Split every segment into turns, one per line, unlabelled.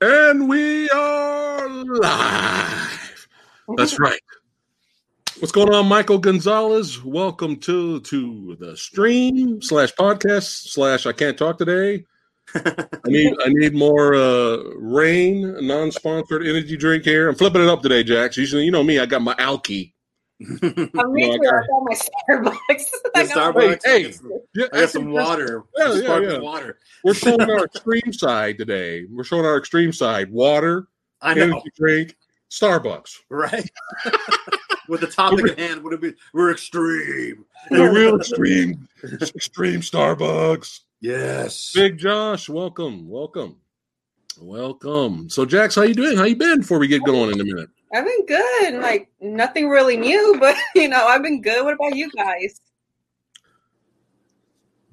And we are live. That's right. What's going on, Michael Gonzalez? Welcome to to the stream slash podcast slash I can't talk today. I need I need more uh, rain non sponsored energy drink here. I'm flipping it up today, Jax. Usually, you know me, I got my Alki.
I'm me
No, I
too. I got my Starbucks. I
Starbucks.
got my-
hey.
I got some,
Yeah,
I got some water.
Yeah,
Some
yeah,
sparkling
yeah.
water.
We're showing our extreme side today. We're showing our extreme side: water,
I know,
energy drink, Starbucks.
right? With the topic at hand, would it be? We're extreme.
The real extreme, extreme Starbucks.
Yes.
Big Josh, welcome, welcome, welcome. So, Jax, how you doing? How you been? Before we get going in a minute,
I've been good. Like nothing really new, but you know, I've been good. What about you guys?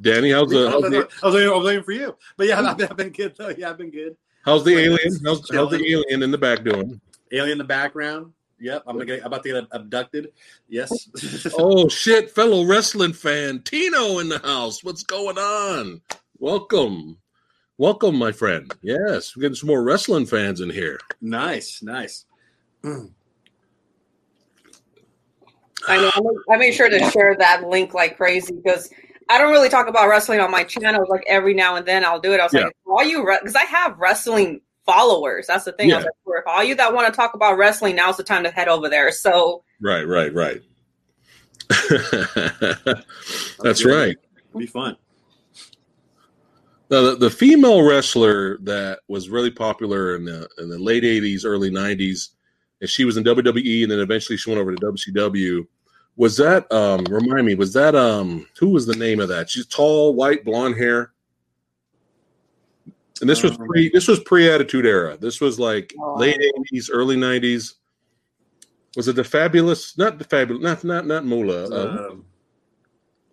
Danny, how's the
I
how's
was,
the,
waiting, I was waiting for you, but yeah, I've, I've been good though. Yeah, I've been good.
how's the alien? How's, how's the alien in the back doing?
Alien in the background. Yep, I'm gonna get, about to get abducted. Yes.
Oh shit! Fellow wrestling fan Tino in the house. What's going on? Welcome, welcome, my friend. Yes, we're getting some more wrestling fans in here.
nice, nice.
I know. I made- I made sure to share that link like crazy because I don't really talk about wrestling on my channel. Like every now and then I'll do it. I was
Yeah.
like, all you, because I have wrestling followers. That's the thing. I was
Yeah.
like, for all you that want to talk about wrestling, now's the time to head over there. So
Right, right, right. That's
good.
right.
Be fun.
Now, the, the female wrestler that was really popular in the in the late '80s, early '90s, and she was in WWE, and then eventually she went over to WCW. Was that um remind me? Was that um who was the name of that? She's tall, white, blonde hair. And this was
Um,
pre this was pre Attitude Era. This was like
Oh.
late '80s, early '90s. Was it the fabulous? Not the fabulous. Not not not Moolah. Uh,
Um,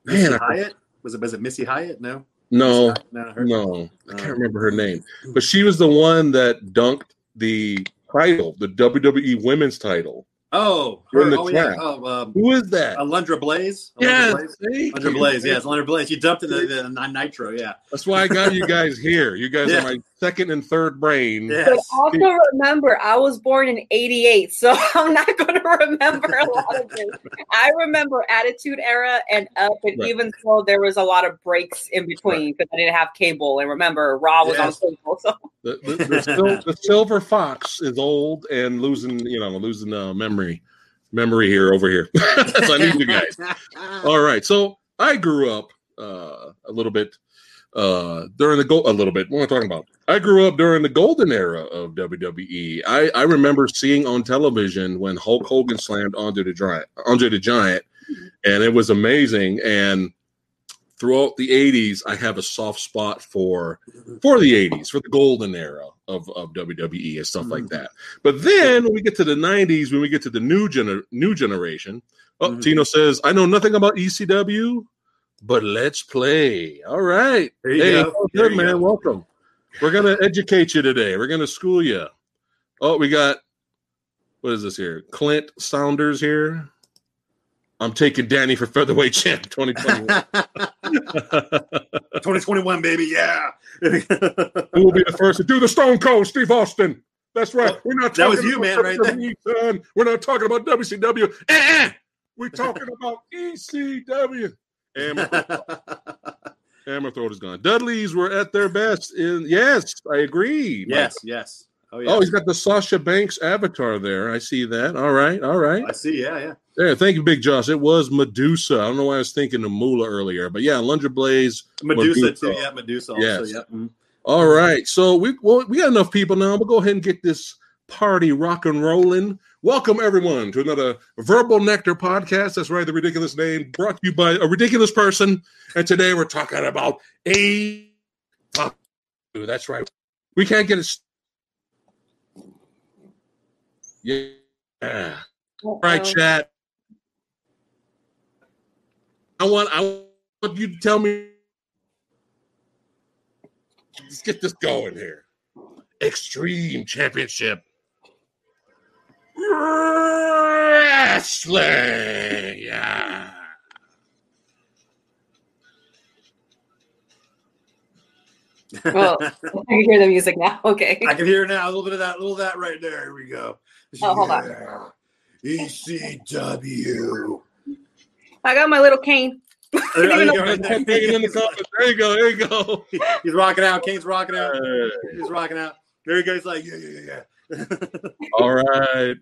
Missy
man, I- Oh.
Hyatt was it? Was it Missy Hyatt? No.
no,
No. Her.
No, I can't
Um,
remember her name, but she was the one that dunked the title, the WWE Women's title.
Oh,
You're in
her-
the
oh yeah.
chat.
Oh, um,
Who is that?
Alundra Blaze. Alundra
yes,
Blaze?
thank
Under
you.
Blaze, yes, under Blaze. You dumped it in the, the nitro, yeah.
That's why I got you guys here. You guys
Yeah.
are my second and third brain.
but
Yes.
also remember, I was born in 88, so I'm not going to remember a lot of things. I remember Attitude Era and Up, and
Right.
even though there was a lot of breaks in between because I didn't have cable, and remember, Raw was
Yes.
on cable. So
The, the, the sil- the silver fox is old and losing, you know, losing uh, memory, memory here over here. so I need you guys. All right. So I grew up uh, a little bit uh, during the gold. A little bit. What am I talking about? I grew up during the golden era of WWE. I, I remember seeing on television when Hulk Hogan slammed Andre the Giant, Andre the Giant, and it was amazing. And throughout the '80s, I have a soft spot for for the '80s, for the golden era of, of WWE and stuff like that. But then when we get to the '90s, when we get to the new gener- new generation, oh,
Mhm.
Tino says, "I know nothing about ECW, but let's play." All right,
There you
hey,
go.
oh,
There
good
you
man,
go.
welcome. We're gonna educate you today. We're gonna school you. Oh, we got what is this here? Clint Saunders here. I'm taking Danny for featherweight champ 2021.
2021, baby, yeah. that
Who will be the first to do the Stone Cold Steve Austin? That's right.
Well,
We're not
that
talking
was you, man,
about
right
WWE, son. We're not talking about WCW. Eh, eh. We're talking about ECW. And my And my throat is gone. Dudleys were at their best. In yes, I agree. Mike.
yes, yes. Oh, yeah.
Oh, he's got the Sasha Banks avatar there. I see that. All right, all right.
I see, yeah, yeah.
There, thank you, Big Josh. It was Medusa. I don't know why I was thinking of Moolah earlier, but yeah, Lunger Blaze.
Medusa,
Medusa.
too, yeah, Medusa also,
Yes.
yeah. Mm.
All right, so we well, we got enough people now. We'll go ahead and get this party rock and rolling. Welcome everyone to another Verbal Nectar podcast. That's right, the ridiculous name brought to you by a ridiculous person, and today we're talking about a. That's right. We can't get it. Yeah. All right,
Um,
chat. I want I want you to tell me. Let's get this going here. Extreme Championship Wrestling. Yeah.
Well, I can hear the music now. Okay.
I can hear now a little bit of that, a little of that right there. Here we go.
Oh, hold on.
Yeah. E ECW.
I got my little cane.
There, there you go, right
Cocaine in the
there.
cup. There you go. There you go.
He's rocking out. Kane's rocking out.
Hey.
He's rocking out. There he goes. Like yeah, yeah, yeah, yeah.
All right.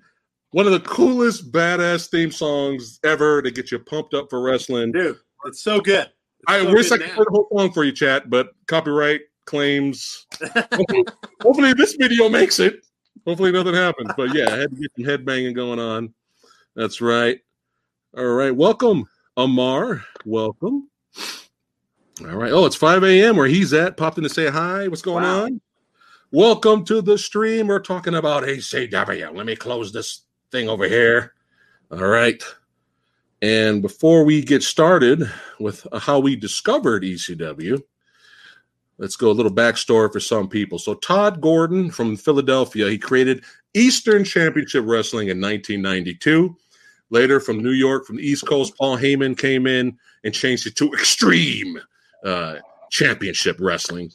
One of the coolest badass theme songs ever to get you pumped up for wrestling.
Dude, it's so good. It's
I
so
wish I could
good now.
play the whole song for you, chat, but copyright claims. hopefully, hopefully this video makes it. Hopefully, nothing happens. But yeah, I had to get some headbanging going on. That's right. All right. Welcome, Amar. Welcome. All right. Oh, it's 5 a.m. where he's at. Popped in to say hi. What's going
Wow.
on? Welcome to the stream. We're talking about ACW. Let me close this thing over here. All right. And before we get started with uh, how we discovered ECW, let's go a little backstory for some people. So, Todd Gordon from Philadelphia, he created Eastern Championship Wrestling in 1992. Later, from New York, from the East Coast, Paul Heyman came in and changed it to Extreme uh, Championship Wrestling.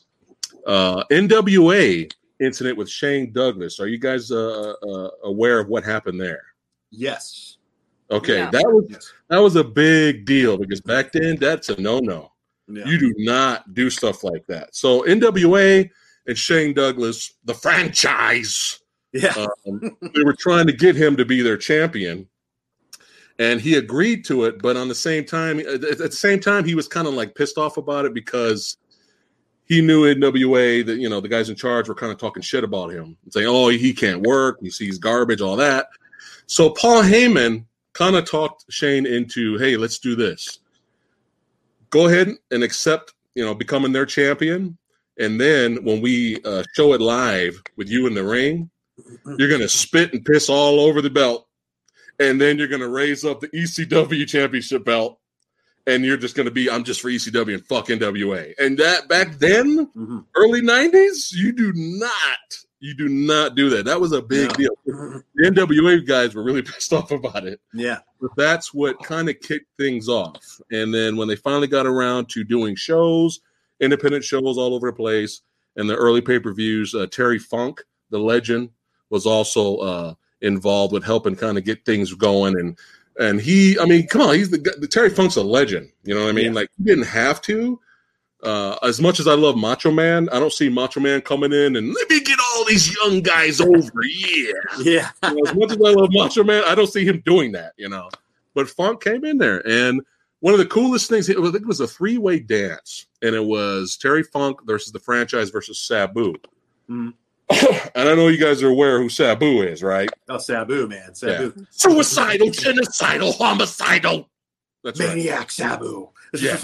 Uh, NWA incident with Shane Douglas. Are you guys uh, uh, aware of what happened there?
Yes.
Okay,
No.
that was
Yes.
that was a big deal because back then that's a no no.
Yeah.
You do not do stuff like that. So NWA and Shane Douglas, the franchise,
yeah.
um, they were trying to get him to be their champion, and he agreed to it. But on the same time, at at the same time, he was kind of like pissed off about it because he knew NWA that you know the guys in charge were kind of talking shit about him, saying, "Oh, he can't work. He sees garbage, all that." So Paul Heyman kind of talked Shane into, "Hey, let's do this. Go ahead and accept, you know, becoming their champion." And then when we uh, show it live with you in the ring, you're gonna spit and piss all over the belt, and then you're gonna raise up the ECW championship belt, and you're just gonna be I'm just for ECW and fuck NWA. And that back then,
Mhm.
early '90s, you do not, you do not do that. That was a big
Yeah.
deal. The NWA guys were really pissed off about it.
Mm-hmm. Yeah.
But that's what kind of kicked things off. And then when they finally got around to doing shows, independent shows all over the place, and the early pay per views, uh, Terry Funk, the legend, was also uh, involved with helping kind of get things going. And and he, I mean, come on, he's the, guy- the Terry Funk's a legend. You know what I mean?
Yeah.
Like he didn't have to. Uh, as much as I love Macho Man, I don't see Macho Man coming in and let me get all these young guys over. Yeah,
Yeah.
you know, as much as I love Macho Man, I don't see him doing that, you know. But Funk came in there, and one of the coolest things it was, I think it was a three way dance, and it was Terry Funk versus the franchise versus Sabu.
Mhm.
and I know you guys are aware who Sabu is, right?
Oh, Sabu, man. Sabu.
Suicidal, genocidal, homicidal. That's right.
Maniac Sabu.
Yeah.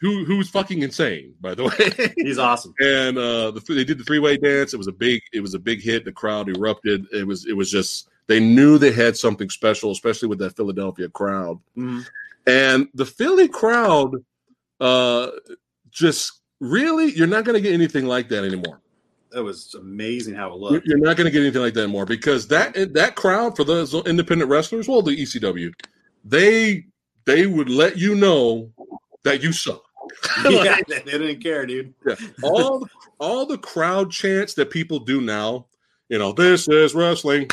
Who who's fucking insane, by the way.
He's awesome.
and uh, the, they did the three way dance. It was a big, it was a big hit. The crowd erupted. It was, it was just they knew they had something special, especially with that Philadelphia crowd.
Mhm.
And the Philly crowd, uh, just really, you're not going to get anything like that anymore.
That was amazing how it
You're-
looked.
You're not going to get anything like that anymore because that that crowd for those independent wrestlers, well, the ECW, they they would let you know that you suck.
yeah, they didn't care, dude.
all the- all the crowd chants that people do now, you know, this is wrestling,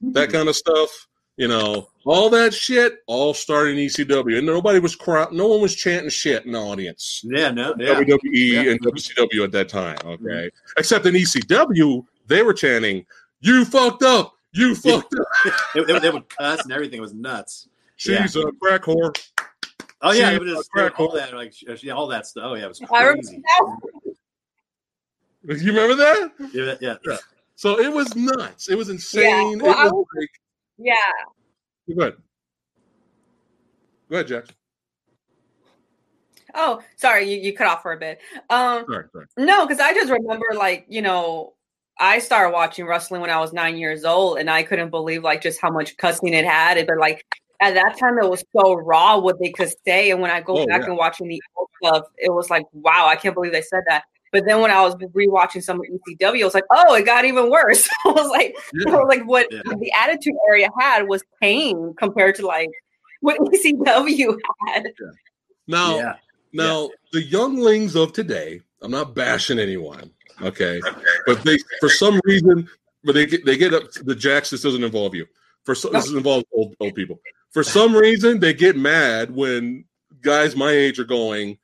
that kind of stuff, you know, all that shit all started in ECW, and nobody was crowd, no one was chanting shit in the audience.
Yeah, no, yeah.
WWE
Yeah. Mm-hmm.
and WCW at that time, okay, except in ECW they were chanting, "You fucked up." You fucked up.
They, they- they would cuss and everything. It was nuts. Yeah.
She's a crack whore.
Oh yeah,
See, uh,
it was
crack
all that, like yeah, all that stuff. Oh yeah, it was
I remember
crazy.
that.
You remember that?
Yeah, yeah.
So it was nuts. It was insane.
Well, I
it was like,
Yeah.
go ahead. Go ahead, Jackson.
Oh, sorry, you, you cut off for a bit. Um,
Sorry, sorry.
No, because I just remember, like, you know, I started watching wrestling when I was nine years old, and I couldn't believe, like, just how much cussing it had. But, like, at that time, it was so raw what they could say. And when I go
Oh,
back
yeah.
and watching the old stuff, it was like, wow, I can't believe they said that. But then when I was rewatching some of ECW, I was like, oh, it got even worse. I was like,
Yeah.
so, like what
Yeah.
the attitude area had was tame compared to like what ECW had.
Now,
yeah.
now the younglings of today I'm not bashing anyone. Okay, but they for some reason, but they get, they get up to the jacks. This doesn't involve you. For so, this involves old old people. For some reason, they get mad when guys my age are going.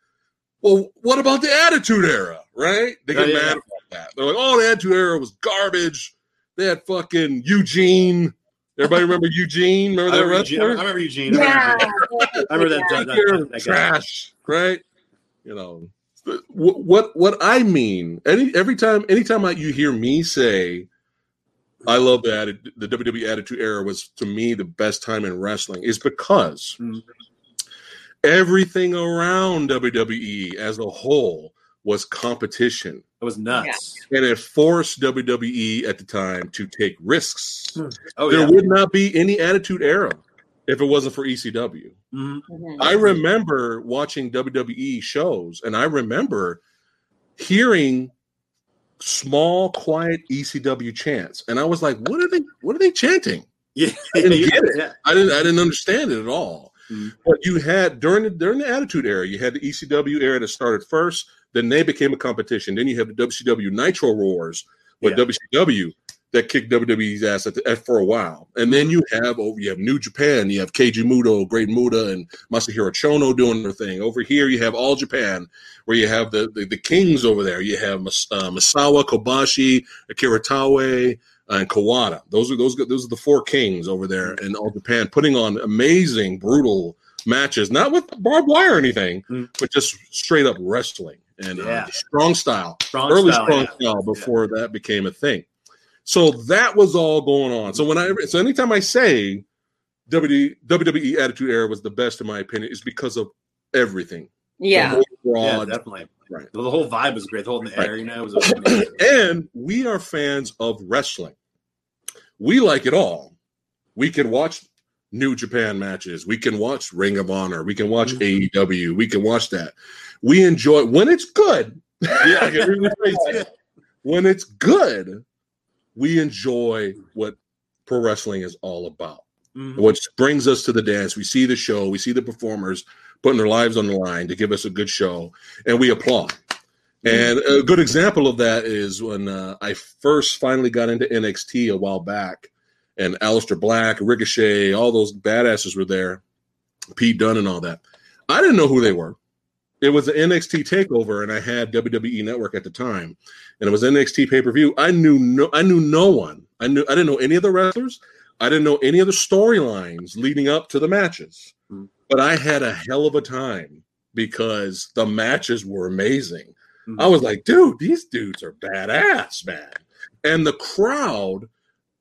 Well, what about the Attitude Era? Right? They get
Yeah, yeah,
mad
yeah.
about that. They're like, oh, the Attitude Era was garbage. They had fucking Eugene. Everybody remember Eugene? Remember
I
that
remember Eugene. I
wrestler?
remember Eugene. I remember
Yeah.
Eugene. I remember that. that,
You're
that, that guy.
trash, right? You know wh- what? What I mean any every time, anytime I, you hear me say, "I love the atti- the WWE Attitude Era was to me the best time in wrestling," is because
Mhm.
everything around WWE as a whole was competition,
That was nuts.
and it forced WWE at the time to take risks.
Oh
there
yeah.
would not be any Attitude Era if it wasn't for E ECW.
Mhm.
Mhm.
I remember watching WWE shows and I remember hearing small, quiet ECW chants. And I was like, what are they what are they chanting?
Yeah.
didn't
yeah.
get it.
yeah.
I didn't I didn't understand it at all.
Mhm.
But you had during the during the attitude era, you had the ECW era that started first, then they became a competition. Then you have the WCW Nitro Roars with
Yeah.
WCW that kicked WWE's ass at the, at, for a while. And then you have over you have New Japan, you have Keiji Muto, Great Muda, and Masahiro Chono doing their thing. Over here you have All Japan, where you have the the, the kings over there. You have Mas, uh, Masawa, Kobashi, Akira Taue, uh, and Kawada. Those are those those are the four kings over there in all Japan, putting on amazing, brutal matches, not with barbed wire or anything,
Mm.
but just straight up wrestling and
Yeah.
uh, strong style,
Strong
early
style,
strong
yeah.
style before that became a thing. So that was all going on. So when I so anytime I say WD WWE E Attitude Era was the best in my opinion, is because of everything.
yeah.
The
Yeah,
broad
definitely.
Right.
The whole vibe was great. The whole
Right.
air, you know, was amazing.
and we are fans of wrestling. We like it all. We can watch New Japan matches. We can watch Ring of Honor. We can
Mm-hmm.
watch AEW. We can watch that. We enjoy when it's good.
Yeah.
I can really say that. when it's good, we enjoy what pro wrestling is all about
Mhm.
which brings us to the dance. We see the show, we see the performers putting their lives on the line to give us a good show, and we applaud. And a good example of that is when uh, I first finally got into NXT a while back, and Aleister Black, Ricochet, all those badasses were there, Pete Dunne, and all that. I didn't know who they were. It was an NXT takeover, and I had WWE Network at the time, and it was NXT pay per view. I knew no, I knew no one. I knew I didn't know any of the wrestlers. I didn't know any of the storylines leading up to the matches,
Mm.
but I had a hell of a time because the matches were amazing.
Mhm.
I was like, dude, these dudes are badass, man. And the crowd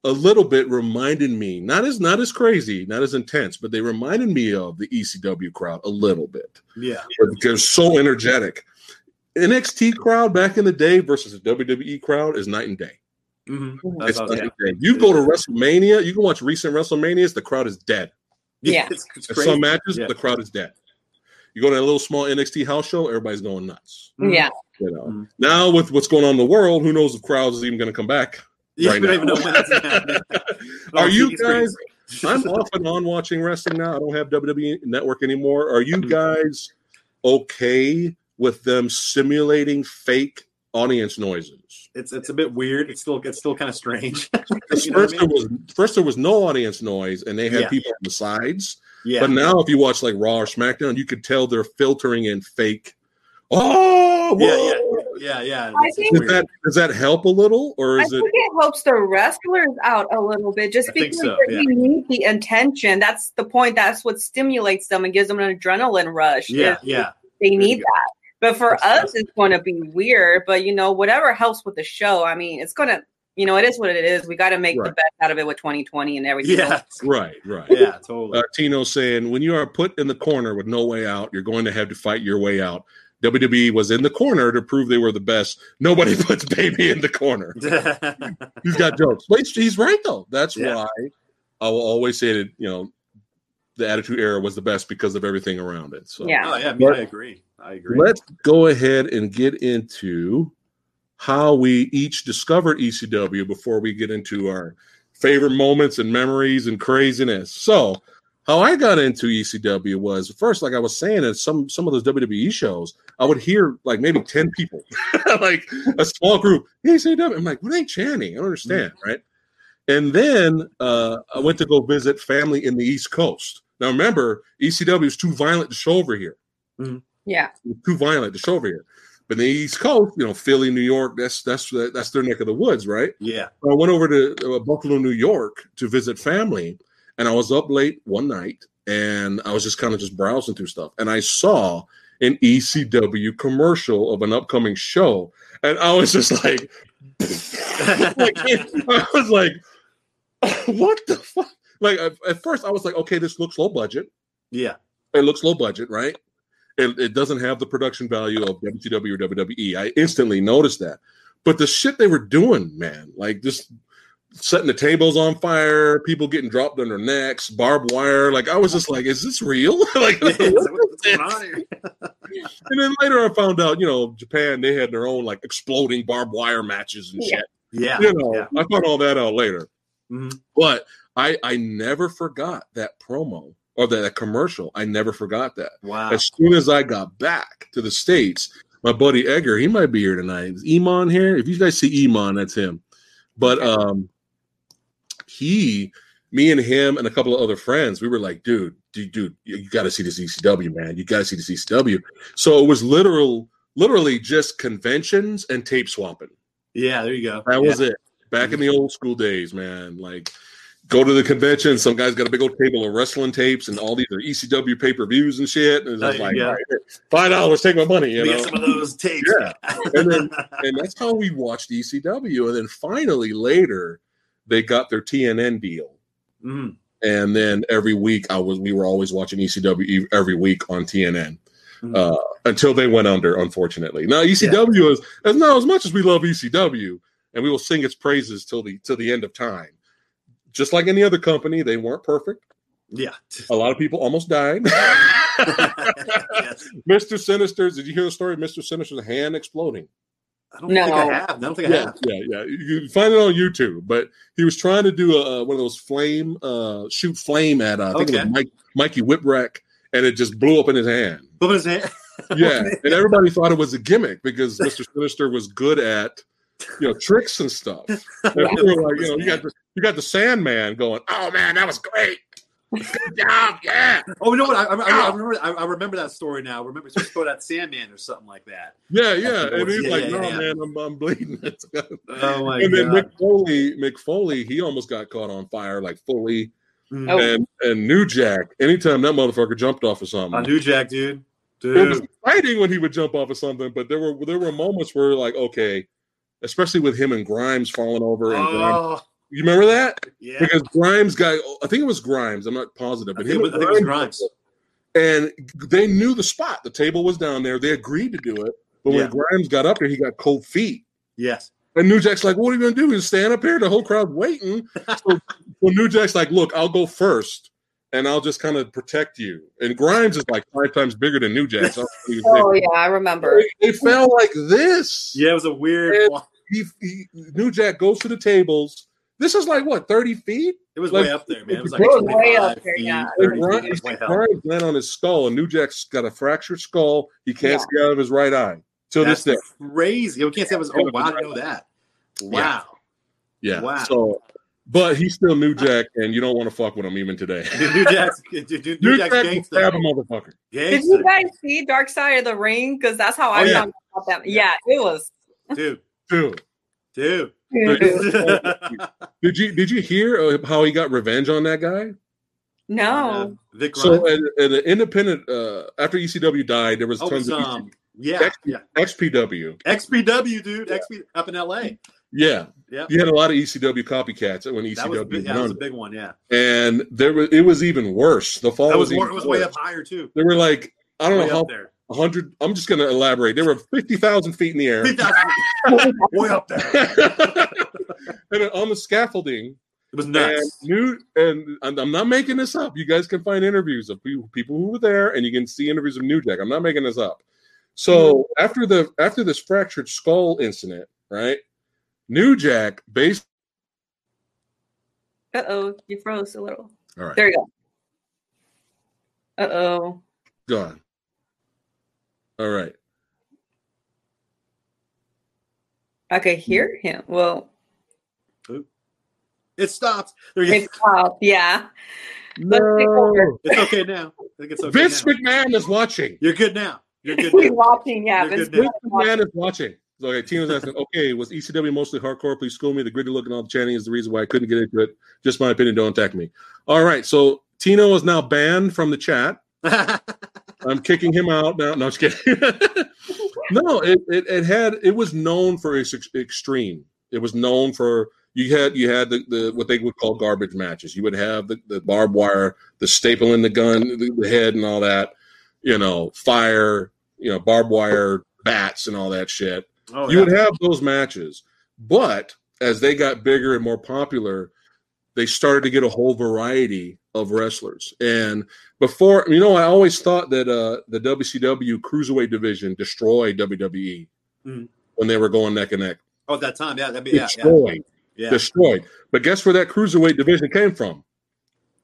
a little bit reminded me, not as not as crazy, not as intense, but they reminded me of the ECW crowd a little bit.
Mm-hmm. yeah.
They're so energetic. NXT crowd back in the day versus the WWE crowd is night and day.
Mhm.
Mhm.
That's
It's
all,
night
yeah.
and day. You go to WrestleMania, you can watch recent WrestleManias, the crowd is dead.
Yeah.
It's, it's
At
crazy.
some matches,
Yeah.
the crowd is dead. You go to a little small NXT house show, everybody's going nuts.
Mm-hmm.
Yeah.
You know.
Mhm.
Now with what's going on in the world, who knows if crowds is even going to come back?
Yeah,
right
we don't
now.
even know when that's happening.
Are
Oh,
you
it's crazy.
guys? I'm off and on watching wrestling now. I don't have WWE Network anymore. Are you
Mhm.
guys okay with them simulating fake audience noises?
It's it's a bit weird. It's still it's still kind of strange.
'Cause
You know what
first
I
there
mean?
was first there was no audience noise, and they had
Yeah.
people on the sides.
Yeah.
But now, if you watch like Raw or SmackDown, you could tell they're filtering in fake. Oh,
Yeah,
whoa!"
yeah, yeah.
I
It's
think-
Does that does that help a little, or
I
is it?
think it helps the wrestlers out a little bit just
I think
because
so, yeah.
you need the attention. That's the point. That's what stimulates them and gives them an adrenaline rush.
yeah,
If
yeah.
They
you
need
go.
that. But for
That's
us, it's going to be weird. But, you know, whatever helps with the show, I mean, it's going to, you know, it is what it is. We got to make the
Right.
best out of it with 2020 and everything.
Yeah.
Right, right.
Yeah, totally.
uh, Tino saying, when you are put in the corner with no way out, you're going to have to fight your way out. WWE was in the corner to prove they were the best. Nobody puts baby in the corner. He's got jokes. But he's- he's right though. That's
Yeah.
why I will always say that you know the Attitude Era was the best because of everything around it. So
Yeah.
oh yeah, I, mean, I agree. I agree.
let's go ahead and get into how we each E discovered ECW before we get into our favorite moments and memories and craziness. So how I got into ECW was first, like I was saying, at some some of those WWE shows, I would hear like maybe ten people, like a small group ECW. I'm like, what are they chanting? I don't understand, right? And then uh, I went to go visit family in the East Coast. Now remember, ECW is too violent to show over here.
Yeah.
Too violent to show over here. But the East Coast, you know, Philly, New York, that's that's that's their neck of the woods, right?
Yeah.
I went over to uh, Buffalo, New York to visit family, and I was up late one night and I was just kind of just browsing through stuff and I saw an ECW commercial of an upcoming show and I was just like, like I was like what the fuck? Like at at first I was like, okay, this looks low budget.
yeah.
It looks low budget, right? It, it doesn't have the production value of WCW or WWE. I instantly noticed that. But the shit they were doing, man, like just setting the tables on fire, people getting dropped on their necks, barbed wire. Like I was just like, is this real? like,
What's going
and
on here?
then later I found out, you know, Japan they had their own like exploding barbed wire matches and shit.
Yeah.
You know,
yeah.
I found all that out later.
Mhm.
But I I never forgot that promo or that, that commercial. I never forgot that.
Wow.
As soon as I got back to the states, my buddy Edgar, he might be here tonight. Is Iman here? If you guys see Iman, that's him. But um, he, me and him and a couple of other friends, we were like, dude, dude, dude you, got to see this ECW, man. You got to see this ECW. So it was literal, literally just conventions and tape swapping.
yeah. There you go.
That was it. Back in the old school days, man. Like, go to the convention. Some guy's got a big old table of wrestling tapes and all these are E ECW pay per views and shit. And it's just
Oh,
like,
yeah.
all right, here, five dollars, take my money. You
we
know?
got some of those tapes.
Yeah. And then- and that's how we watched ECW. And then finally, later, they got their TNN deal.
Mhm.
And then every week, I was we were always watching ECW e- every week on TNN.
Mhm.
Uh, until they went under, unfortunately. Now ECW is as now as much as we love ECW, and we will sing its praises till the till the end of time. Just like any other company, they weren't perfect.
Yeah.
A lot of people almost died.
Yes.
Mr. Sinister's, did you hear the story of Mr. Sinister's hand exploding?
I don't think I
No.
have. I don't think I
yeah,
have.
yeah, yeah. You can find it on YouTube. But he was trying to do a, one of those flame uh, shoot flame at uh, I think it
Okay.
was Mike, Mikey Whipwreck, and it just blew up in his hand.
What was it?
Yeah, and everybody thought it was a gimmick because Mister Sinister was good at you know tricks and stuff. And people were like, you know, you got the, you got the Sandman going. Oh man, that was great. Good job, yeah,
Oh, you know what? I, I, I remember. I, I remember that story now. I remember it's supposed to go that Sandman or something like that.
yeah, yeah.
That's
And he's
yeah,
like,
yeah,
no
yeah.
man, I'm, I'm bleeding.
Oh my
and then
god!
Mick Foley, Mick Foley, he almost got caught on fire, like fully.
Mhm.
Oh.
and and New Jack, anytime that motherfucker jumped off of
I
something,
knew Jack, dude.
it was
Dude.
exciting when he would jump off of something. But there were there were moments where like okay, especially with him and Grimes falling over. And Grimes,
Oh,
you remember that
yeah.
because Grimes guy, I think it was Grimes. I'm not positive,
I
but
think, it
him
was, I
and
think it was
Grimes,
Grimes.
and they knew the spot. The table was down there. They agreed to do it. But when
Yeah.
Grimes got up there, he got cold feet.
Yes.
And New Jack's like, "What are you gonna do? Just stand up here?" The whole crowd waiting. So, so New Jack's like, "Look, I'll go first, and I'll just kind of protect you." And Grimes is like five times bigger than New Jack. So he was
Oh yeah, I remember.
like- they, fell like this.
Yeah, it was a weird.
And-
walk.
He, he, New Jack goes to the tables. This is like what thirty feet.
It was
like-
way up there, man. It was like
It
was way up
25
there,
feet,
yeah.
30
Grimes,
feet, it was way up.
Grimes land on his skull, and New Jack's got a fractured skull. He can't see out of his right eye till
That's
this day.
crazy. We can't say it was. Oh wow, I know that.
Yeah.
Wow.
Yeah.
Wow.
So, but he's still New Jack, and you don't want to fuck with him even today.
Dude, New Jack's, dude, dude, New
New
Jack's
Jack will
gangster.
stab a motherfucker.
Did
Gangster.
you guys see Dark Side of the Ring? Because that's how I
Oh, yeah.
found out about that. Yeah, it was.
Dude,
Dude,
dude.
did you did you hear uh, how he got revenge on that guy?
Oh.
Uh,
No.
Vic
So
Grimes.
at, at an independent uh, after ECW died, there was
oh, it
tons
was,
of E
um, yeah,
X-
yeah.
XPW.
XPW, dude. XP up in LA.
Yeah,
Yeah.
you had a lot of ECW copycats when E
That was, a
ECW
big,
was
yeah, that was a big one. Yeah.
and there was it was even worse. The fall
That was,
even
more, it was way
worse.
up higher, too.
They were like I don't
Way
know
up
how
there.
hundred. I'm just going to elaborate. They were fifty thousand feet in the air,
3,000 way up there.
and on the scaffolding,
It was
And
nuts.
new, and I'm I'm not making this up. You guys can find interviews of people people who were there, and you can see interviews of New Jack. I'm not making this up. So after the after this fractured skull incident, right? New Jack based.
Uh oh, you froze a little.
All right.
There you go. Uh oh.
Gone. All right.
I could hear him. Well,
It stopped. There you go.
it's wild. Yeah. Let's take over.
No.
It's okay now. I think it's okay.
Vince
now.
McMahon is watching.
You're good now. You're good
He's
now.
watching. Yeah.
You're
Vince
good now.
Vince
McMahon's watching.
McMahon is watching. Okay, Tina's asking, okay, was ECW mostly hardcore? Please school me. The gritty look and all the chanting is the reason why I couldn't get into it. Just my opinion. Don't attack me. All right. So Tino is now banned from the chat. I'm kicking him out now. No, I'm just kidding. no, it, it, it had it was known for its ex- extreme. It was known for you had you had the, the what they would call garbage matches. You would have the, the barbed wire, the staple in the gun, the, the head, and all that. You know, fire. You know, barbed wire bats and all that shit
oh,
you
yeah.
would have those matches. But as they got bigger and more popular, they started to get a whole variety of wrestlers. And before, you know, I always thought that uh, the WCW cruiserweight division destroyed WWE
Mhm.
when they were going neck and neck.
oh, at that time. Yeah, that'd be yeah, yeah.
destroyed,
Yeah.
destroyed. But guess where that cruiserweight division came from?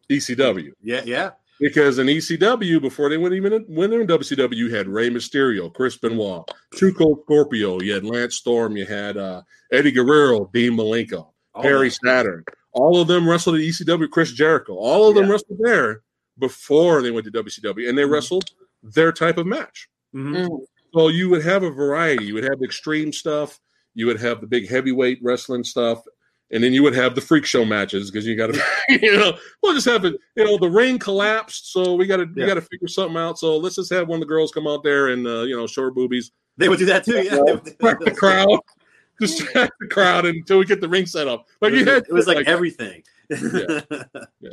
E ECW.
yeah, yeah.
Because in ECW, before they went even when they were in WCW, you had Rey Mysterio, Chris Benoit, True Cold Scorpio, you had Lance Storm, you had uh, Eddie Guerrero, Dean Malenko,
Oh,
Perry Saturn. All of them wrestled at ECW, Chris Jericho. All of them
Yeah.
wrestled there before they went to WCW, and they
Mhm.
wrestled their type of match.
mhm.
So you would have a variety. You would have the extreme stuff. You would have the big heavyweight wrestling stuff, and then you would have the freak show matches because you got to, you know, we'll just have it. You know, the ring collapsed, so we got to we
Yeah.
got to figure something out. So let's just have one of the girls come out there and uh, you know show her boobies,
They would do that too. Yeah. They would do
crack the
that.
crowd, distract the crowd until we get the ring set up. Like
It
you
was,
had,
it was like,
like,
everything.
Yeah. Yeah.
yeah.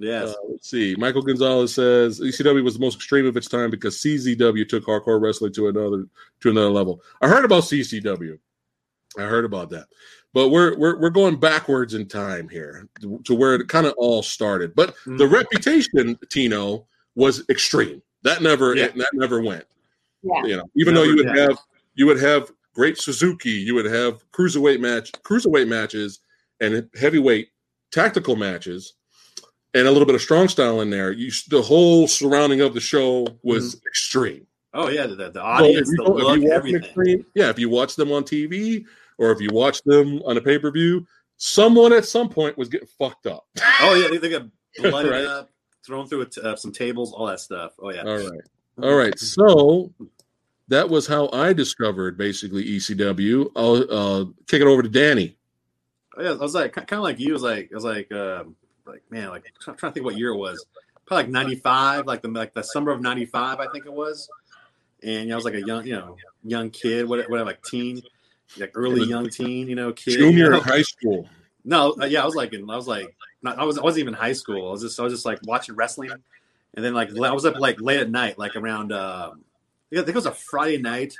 Yes.
Uh, let's see. Michael Gonzalez says ECW was the most extreme of its time because CZW took hardcore wrestling to another to another level. I heard about CCW. I heard about that, but we're we're we're going backwards in time here to, to where it kind of all started. But the
Mhm.
reputation, Tino, was extreme. That never
Yeah.
it, that never went.
Yeah.
You know, even though
Never
you would
did.
have you would have great Suzuki, you would have cruiserweight match cruiserweight matches and heavyweight tactical matches and a little bit of strong style in there. You s- the whole surrounding of the show was extreme.
oh yeah. The, the the
So if
Mm-hmm. audience,
you go- if you
the look,
watch them
everything.
extreme- yeah, if you watch them on TV or if you watch them on a pay per view, someone at some point was getting fucked up.
Oh yeah. They, they got blooded
Right.
up, thrown through a t- uh, some tables, all that stuff. Oh yeah.
All right. Uh, All right. So that was how I discovered basically ECW. I'll uh, kick it over to Danny.
Oh, yeah, I was like, kind of like you. I was like, I was like, um, like man, like I'm trying to think what year it was. Probably like '95, like the like the summer of '95, I think it was. And you know, I was like a young, you know, young kid, what, what like teen, like early young teen, you know, kid. you
Junior
know?
in high school.
No, uh, yeah, I was like, in, I was like, not, I was, I wasn't even in high school. I was just, I was just like watching wrestling, and then like I was up like late at night, like around, um, I think it was a Friday night,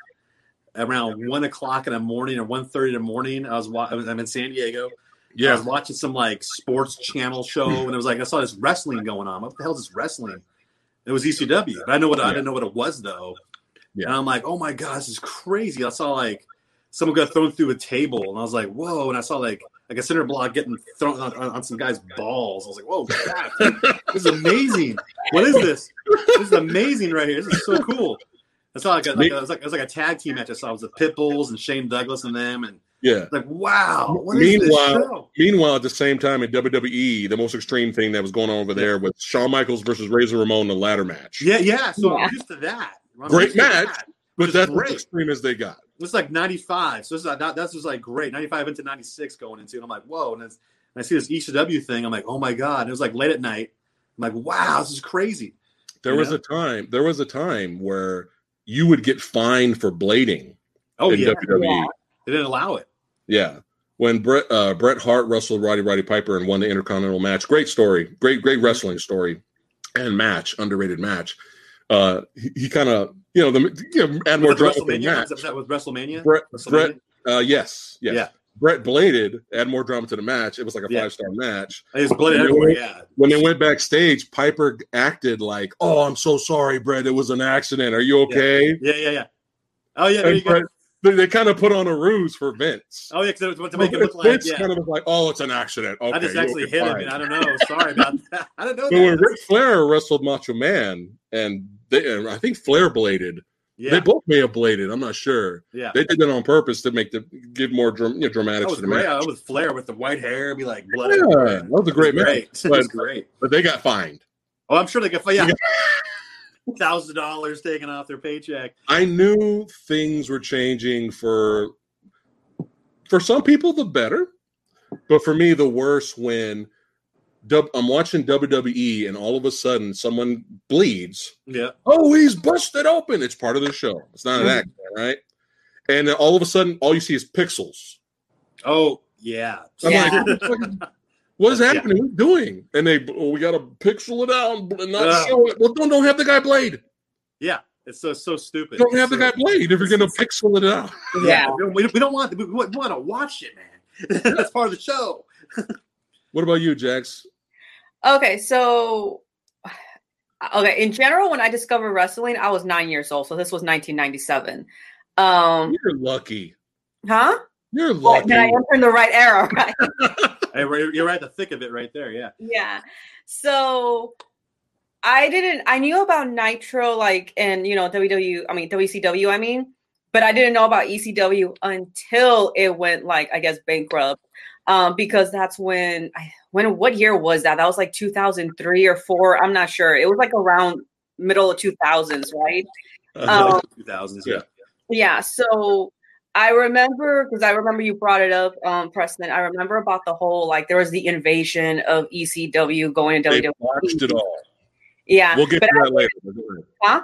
around one o'clock in the morning or one thirty in the morning. I was, wa- I was I'm in San Diego. I
Yeah.
was watching some like sports channel show, and it was like I saw this wrestling going on. What the hell is this wrestling? It was ECW, but I know what I didn't know what it was though.
Yeah.
And I'm like, oh my god, this is crazy. I saw like someone got thrown through a table, and I was like, whoa. And I saw like like a center block getting thrown on, on, on some guy's balls. I was like, whoa, crap, this is amazing. What is this? This is amazing right here. This is so cool. I saw like a, like a, it, was like, it was like a tag team match. I saw it was the Pitbulls and Shane Douglas and them, and
Yeah.
like wow, what is this
Meanwhile-
show?
Meanwhile, at the same time in WWE, the most extreme thing that was going on over there was Shawn Michaels versus Razor Ramon in the ladder match.
Yeah, yeah. So
Yeah.
I'm used to that. I'm
Great
used to
match.
that.
but
just
that's as
great.
extreme as they got.
This is like 95. So this is like, that, that's just like great. 95 into 96 going into. And I'm like, whoa. And, it's, and I see this ECW thing. I'm like, oh my God. And it was like late at night. I'm like, wow, this is crazy.
There
You
was
know?
a time. There was a time where you would get fined for blading
Oh,
in
yeah.
WWE.
Yeah.
They didn't allow it.
Yeah. When Bret uh, Bret Hart wrestled Roddy Roddy Piper and won the Intercontinental match, great story, great great wrestling story, and match underrated match. Uh, he he kind of you know the you know, add more
Was
drama
that
to the
WrestleMania?
match.
Was that with WrestleMania?
Brett Brett
WrestleMania?
uh, yes yes
Yeah.
Brett bladed add more drama to the match. It was like a
Yeah.
five star match.
It was blood everywhere. Yeah.
When they went backstage, Piper acted like, "Oh, I'm so sorry, Brett. It was an accident. Are you okay?"
Yeah, yeah, yeah. Oh, yeah. There you
And
go.
Brett, they, they kind of put on a ruse for Vince.
Oh yeah, because to make it
Vince
look like yeah.
kind of was like, "Oh, it's an accident." Okay,
I just
you'll
actually
be
hit him,
fine.
and I don't know. Sorry about that. I don't know.
So when
That.
Ric Flair wrestled Macho Man, and they, and I think Flair bladed. They
Yeah,
both may have bladed. I'm not sure.
yeah.
They did that on purpose to make the give more dram- you know,
That
dramatics
was
to the
great.
match.
I was Flair with the white hair, be like blood.
Yeah, that was a great match.
Great. It was great.
But they got fined.
Oh, I'm sure they could. Yeah, thousand dollars taken off their paycheck.
I knew things were changing for for some people the better, but for me the worse when dub I'm watching WWE and all of a sudden someone bleeds.
Yeah,
Oh, he's busted open. It's part of the show. It's not an accident, right? And then all of a sudden all you see is pixels.
Oh yeah.
I'm
Yeah.
like, what, the fuck- what is
Yeah.
happening? What are you doing? And they, oh, we got to pixel it out and bl- and not
Ugh.
show it. Well, don't don't have the guy blade.
yeah. It's so so stupid.
Don't have the
So-
guy blade if you're going to pixel it out.
Yeah.
Yeah, we, we don't want we, we want to watch it, man. That's part of the show.
What about you, Jax?
Okay, so okay, in general, when I discovered wrestling, I was nine years old, so this was 1997. Um,
You're lucky.
huh?
You're
Well,
lucky.
did I enter in the right era? Right?
Hey, we're- you're right at the thick of it, right there. Yeah.
yeah. So I didn't. I knew about Nitro, like, and you know, WW. I mean, WCW. I mean, but I didn't know about ECW until it went like, I guess, bankrupt. Um, because that's when I when what year was that? That was like 2003 or four. I'm not sure. It was like around middle of 2000s, right? Um,
Two thousands. Yeah.
Yeah, so I remember because I remember you brought it up, um, Preston. I remember about the whole like there was the invasion of ECW going to E.
they
WWE.
botched it all.
Yeah,
We'll get
but
to that later. but go ahead.
Huh?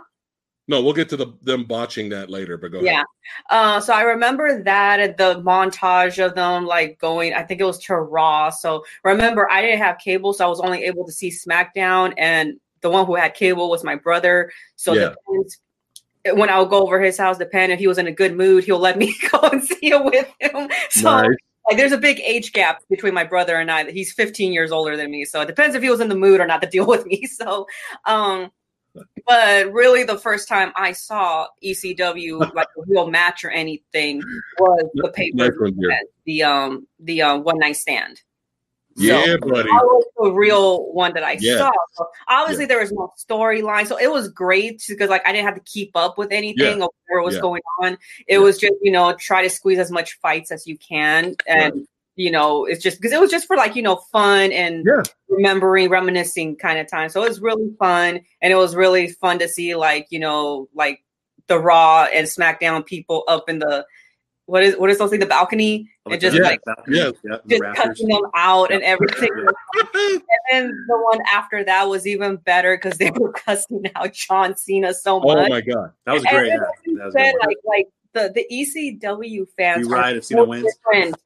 No, we'll get to the them botching that later. But go ahead.
yeah. Uh, so I remember that at the montage of them like going. I think it was to Raw. So remember, I didn't have cable, so I was only able to see SmackDown, and the one who had cable was my brother. So
Yeah.
the parents- when I would go over his house, depend if he was in a good mood, he'll let me go and see it with him. So.
Nice.
like there's a big age gap between my brother and I. He's 15 years older than me, so it depends if he was in the mood or not to deal with me. So, um, but really, the first time I saw ECW like a real match or anything was the
Nice
paper,
one, dear.
the um, the um, one night stand.
Yeah, buddy.
I was the real one that I
Yeah.
saw. So obviously, there was no storyline, so it was great because like I didn't have to keep up with anything or where was
Yeah.
going on. It
Yeah.
was just you know try to squeeze as much fights as you can, and you know it's just because it was just for like you know fun and
Yeah.
remembering, reminiscing kind of time. So it was really fun, and it was really fun to see like you know like the Raw and SmackDown people up in the what is what is those things the balcony and just like
yeah.
yeah. the
just
rafters.
cutting them out and
Yeah.
everything.
Yeah.
um, And then the one after that was even better because they were cussing out John Cena so
oh
much.
my god.
That was
And
great.
then
Yeah. That was a
Said,
good. one.
like, like the, the ECW fans
You
are
ride if Cena
so
wins.
different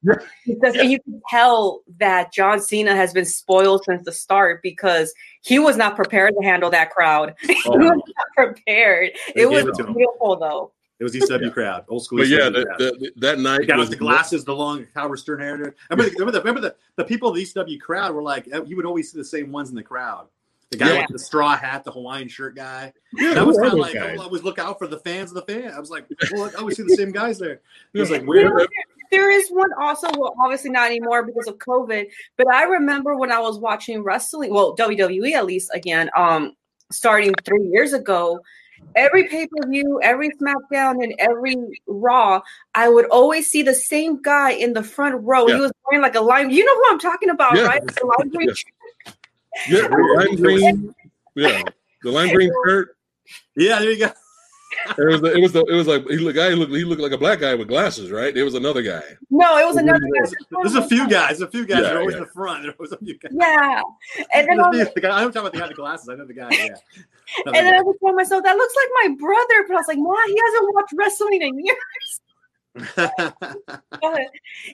because and you can tell that John Cena has been spoiled since the start because he was not prepared to handle that crowd. he was
Oh.
not prepared.
They
it
gave
was
it to him.
beautiful though.
It was ECW crowd, old school.
But yeah,
ECW
that,
crowd.
that, that
The
night
guy
was
with the glasses, the long Howard Stern hair. dude. Remember, the, remember, the, remember the, the people of the ECW crowd were like, eh, you would always see the same ones in the crowd. The guy
Yeah.
with the straw hat, the Hawaiian shirt guy.
Yeah,
That was
who are
kind of
those
like, I
guys?
would always look out for the fans of the fan. I was like, well, I always see the same guys there. It was like
There,
weird.
there is one also, well, obviously not anymore because of COVID. But I remember when I was watching wrestling, well, WWE at least again, um, starting three years ago, every pay per view, every SmackDown, and every Raw, I would always see the same guy in the front row.
Yeah.
He was wearing like a lime. You know who I'm talking about,
Yeah.
right? The lime green
Yeah. Yeah, the lime green. Yeah, the lime green shirt.
Yeah, there you go.
It was. It was. The, it was like he looked. Guy looked. He looked like a black guy with glasses, right? There was another guy.
No, it was
Yeah.
another guy.
There's a few guys. A few guys.
Yeah,
They're always
yeah.
in the front. They're always a few guys.
Yeah, and then
The
I was
guy- the guy, I'm talking about the guy with the glasses. I know the guy. Yeah. Another
And then I
guy.
was telling myself, that looks like my brother. But I was like, Ma, he hasn't watched wrestling in years. but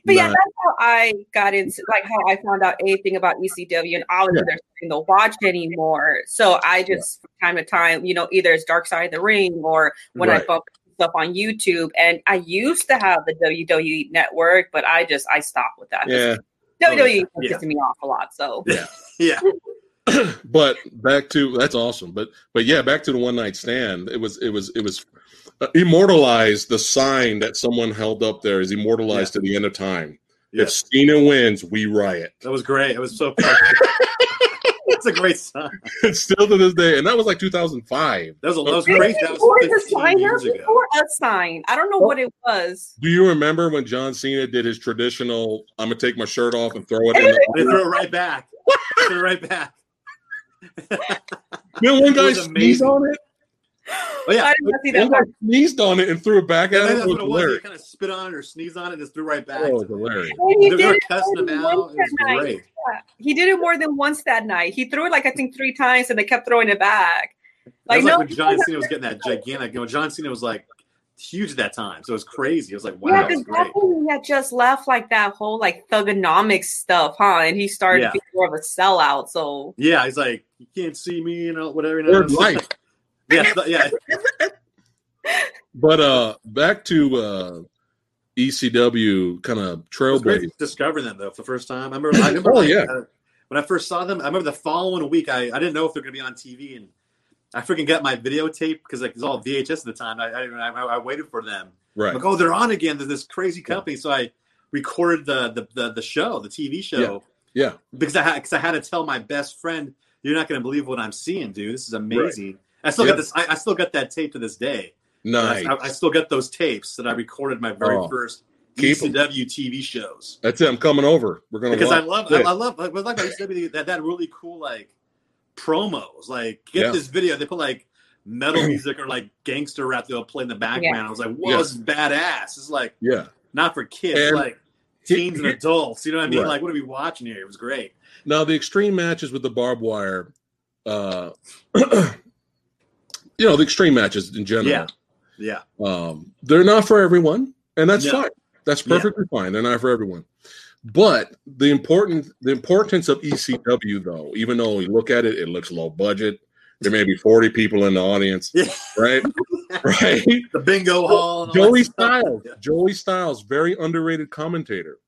yeah,
Nah.
that's how I got into like how I found out anything about ECW. And obviously, there's nothing to watch anymore. So I just, from time to time, you know, either it's Dark Side of the Ring or when I
Right.
bump stuff on YouTube. And I used to have the WWE network, but I just, I stopped with that.
Yeah,
WWE
Yeah.
E pissed me off a lot. So
yeah.
but back to that's awesome. But but yeah, back to the one night stand. It was. It was. It was. uh, immortalized the sign that someone held up there is immortalized to the end of time.
Yeah.
If Cena wins, we riot.
That was great. It was so fun. That's a great sign.
It's still to this day, and that was like 2005.
That was, a, that was
Didn't
great.
they
That
pour
was
the
15
sign
years
up
ago. Oh.
before a sign. I don't know what it was.
Do you remember when John Cena did his traditional? I'm gonna take my shirt off and throw it. in
They
the
threw it right back. threw it right back.
Then one
It
guy
was
sneezed
amazing.
on it.
Oh, yeah.
I did not see that
One guy
part.
sneezed on it and threw it back at
That's
him. It was
what it was. He
hilarious.
kind of spit on it or sneezed on it and just threw right back.
Oh, it was hilarious.
And
They
He
were
did, it
cussing him
more than
out.
once
It was
that night.
great.
he did it more than once that night. He threw it like I think three times, and they kept throwing it back.
That
Like
was
no,
like when John Cena was getting that gigantic. You know, John Cena was like huge at that time, so it was crazy. It was like, wow,
yeah,
it was
because
great.
he had just left like that whole like thugonomics stuff, huh? And he started
Yeah.
being more of a sellout. So
Yeah, he's like, you can't see me, you know, whatever. You know.
Third life.
Yeah, th- yeah.
But uh, back to uh, ECW kind of
It was great
trailblazer.
to discover them though for the first time. I remember, I remember
Oh,
like,
yeah.
uh, when I first saw them, I remember the following week I, I didn't know if they're gonna be on TV and I freaking got my videotape because like it was all VHS at the time. I I, didn't- I, I waited for them.
Right.
Like, oh, they're on again. There's this crazy company. So I recorded the the the, the show, the TV show.
Yeah.
Because I had because I had to tell my best friend, you're not gonna believe what I'm seeing, dude. This is amazing. I still
Yeah.
got this. I, I still got that tape to this day.
Nice.
I, I still got those tapes that I recorded my very
Oh.
first E
Keep 'em.
ECW TV shows
That's it. I'm coming over. We're gonna
because I
watch
love, I,
it.
I love, I love about ECW that that really cool like promos. Like get
Yeah.
this video, they put like metal music or like gangster rap they'll play in the background. I was like, whoa,
Yeah.
this is badass. This is like
yeah.
not for kids,
And-
like teens and adults. You know what I mean?
Right.
Like, what are we watching here? It was great.
Now the extreme matches with the barbed wire, uh, you know, the extreme matches in general.
Yeah. Yeah,
Um, they're not for everyone, and that's
No.
fine. That's
Yeah.
perfectly fine. They're not for everyone. But the important the importance of ECW though, even though you look at it, it looks low budget. There may be 40 people in the audience,
Yeah.
right? right.
the bingo hall. and all
Oh, Joey
that stuff.
Styles.
Yeah.
Joey Styles, very underrated commentator.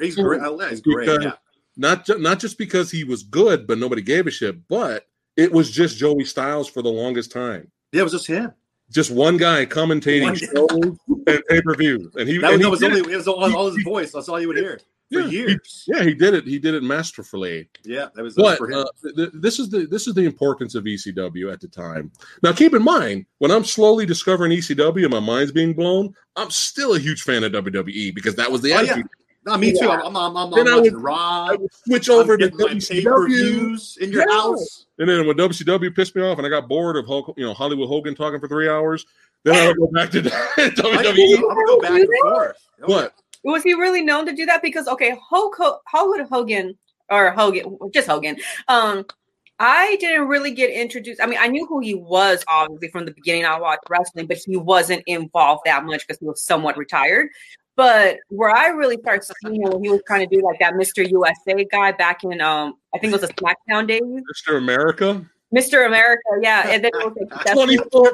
He's great. Oh, yeah, he's great.
Because-
Yeah.
Not ju- not just because he was good, but nobody gave a shit. But it was just Joey Styles for the longest time.
yeah, it was just him.
Just one guy commentating
One guy.
shows and pay per views, and he
That was,
and
that
he
was
did
only
it.
it was all, all his voice. That's all you would hear for
Yeah, he-
years.
yeah, he did it. He did it masterfully.
Yeah, that was that was
But
for him.
uh, th- th- this is the this is the importance of ECW at the time. Now, keep in mind, when I'm slowly discovering ECW and my mind's being blown, I'm still a huge fan of WWE because that was the
Oh, yeah.
attitude.
No, me too.
Yeah.
I'm, I'm, I'm, I'm
Then I
watching
would-
Raw.
I would switch
I'm
over to
getting my
WCW,
pay-per-views in your
E. Yeah.
house.
and then when WCW pissed me off, and I got bored of Hulk, you know Hollywood Hogan talking for three hours, then I would go back to E.
I'm gonna
WWE.
go- I'm gonna go back and forth. Oh,
What?
was he really known to do that? Because okay, Hulk, Ho- Hollywood Hogan or Hogan, just Hogan. Um, I didn't really get introduced. I mean, I knew who he was obviously from the beginning. I watched wrestling, but he wasn't involved that much because he was somewhat retired. But where I really started seeing him when he was trying to do like that Mr. USA guy back in um, I think it was the SmackDown days,
Mr. America,
Mr. America, yeah. And then it was like, that's
twenty four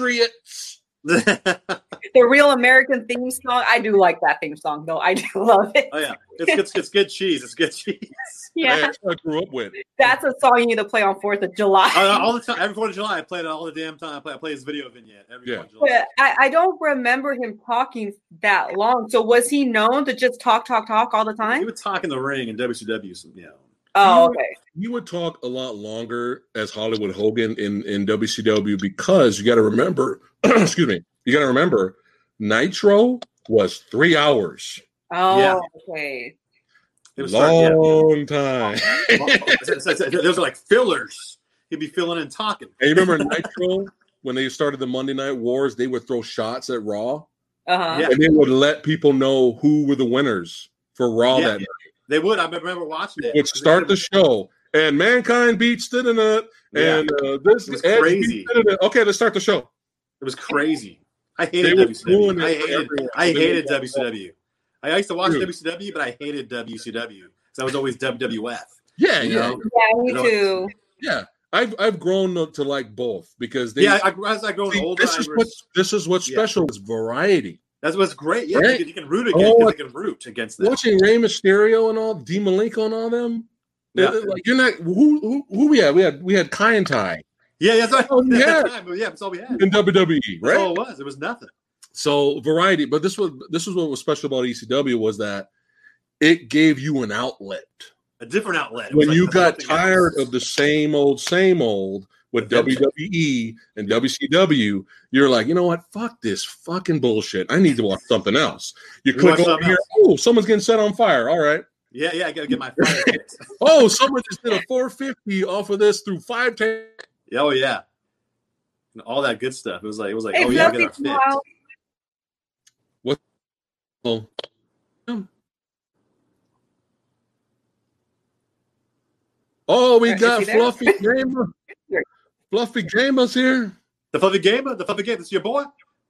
Patriots.
yeah.
the real American theme song. I do like that theme song though. I do love it.
oh yeah, it's, it's it's good cheese. It's good cheese.
Yeah.
That's what I grew up with.
That's a song you need to play on Fourth of July.
Uh, all the time, every Fourth of July, I played it all the damn time. I play, I play his video vignette every
Yeah.
Fourth of July.
but I, I don't remember him talking that long. So was he known to just talk, talk, talk all the
He
time?
would talk in the ring in WCW. So, you know,
Oh, okay.
You would talk a lot longer as Hollywood Hogan in in WCW because you got to remember, excuse me, you got to remember, Nitro was three hours,
Oh,
Yeah.
okay.
it was hard,
long time.
yeah. Well, so- so- so Those are like fillers. He'd be filling and talking.
And you remember Nitro when they started the Monday Night Wars? They would throw shots at Raw,
Uh huh.
Yeah.
and they would let people know who were the winners for Raw
Yeah.
that night.
They would. I remember watching it.
They would start the show, and Mankind beats da-da-da,
Yeah.
and uh, this
It was
Edge
crazy.
beats da-da-da. Okay, let's start the show.
It was crazy. I
They
hated
were doing
WCW.
it for
I hated,
everyone.
I
They
hated
were-
WCW. I used to watch
Dude.
WCW, but I hated WCW because I was always WWF.
Yeah,
You
yeah,
know?
Yeah, me
You know,
too.
yeah. I've I've grown to, to like both because they
yeah, I, as I grown
see,
older,
this
I
is
re-
what's this is what's
Yeah.
special is variety.
that's what's great. Yeah,
Right?
you, can, you can root against.
Oh,
you can root against that.
Watching Rey Mysterio and all, D Malenko and all them.
Yeah.
Like you're not who who, who we had? We had we had Kai and Tai.
Yeah, yeah, that's right.
all we had.
yeah, but yeah, Oh. that's all we had.
in WWE,
That's
Oh, right?
all it was. It was nothing.
So variety, but this was this was what was special about ECW was that it gave you an outlet
A different outlet. It was
when
like
you
the
got
nothing else.
tired of the same old, same old with
Adventure.
WWE and WCW. You're like, you know what? Fuck this fucking bullshit. I need to watch something else. You
You
click
watch
over
something
here. Oh, someone's getting set on fire. All right.
Yeah, yeah, I gotta get my fire kicks.
Oh, someone just did a 450 off of this through five ten.
Yeah, Oh yeah, and all that good stuff. It was like it was like
Hey,
oh yeah, I
love
got
you,
our fit.
Kyle.
Oh, Oh, we
Is
got
he there?
Fluffy Gamer. Fluffy Gamer's here.
The fluffy gamer, the fluffy gamer. It's your boy,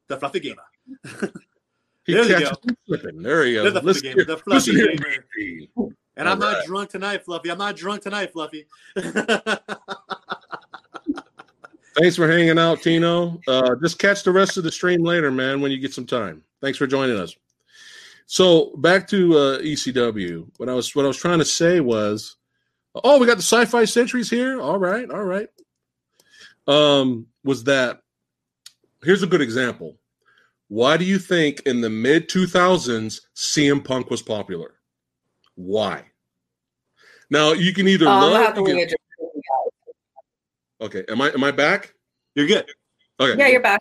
the fluffy gamer.
He
There you
catches you slipping. There you
There's
go.
the fluffy
Listen
gamer,
here.
the fluffy
Listen here.
gamer. And
All
I'm not drunk tonight, Fluffy. I'm not drunk tonight, Fluffy.
Thanks for hanging out, Tino. Uh, just catch the rest of the stream later, man, when you get some time. Thanks for joining us. So back to uh, ECW. What I was what I was trying to say was, oh, we got the Sci-Fi Centuries here. All right, all right. Um, was that? Here's a good example. Why do you think in the mid 2000s CM Punk was popular? Why? Now you can either
Um, I'm gonna
love.
have to
you
bring
can-
a drink.
okay, am I am I back?
You're good.
Okay,
Yeah, you're back.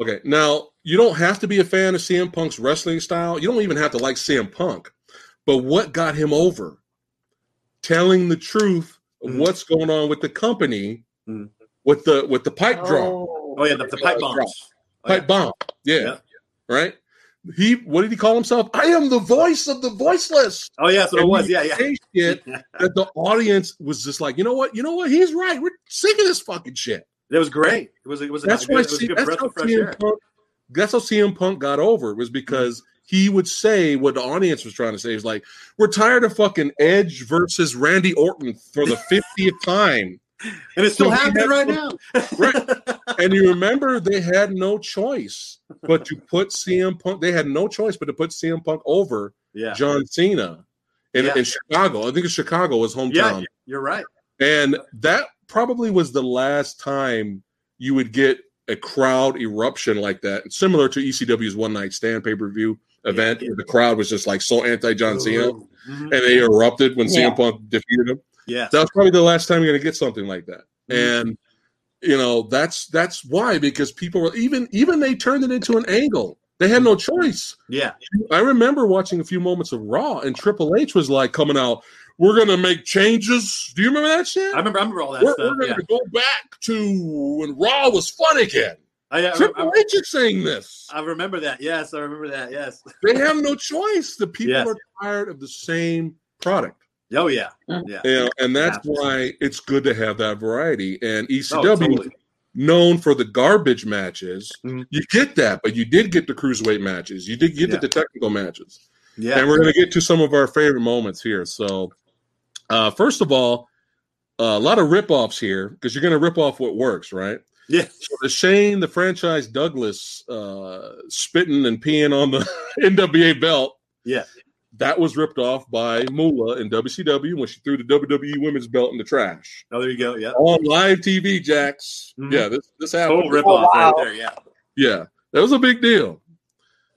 Okay, now you don't have to be a fan of CM Punk's wrestling style. You don't even have to like CM Punk. But what got him over? Telling the truth of
Mm.
what's going on with the company,
Mm.
with the with the pipe drop,
Oh
Oh.
yeah, the, the pipe bombs. Oh, yeah.
pipe bomb. Yeah.
Yeah.
right. He what did he call himself? I am the voice of the voiceless.
Oh yeah, that's what it
And
was.
he
Yeah, yeah.
say shit that the audience was just like, you know what, you know what, he's right. We're sick of this fucking shit.
It was great. It was it was a,
that's
good,
why
it was a
C-
good
that's
breath
how
of fresh
CM
air. Mm-hmm.
Punk, that's how CM Punk got over was because he would say what the audience was trying to say. He's like, "We're tired of fucking Edge versus Randy Orton for the fiftieth time."
And it's still
So he
happening
had
right
some-
now.
And you remember they had no choice but to put CM Punk. They had no choice but to put CM Punk over
Yeah.
John Cena in,
Yeah.
in Chicago. I think it's Chicago, his
Yeah,
hometown,
you're right.
and that probably was the last time you would get a crowd eruption like that, similar to ECW's one night stand pay per view event.
Yeah.
The crowd was just like so anti John Cena, and
Ooh. Mhm.
they erupted when
Yeah.
CM Punk defeated him.
Yeah.
That was probably the last time you're going to get something like that.
Mhm.
And you know that's that's why because people were even even they turned it into an angle. They had no choice.
Yeah.
I remember watching a few moments of Raw, and Triple H was like coming out, "We're going to make changes." Do you remember that shit?
I remember I remember all that
we're,
stuff.
we're
Yeah.
going to go back to when Raw was fun again.
Oh, I, I, I,
Triple H is saying this.
I remember that. Yes, I remember that. Yes.
They have no choice. The people
Yes.
are tired of the same product.
Oh yeah.
You know, and that's
Yeah.
why it's good to have that variety. And ECW,
Oh, totally.
known for the garbage matches,
Mhm.
you get that, but you did get the cruiserweight matches. You did get
Yeah.
the technical matches.
Yeah.
And we're going to get to some of our favorite moments here. So, uh, first of all, a lot of rip-offs here because you're going to rip off what works, right?
Yeah.
So the Shane, the franchise Douglas, uh, spitting and peeing on the NWA belt.
Yeah.
That was ripped off by Moolah in WCW when she threw the WWE women's belt in the trash
Oh, there you go. Yeah.
on live TV, Jax.
Mhm.
Yeah, this this happened.
Total rip
Oh,
off right
wow.
there. Yeah.
Yeah, that was a big deal.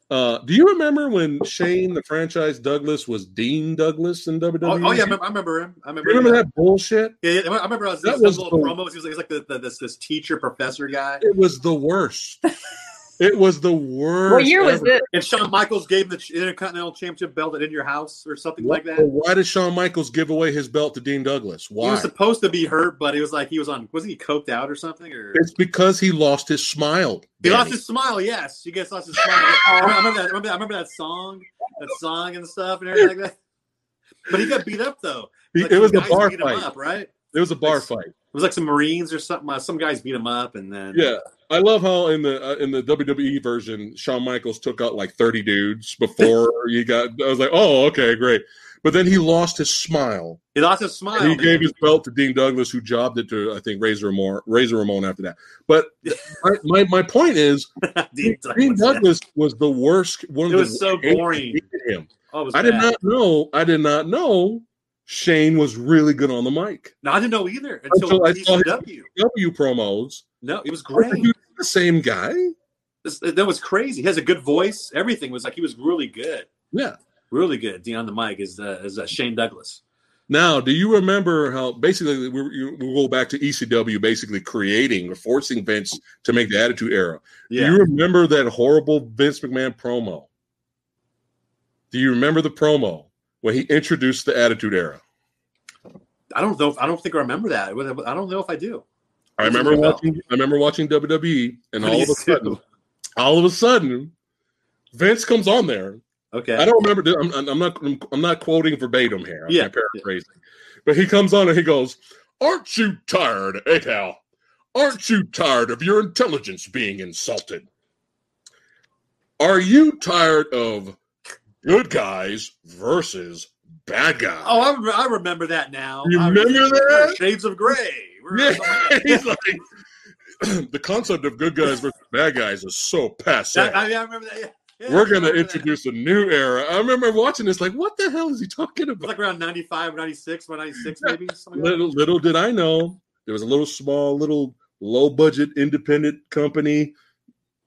Uh, do you remember when Shane, the franchise Douglas, was Dean Douglas in WWE?
Oh, oh yeah, I remember, I remember him. I remember.
You remember
him.
that bullshit?
Yeah, yeah, I remember. I was
That
that
was
little
cool.
promos. He was like, he was like the, the, this this teacher professor guy.
It was the worst. it was the worst.
What year was
ever.
this?
And Shawn Michaels gave him the Intercontinental Championship belt at In Your House or something like that.
Well, Why did Shawn Michaels give away his belt to Dean Douglas?
He
Why?
was supposed to be hurt, but he was like he was on. Wasn't he coked out or something? Or
it's because he lost his smile.
he lost
Danny.
his smile. Yes, you guys lost his smile. I remember- I remember that. I remember, that- I remember that song, that song and stuff and everything like that. But he got beat up though.
He-
Like,
it
some
was a
guys
bar
beat him
fight.
up, right?
It was a bar
Like,
fight.
It was like some Marines or something. Uh, Some guys beat him up, and then
Yeah, I love how in the uh, in the WWE version, Shawn Michaels took out like thirty dudes before he got. I was like, oh, okay, great. But then he lost his smile.
he lost his smile.
And he
man.
gave his belt to Dean Douglas, who jobbed it to I think Razor Ramon. Razor Ramon after that. But my, my, my point is,
Dean
Dean
Douglas.
Douglas was the worst. One of
It was
the
so
worst
boring.
hated him.
Oh, it was
I did
bad.
not know. I did not know Shane was really good on the mic.
No, I didn't know either until,
Until I saw him.
ECW.
W promos.
No, it was
I was like,
great.
"You the same guy?
This- that was crazy. He has a good voice. Everything was like he was really good,
Yeah.
really good. Dion the mic is uh, is uh, Shane Douglas.
Now, do you remember how basically we we- we'll go back to ECW basically creating or forcing Vince to make the Attitude Era? Do
Yeah,
you remember that horrible Vince McMahon promo? Do you remember the promo when he introduced the Attitude Era?
I don't know. If, I don't think I remember that. I don't know if I do.
I
That's
remember
what I
watching. I remember watching WWE, and all of a
Please do.
sudden, all of a sudden, Vince comes on there.
Okay,
I don't remember. I'm, I'm not. I'm not quoting verbatim here. I'm
Yeah.
paraphrasing. But he comes on and he goes, "Aren't you tired, Atal? Aren't you tired of your intelligence being insulted? Are you tired of good guys versus bad guys?"
Oh, I, rem- I remember that now.
You
I
remember that?
Shades of Gray. We're-
yeah. He's like, the concept of good guys versus bad guys is so passe.
That- I, mean, I remember that. Yeah. Yeah,
We're
I
going to
remember that.
introduce a new era. I remember watching this, like, what the hell is he talking
It was
about?
like around 95, 96, 96 maybe. something like that.
Little, little did I know, there was a little small, little low budget independent company,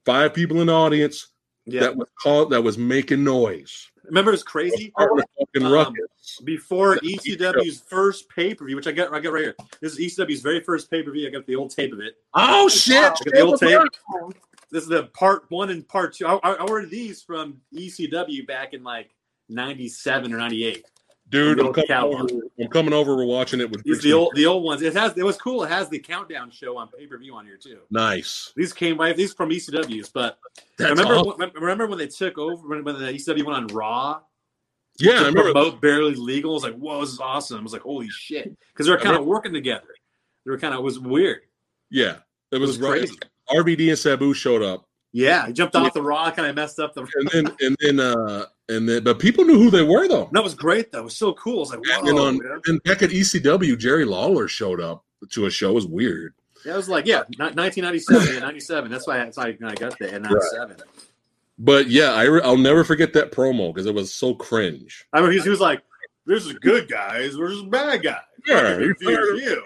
five people in the audience
Yeah.
that was called that was making noise.
remember, it was crazy.
That was fucking
Um,
ruckus.
Before ECW's first pay per view, which I got, I got right here. This is ECW's very first pay per view. I got the old tape of it.
Oh shit!
Wow.
shit,
The old
what's
tape.
up?
This is the part one and part two. I, I I ordered these from ECW back in like '97 or '98.
Dude,
The
I'm
old
coming,
cow
over, I'm coming over. We're watching it with
These the old, the old ones. It has, it was cool. It has the countdown show on pay per view on here too.
Nice.
These came right. These from ECW's, but
That's
remember,
awesome.
when, remember when they took over when, when the ECW went on Raw?
Yeah,
to
I remember.
promote barely legal. I was like, whoa, this is awesome. I was like, holy shit, because they were kind of
remember-
working together. They were kind of it was weird.
Yeah, it
It
was,
was
right-
crazy.
RVD and Sabu showed up,
Yeah, he jumped off the raw, kind of messed up the.
and then and then uh and then but people knew who they were though.
That was great though. It was so cool. I was like,
And
whoa.
then on
man.
and back at ECW, Jerry Lawler showed up to a show. It was weird.
That was like, yeah, ni- 1997, yeah, 97. That's why I, that's why I got there in 97.
But yeah, I re- I'll never forget that promo because it was so cringe.
I remember he was, he was like, "This is good guys versus bad guys."
Yeah,
Fucking confuse you.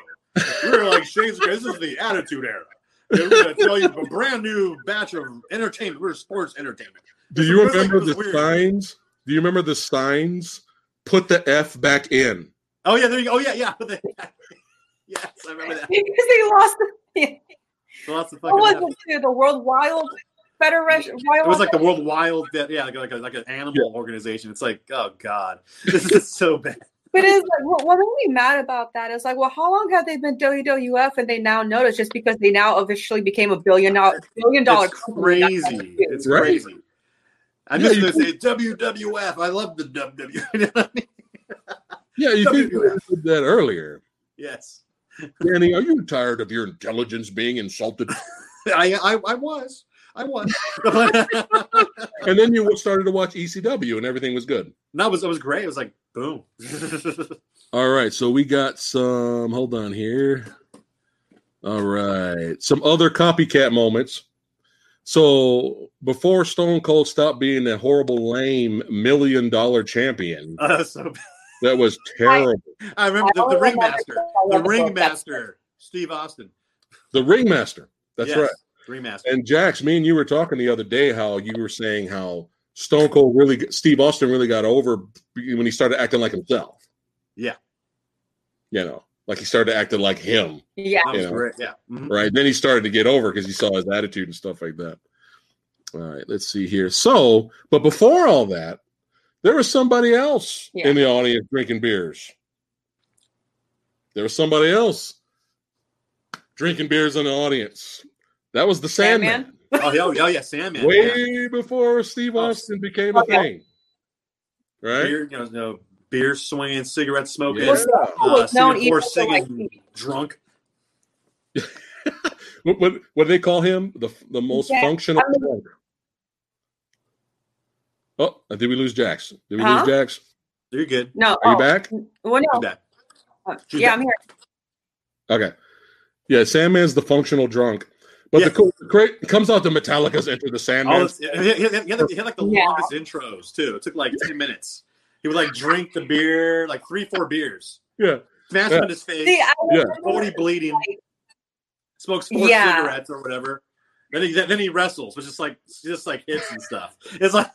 We're like Shane's. This is the Attitude Era. And We're gonna tell you a brand new batch of entertainment. We're sports entertainment.
Do
It's
you
almost like
remember
it
the
was weird.
signs? Do you remember the signs? Put the F back in.
Oh yeah, there you go. Oh yeah, yeah. yes, I remember
because
that.
they lost.
Lots of
What
fucking.
was
F.
it? too? The World Wild Federation. Wild
It was like the World Wild. Death- Yeah, like like, a, like an animal organization. It's like, oh god, this is so bad.
But it's like, what, what made me mad about that is like, well, how long have they been WWF and they now notice just because they now officially became a billion dollar billion dollar
It's
company, that's
crazy.
what it
It's
is.
Right.
crazy. I
Yeah,
miss
you
when they say WWF. I love the WWF.
Yeah, you could have said that earlier.
yes,
Danny, are you tired of your intelligence being insulted?
I, I I was. I was.
And then you started to watch ECW, and everything was good.
that was that was great. It was like boom.
All right, so we got some. Hold on here. All right, some other copycat moments. So before Stone Cold stopped being a horrible, lame million dollar champion,
Oh, that was so
that was terrible.
bad. I remember the,
I
the
only remember
ringmaster.
that I
The
love book. That's-
ringmaster, Steve Austin.
The Ringmaster. That's
Yes,
right.
Ringmaster.
And Jax, me and you were talking the other day how you were saying how Stone Cold really, Steve Austin really got over when he started acting like himself.
Yeah.
You know, like he started acting like him.
Yeah,
That was
Yeah.
great. Yeah. Mhm.
right? Then he started to get over because he saw his attitude and stuff like that. All right, let's see here. So, but before all that, there was somebody else
Yeah.
in the audience drinking beers. There was somebody else drinking beers in the audience. That was the Sandman.
Sandman?
Oh, yeah, oh, yeah, yeah, Sandman. yeah.
Way before Steve
Oh,
Austin became a
okay.
thing. Right?
Beer, you know, no, beer swinging, cigarette smoking,
Yeah.
Who
uh,
was known
singing, four
even for, like,
singing, drunk.
What, what, what do they call him? The the most
Yeah,
functional.
I mean-
drunk. oh, did we lose Jackson? Did we
Huh?
lose Jackson?
You're good.
no.
Are you
oh,
back?
Well,
You're
no. uh,
back. She's
Yeah,
back.
I'm here.
Okay. Yeah, Sandman's the functional drunk. But
Yeah.
the cool great comes out to Metallica's Enter the
All
Sandman.
this, he, he- he had, he had like the
Yeah.
longest intros too. It took like ten minutes. He would like drink the beer, like three, four beers,
Yeah.
smash
Yeah.
him in his face,
See, I
Yeah.
remember-
forty bleeding, smokes four
Yeah.
cigarettes or whatever. Then he then he wrestles, but just like just like hits and stuff. It's like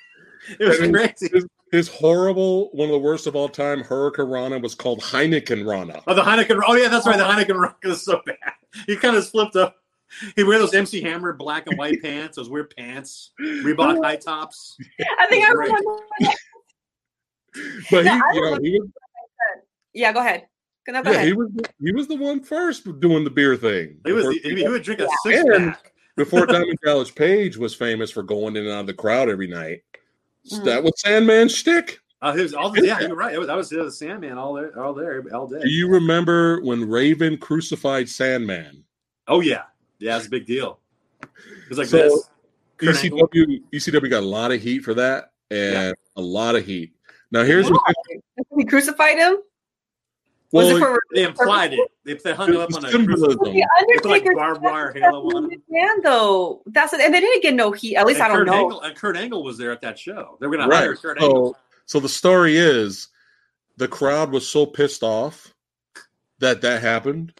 it was
I mean,
crazy.
His horrible, one of the worst of all time, Hurricane Rana was called Heineken Rana.
Oh, the Heineken. Oh yeah, that's right. The Heineken Rock was so bad. He kind of flipped up. He wore those MC Hammer black and white pants, those weird pants,
Oh.
Reebok high tops.
I think I
Great.
remember.
But he,
Yeah, I
you know,
remember-
he was,
Yeah, go ahead. No, go
yeah,
ahead.
he was, he was the one first doing the beer thing.
He was
Before-
he, he would drink a
Yeah.
six
And-
pack.
before Diamond Dallas Page was famous for going in and out of the crowd every night. That was Sandman's shtick.
Uh, he was all, yeah, you're right. That was, that was the Sandman all there, all there, all day.
Do you remember when Raven crucified Sandman?
Oh yeah, yeah, it's a big deal. It was like
So-
this. Kurt Angle.
ECW, ECW E got a lot of heat for that, and
Yeah.
a lot of heat. Now here's what,
He crucified him. Was
well,
it for
They implied it. They, they hung him up on a
symbolism.
the
It's like
Undertaker?
barbed wire halo on him.
Man, though, that's it. and they didn't get no heat. At least
And
I don't
Kurt
know.
Angle, and Kurt Angle was there at that show. They were going to hire
right.
Kurt Angle.
So, so the story is the crowd was so pissed off that that happened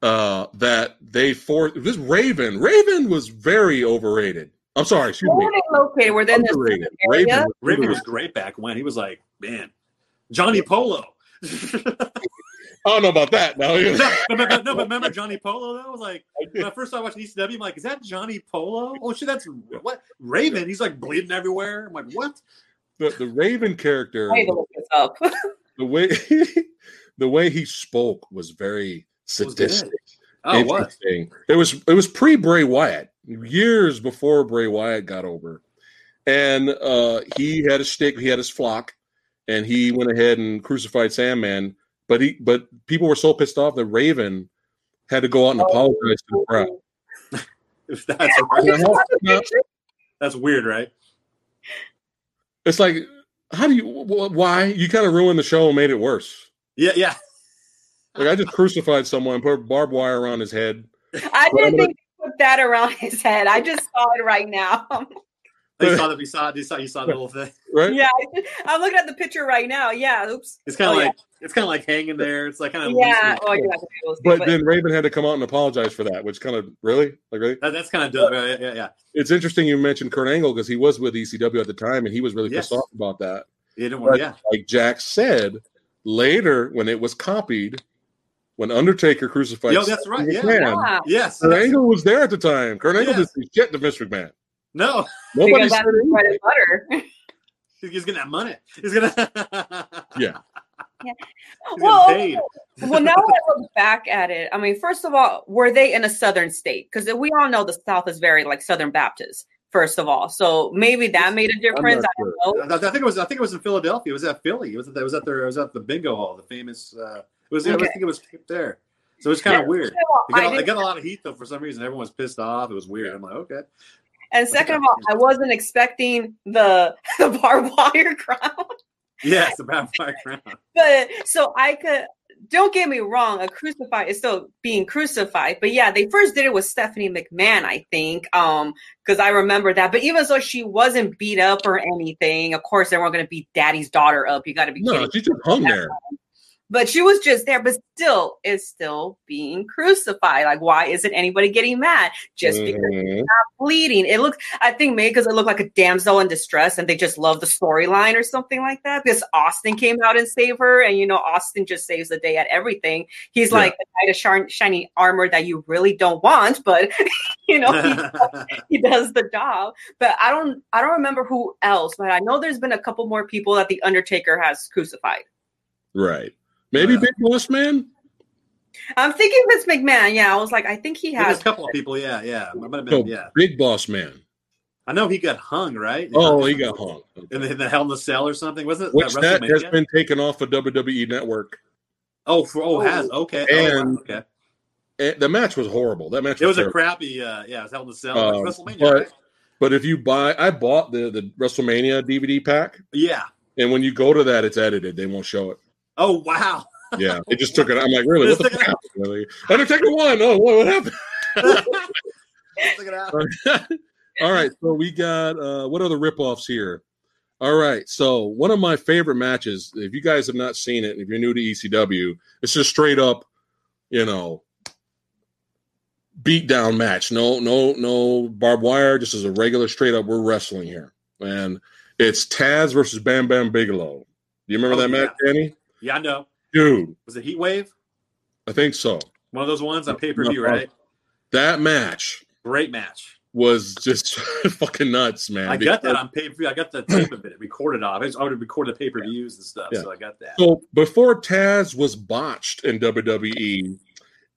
uh, that they for this Raven. Raven was very overrated. I'm sorry, excuse
Where
me.
were they located? Were they in
Underrated.
the area?
Raven,
Raven was great back when. He was like, man, Johnny Polo.
I don't know about that. Now
no, but remember, no, but remember Johnny Polo though? I was like, when I first started watching ECW, I'm like, is that Johnny Polo? Oh shit, that's what Raven. He's like bleeding everywhere. I'm like, what?
the, the Raven character,
I need to look this up.
the way the way he spoke was very
Was good.
sadistic.
Oh, what?
Interesting. It was it was pre Bray Wyatt, years before Bray Wyatt got over, and uh, he had a stick. He had his flock, and he went ahead and crucified Sandman. But he but people were so pissed off that Raven had to go out and apologize to the crowd.
That's,
Yeah,
that's,
how- how-
weird, right?
It's like how do you wh- why you kind of ruined the show and made it worse.
Yeah, yeah.
Like I just crucified someone, put barbed wire around his head.
I didn't think they put that around his head. I just saw it right now.
They saw that he saw, he saw, he saw the whole thing.
Right?
yeah, I- I'm looking at the picture right now. Yeah, oops.
It's kind
Oh,
of
yeah.
like it's kind of like hanging there. It's like kind of
Yeah. Oh, yeah.
But then Raven had to come out and apologize for that, which kind of really like really.
That, that's kind of dope. Yeah, yeah, yeah.
It's interesting you mentioned Kurt Angle because he was with ECW at the time and he was really
Yes.
pissed off about that.
You didn't want,
Right.
yeah.
Like Jack said later, when it was copied, when Undertaker crucified,
Yo, that's right,
Vince
yeah.
McMahon,
Yeah.
Yes.
Kurt Angle was there at the time. Kurt Angle
Yeah.
didn't say shit to Mr. McMahon.
No,
Nobody
Because
said
that's bread
anything.
and butter.
he's getting that money. He's gonna.
Yeah.
He's
Well,
getting paid.
well, now that I look back at it, I mean, first of all, were they in a southern state? Because we all know the South is very like Southern Baptist. First of all, so maybe that made a
I'm
difference.
not
I
sure.
don't know.
I I think it was. I think it was in Philadelphia. It was at Philly. It was at. It was at their. It was at the Bingo Hall, the famous. Uh, it was. I
Okay.
think it was taped there. So it's kind of weird. It
I
got,
didn't
it got a lot of heat though. For some reason, everyone was pissed off. It was weird. I'm like, okay.
And second of all, I wasn't expecting the the barbed wire crown,
Yeah, it's about my crown.
but so I could. Don't get me wrong, a crucified is still being crucified, but yeah, they first did it with Stephanie McMahon, I think, um, because I remember that. But even so, she wasn't beat up or anything. Of course, they weren't going to beat Daddy's daughter up. You got to be
No,
kidding.
she just hung there.
But she was just there. But still, it's still being crucified. Like, why isn't anybody getting mad just because?
Mhm.
bleeding. It looks, I think, maybe because it looked like a damsel in distress, and they just love the storyline or something like that. Because Austin came out and saved her, and you know, Austin just saves the day at everything. He's
Yeah.
like the knight of shar- shiny armor that you really don't want, but you know, he, he does the job. But I don't, I don't remember who else, but I know there's been a couple more people that the Undertaker has crucified.
Right. Maybe
Yeah.
Big Boss Man.
I'm thinking Vince McMahon. Yeah, I was like, I think he
There's
has.
a couple of people. Yeah, yeah. It might have
No,
been. Yeah.
Big Boss Man.
I know he got hung, right?
Oh, he got hung.
In the, in the Hell in the Cell or something, wasn't it?
Which that has
WrestleMania?
been taken off of WWE Network.
Oh, for, oh, has okay. Oh,
And-
okay.
Eh, the match was horrible. That match
It was a
terrible.
crappy. Uh, yeah, it was Hell in the Cell.
Um,
like WrestleMania.
but-
right?
But if you buy, I bought the the WrestleMania DVD pack,
Yeah.
and when you go to that, it's edited. They won't show it.
Oh wow.
Yeah, they just took it. I'm like, really? What the
Just
fuck?
took it
happened? Really? Undertaker won. Oh, what, what happened?
Check it out.
All right, so we got uh, what other ripoffs here? All right. So one of my favorite matches, if you guys have not seen it, if you're new to ECW, it's just straight up, you know, beatdown match. No, no, no barbed wire. Just as a regular straight up, we're wrestling here. And it's Taz versus Bam Bam Bigelow. Do you remember
Oh,
that match, Danny?
Yeah, I know.
Dude,
Was it Heat Wave?
I think so.
One of those ones on pay per view,
No.
right?
That match
Great match.
was just fucking nuts, man.
I got that
Because-
on pay per view. I got the tape of it recorded off. I, just, I would record the pay per views and stuff,
Yeah.
so I got that.
So before Taz was botched in WWE,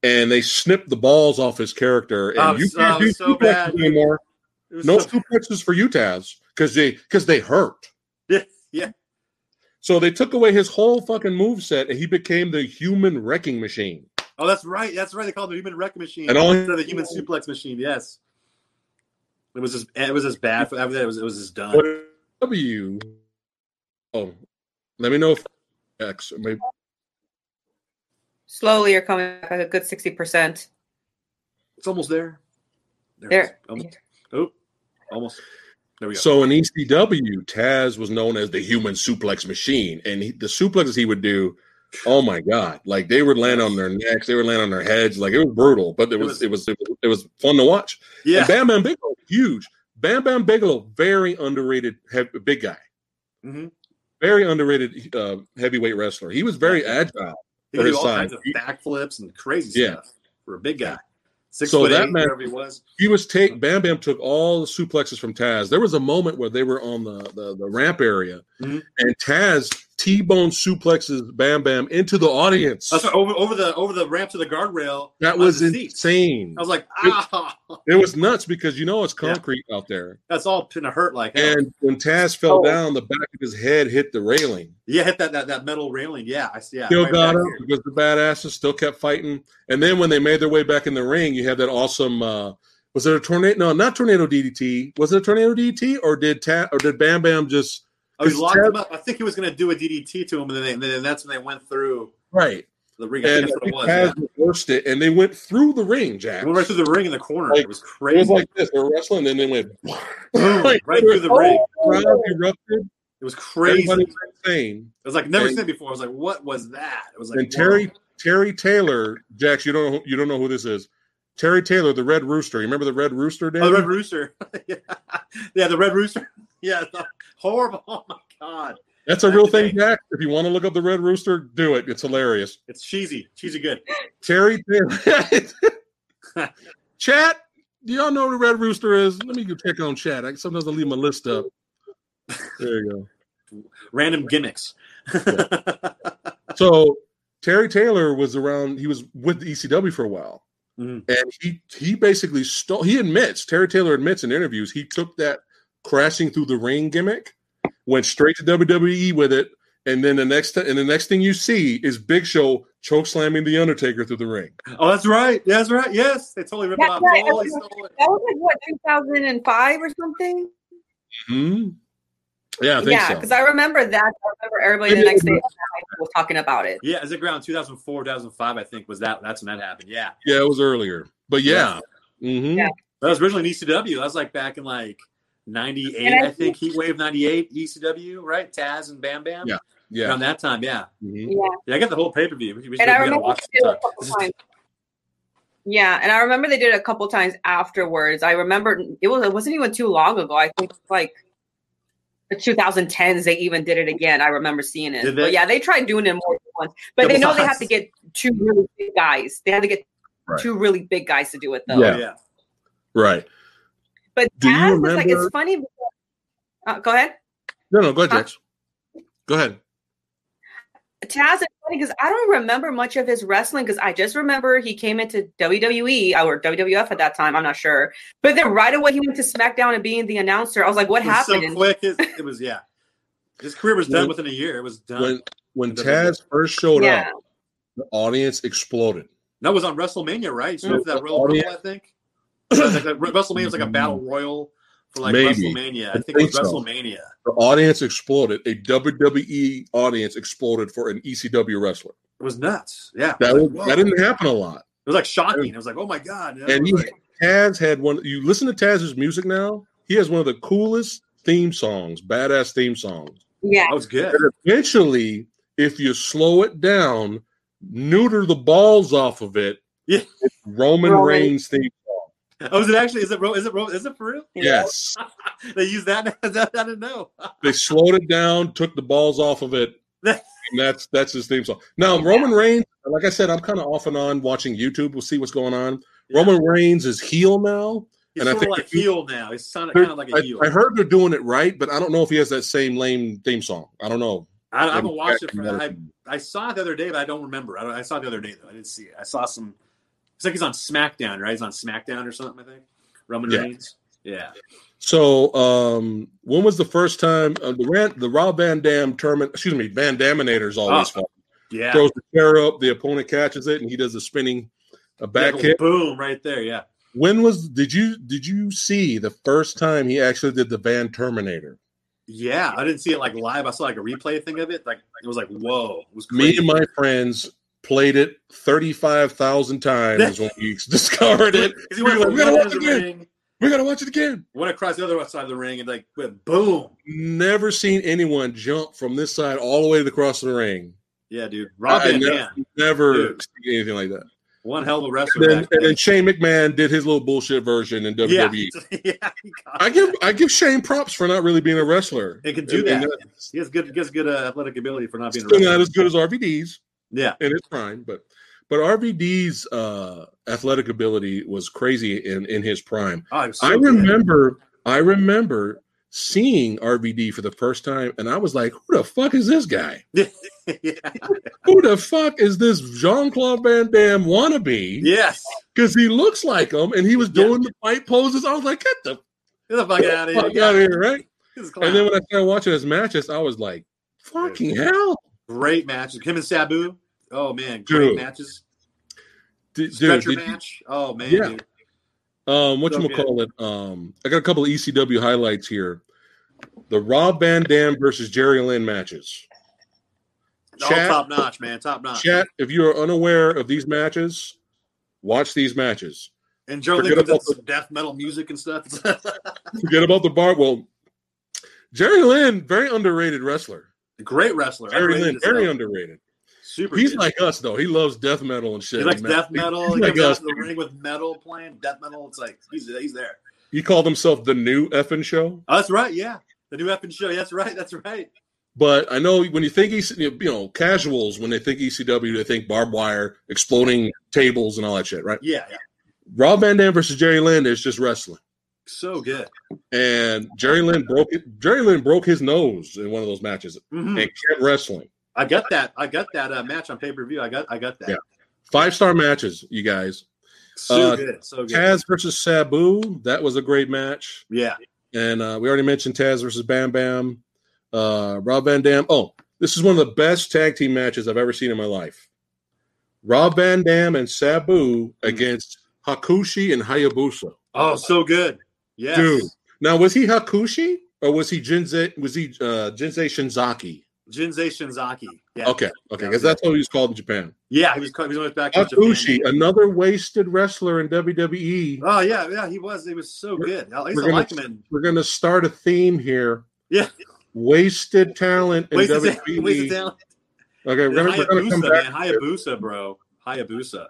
and they snipped the balls off his character, and
Oh, it
you
was-
can't
oh, it
do
was so
two punches
bad, dude.
anymore.
It was
No
so-
two punches for you, Taz, because they because they hurt.
Yeah, yeah.
So they took away his whole fucking move set, and he became the human wrecking machine.
oh, that's right. That's right. They called it the human wreck machine.
And all-
Instead of the human suplex machine. Yes. It was just it was just bad. For, after that, it was it was just done.
W. Oh, let me know if X. Maybe,
Slowly, you're coming back like a good sixty percent.
It's almost there. There. it
There.
is. Almost. Oh, almost. There we go.
so in ECW, Taz was known as the human suplex machine, and he, the suplexes he would do, oh my god, like they would land on their necks, they would land on their heads, like it was brutal, but it was it was it was, it was fun to watch.
yeah.
And Bam Bam Bigelow, huge. Bam Bam Bigelow, very underrated, heavy, big guy,
Mhm.
very underrated uh, heavyweight wrestler. He was very agile.
He could
Other
do all
side.
kinds of backflips and crazy
Yeah.
stuff for a big guy. Six
So
foot
that
eight,
match-
whatever he was.
He was take Bam Bam took all the suplexes from Taz. There was a moment where they were on the the, the ramp area,
Mhm.
and Taz T-bone suplexes Bam Bam into the audience.
That's right, Uh, over over the over the ramp to the guardrail.
That
on
was
the seats.
insane.
I was like, ah,
It was nuts because you know it's
Yeah.
concrete out there,
that's all gonna hurt like hell.
and when Taz fell
Oh.
down, the back of his head hit the railing.
yeah, hit that, that that metal railing. Yeah, I see. Yeah,
Still
right
got
back
up
here.
because the badasses still kept fighting. And then when they made their way back in the ring, you had that awesome. Uh, was it a tornado? No, not tornado DDT. Was it a tornado DDT, or did Ta- or did Bam Bam just
Oh, he
Cause
locked
Ted-
him up. I think he was gonna do a DDT to him, and then, they, and then that's when they went through
right?
the ring. I
and
guess what it was.
Taz reversed it, and they went through the ring,
yeah.
Jack.
They went right through the ring in the corner.
Like,
it was
it
crazy.
was like this: they're wrestling, and then they went
Boom, right through the ring.
Crowd erupted.
It was crazy.
Everybody
It
was insane.
was like never
And-
seen it before. I was like, what was that? It was like
And
whoa.
Terry Terry Taylor, Jax, you don't know, you don't know who this is. Terry Taylor, the Red Rooster. You remember the Red Rooster? Dan?
Oh, the Red Rooster. yeah. yeah, the Red Rooster. Yeah, the- horrible. Oh my god,
That's a real thing, Jack. If you want to look up the Red Rooster, do it. It's hilarious.
it's cheesy, cheesy good.
Terry Taylor. chat, do y'all know who the Red Rooster is? Let me go check on chat. I, sometimes I leave my list up. There you go.
Random gimmicks. Oh,
So Terry Taylor was around. He was with the ECW for a while,
Mhm.
and he he basically stole. He admits Terry Taylor admits in interviews he took that crashing through the ring gimmick, went straight to WWE with it, and then the next th- and the next thing you see is Big Show choke slamming the Undertaker through the ring.
oh, that's right. Yeah, that's right. Yes, they totally ripped it
That's
off.
right.
Oh, he stole it.
That was like what 2005 or something.
Hmm? Yeah, I think
Yeah,
so.
because I remember that. I remember everybody the
Maybe it
next day
was-
was talking about it.
Yeah, is it ground 2004, 2005? I think was that. That's when that happened. Yeah,
yeah, it was earlier, but yeah. Mhm.
Yeah.
that was originally in ECW. That was like back in like '98,
And
I,
I
think. Heat Wave '98, ECW, right? Taz and Bam Bam.
yeah.
Around that time, yeah.
Mhm.
Yeah,
Yeah, I got the whole pay per view. We,
and
we, we
I
gotta
remember
watch
they did it
it.
a couple times. Yeah, and I remember they did it a couple times afterwards. I remember it was it wasn't even too long ago. I think it's like the 2010s they even did it again. I remember seeing it.
Did they?
But yeah, they tried doing it more than once. But they
Couple
know they have
times.
to get two really big guys. They had to get
Right.
two really big guys to do it though.
Yeah.
yeah.
Right.
But
Do you
Taz was like
remember-
it's funny. because- Uh, go ahead.
No, no. Go ahead,
Huh?
Jax. Go ahead.
Taz is funny because I don't remember much of his wrestling because I just remember he came into WWE or WWF at that time. I'm not sure. But then right away he went to SmackDown and being the announcer. I was like, what
It was
happened?
So
And-
quick, it, it was yeah. His career was done
When-
within a year. It was done.
When when
It doesn't-
Taz first showed up,
yeah.
the audience exploded.
that was on WrestleMania, right? So
Yeah. Mm-hmm.
that Royal Rumble, I think. It was like a- WrestleMania was like a battle royal for like
Maybe.
WrestleMania. I think, it was
think so.
WrestleMania.
The audience exploded. A WWE audience exploded for an ECW wrestler.
It was nuts. Yeah,
That
it was,
was,
like, whoa.
that didn't happen a lot.
It was like shocking. It was like, oh my god.
And
it
he,
was like-
Taz had one. You listen to Taz's music now. He has one of the coolest theme songs, badass theme songs.
Yeah.
That was good.
But eventually, if you slow it down, neuter the balls off of it.
Yeah.
it's Roman,
Roman.
Reigns theme. song.
Oh, is it actually? Is it? Ro- Is it? Ro- Is it for real?
Yes,
They use that? I didn't know.
they slowed it down, took the balls off of it. And that's that's his theme song. Now Roman Reigns, like I said, I'm kind of off and on watching YouTube. We'll see what's going on. Roman Reigns is heel now.
He's
And I
sort of
think
like
the-
heel now. He's kind of, kind of like a
I,
heel.
I heard they're doing it right, but I don't know if he has that same lame theme song. I don't know.
I, I haven't watched it. For, I I saw it the other day, but I don't remember. I, don't, I saw it the other day though. I didn't see it. I saw some. It's like he's on SmackDown, right? He's on SmackDown or something. I think Roman
Yeah.
Reigns. Yeah.
So, um, when was the first time uh, the Rand, the Rob Van Dam tournament? Excuse me, Van Daminator's always fun.
Ah, Yeah.
Throws the chair up, the opponent catches it, and he does a spinning a
Yeah,
back kick.
Boom! Right there. Yeah.
When was did you did you see the first time he actually did the Van Terminator?
Yeah. I didn't see it like live. I saw like a replay thing of it. Like it was like whoa. It was
Me
crazy.
and my friends played it thirty five thousand times when we discovered it.
'Cause he went
We were
from
like,
one
"We're
end of
gonna watch
the ring,
We gotta watch it again.
went across the other side of the ring, and like went boom.
Never seen anyone jump from this side all the way across the ring.
Yeah, dude. Rob
I
Van
never-
Dam,
Never
Dude.
seen anything like that.
one hell of a
And
wrestler.
then,
back
and
then.
then Shane McMahon did his little bullshit version in WWE.
yeah, yeah. he got
I
it.
give I give Shane props for not really being a wrestler.
They can do
And- and
that.
that's-
He has good, he has good uh, athletic ability for not being a
Still not
wrestler.
as good as RVD's
Yeah,
in his prime, but but RVD's uh, athletic ability was crazy in in his prime.
oh, he was so
I
good.
remember I remember seeing RVD for the first time, and I was like, "Who the fuck is this guy?
yeah.
Who the fuck is this Jean Claude Van Damme wannabe?"
Yes,
because he looks like him, and he was
Yeah.
doing the fight poses. I was like, "Get the
get the fuck out of here!
fuck out of here!" Right?
This is a
And then
clown.
when I started watching his matches, I was like, "Fucking hell,
great matches. Him and Sabu. Oh man, great
Dude.
matches.
dude!" dude
Stretcher
did you-
match. Oh man,
Yeah.
dude.
um, what
So
you call it? Um, I got a couple of ECW highlights here. The Rob Van Dam versus Jerry Lynn matches.
all
Chat-
Oh, top notch, man. Top notch.
Chat, if you are unaware of these matches, watch these matches.
and Joe
forget
Lee did
about
some death metal music and stuff.
Forget about the bar. Well, Jerry Lynn, very underrated wrestler.
great wrestler.
Jerry
Underrated
Lynn,
as
very
hell.
underrated.
Super.
He's
good.
like us though. He loves death metal and shit.
He likes
Man,
death metal. He
like
comes out
us,
to the
dude.
ring with metal playing death metal. It's like he's, he's there.
He called himself the new effing show.
Oh, that's right. Yeah, the new effing show. That's right. That's right.
But I know when you think EC, you know, casuals when they think ECW, they think barbed wire, exploding tables, and all that shit, right?
Yeah, yeah.
Rob Van Dam versus Jerry Lynn is just wrestling,
so good.
and Jerry Lynn broke it. Jerry Lynn broke his nose in one of those matches
Mhm.
and kept wrestling.
I got that. I got that uh, match on pay per view. I got. I got that.
Yeah. Five star matches, you guys.
So
Uh,
good. So good.
Taz versus Sabu, that was a great match.
yeah.
And uh, we already mentioned Taz versus Bam Bam, uh, Rob Van Dam. Oh, this is one of the best tag team matches I've ever seen in my life. Rob Van Dam and Sabu
Mm-hmm.
against Hakushi and Hayabusa.
Oh, so good. Yes.
Dude. Now, was he Hakushi or was he Jinze? Was he uh, Jinsei Shinzaki?
Jinsei Shinzaki. Yeah.
Okay, okay, because that's what he was called in Japan.
Yeah, he was. He was always back in
Hakushi,
Japan.
another wasted wrestler in WWE.
Oh yeah, yeah. He was. He was so good. I used
We're
to
gonna-
like him in
We're gonna start a theme here.
Yeah.
wasted talent in
Wasted
WWE.
Talent- Wasted Talent.
Okay, we're gonna, we're gonna come
Hayabusa,
back,
man. Hayabusa, bro. Hayabusa,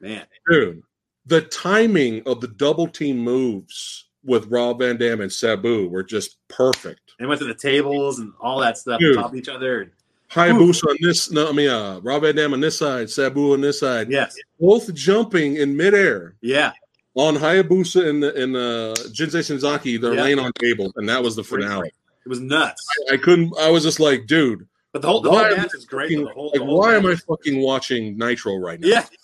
man.
dude. The timing of the double team moves with Rob Van Dam and Sabu were just perfect.
And went to the tables and all that stuff,
Dude.
top each other.
Hayabusa on this, no, I mean, uh, Rob Van Dam on this side, Sabu on this side,
Yes.
both jumping in midair
Yeah.
on Hayabusa and and uh, Jinsei Shinzaki. They're
Yeah.
laying on tables, and that was the finale.
It was nuts.
I couldn't. I was just like, dude,
But the whole, the whole
Why am
match is great.
fucking-
though. The whole,
like,
the whole
why am I
match.
fucking watching Nitro right now?
Yeah.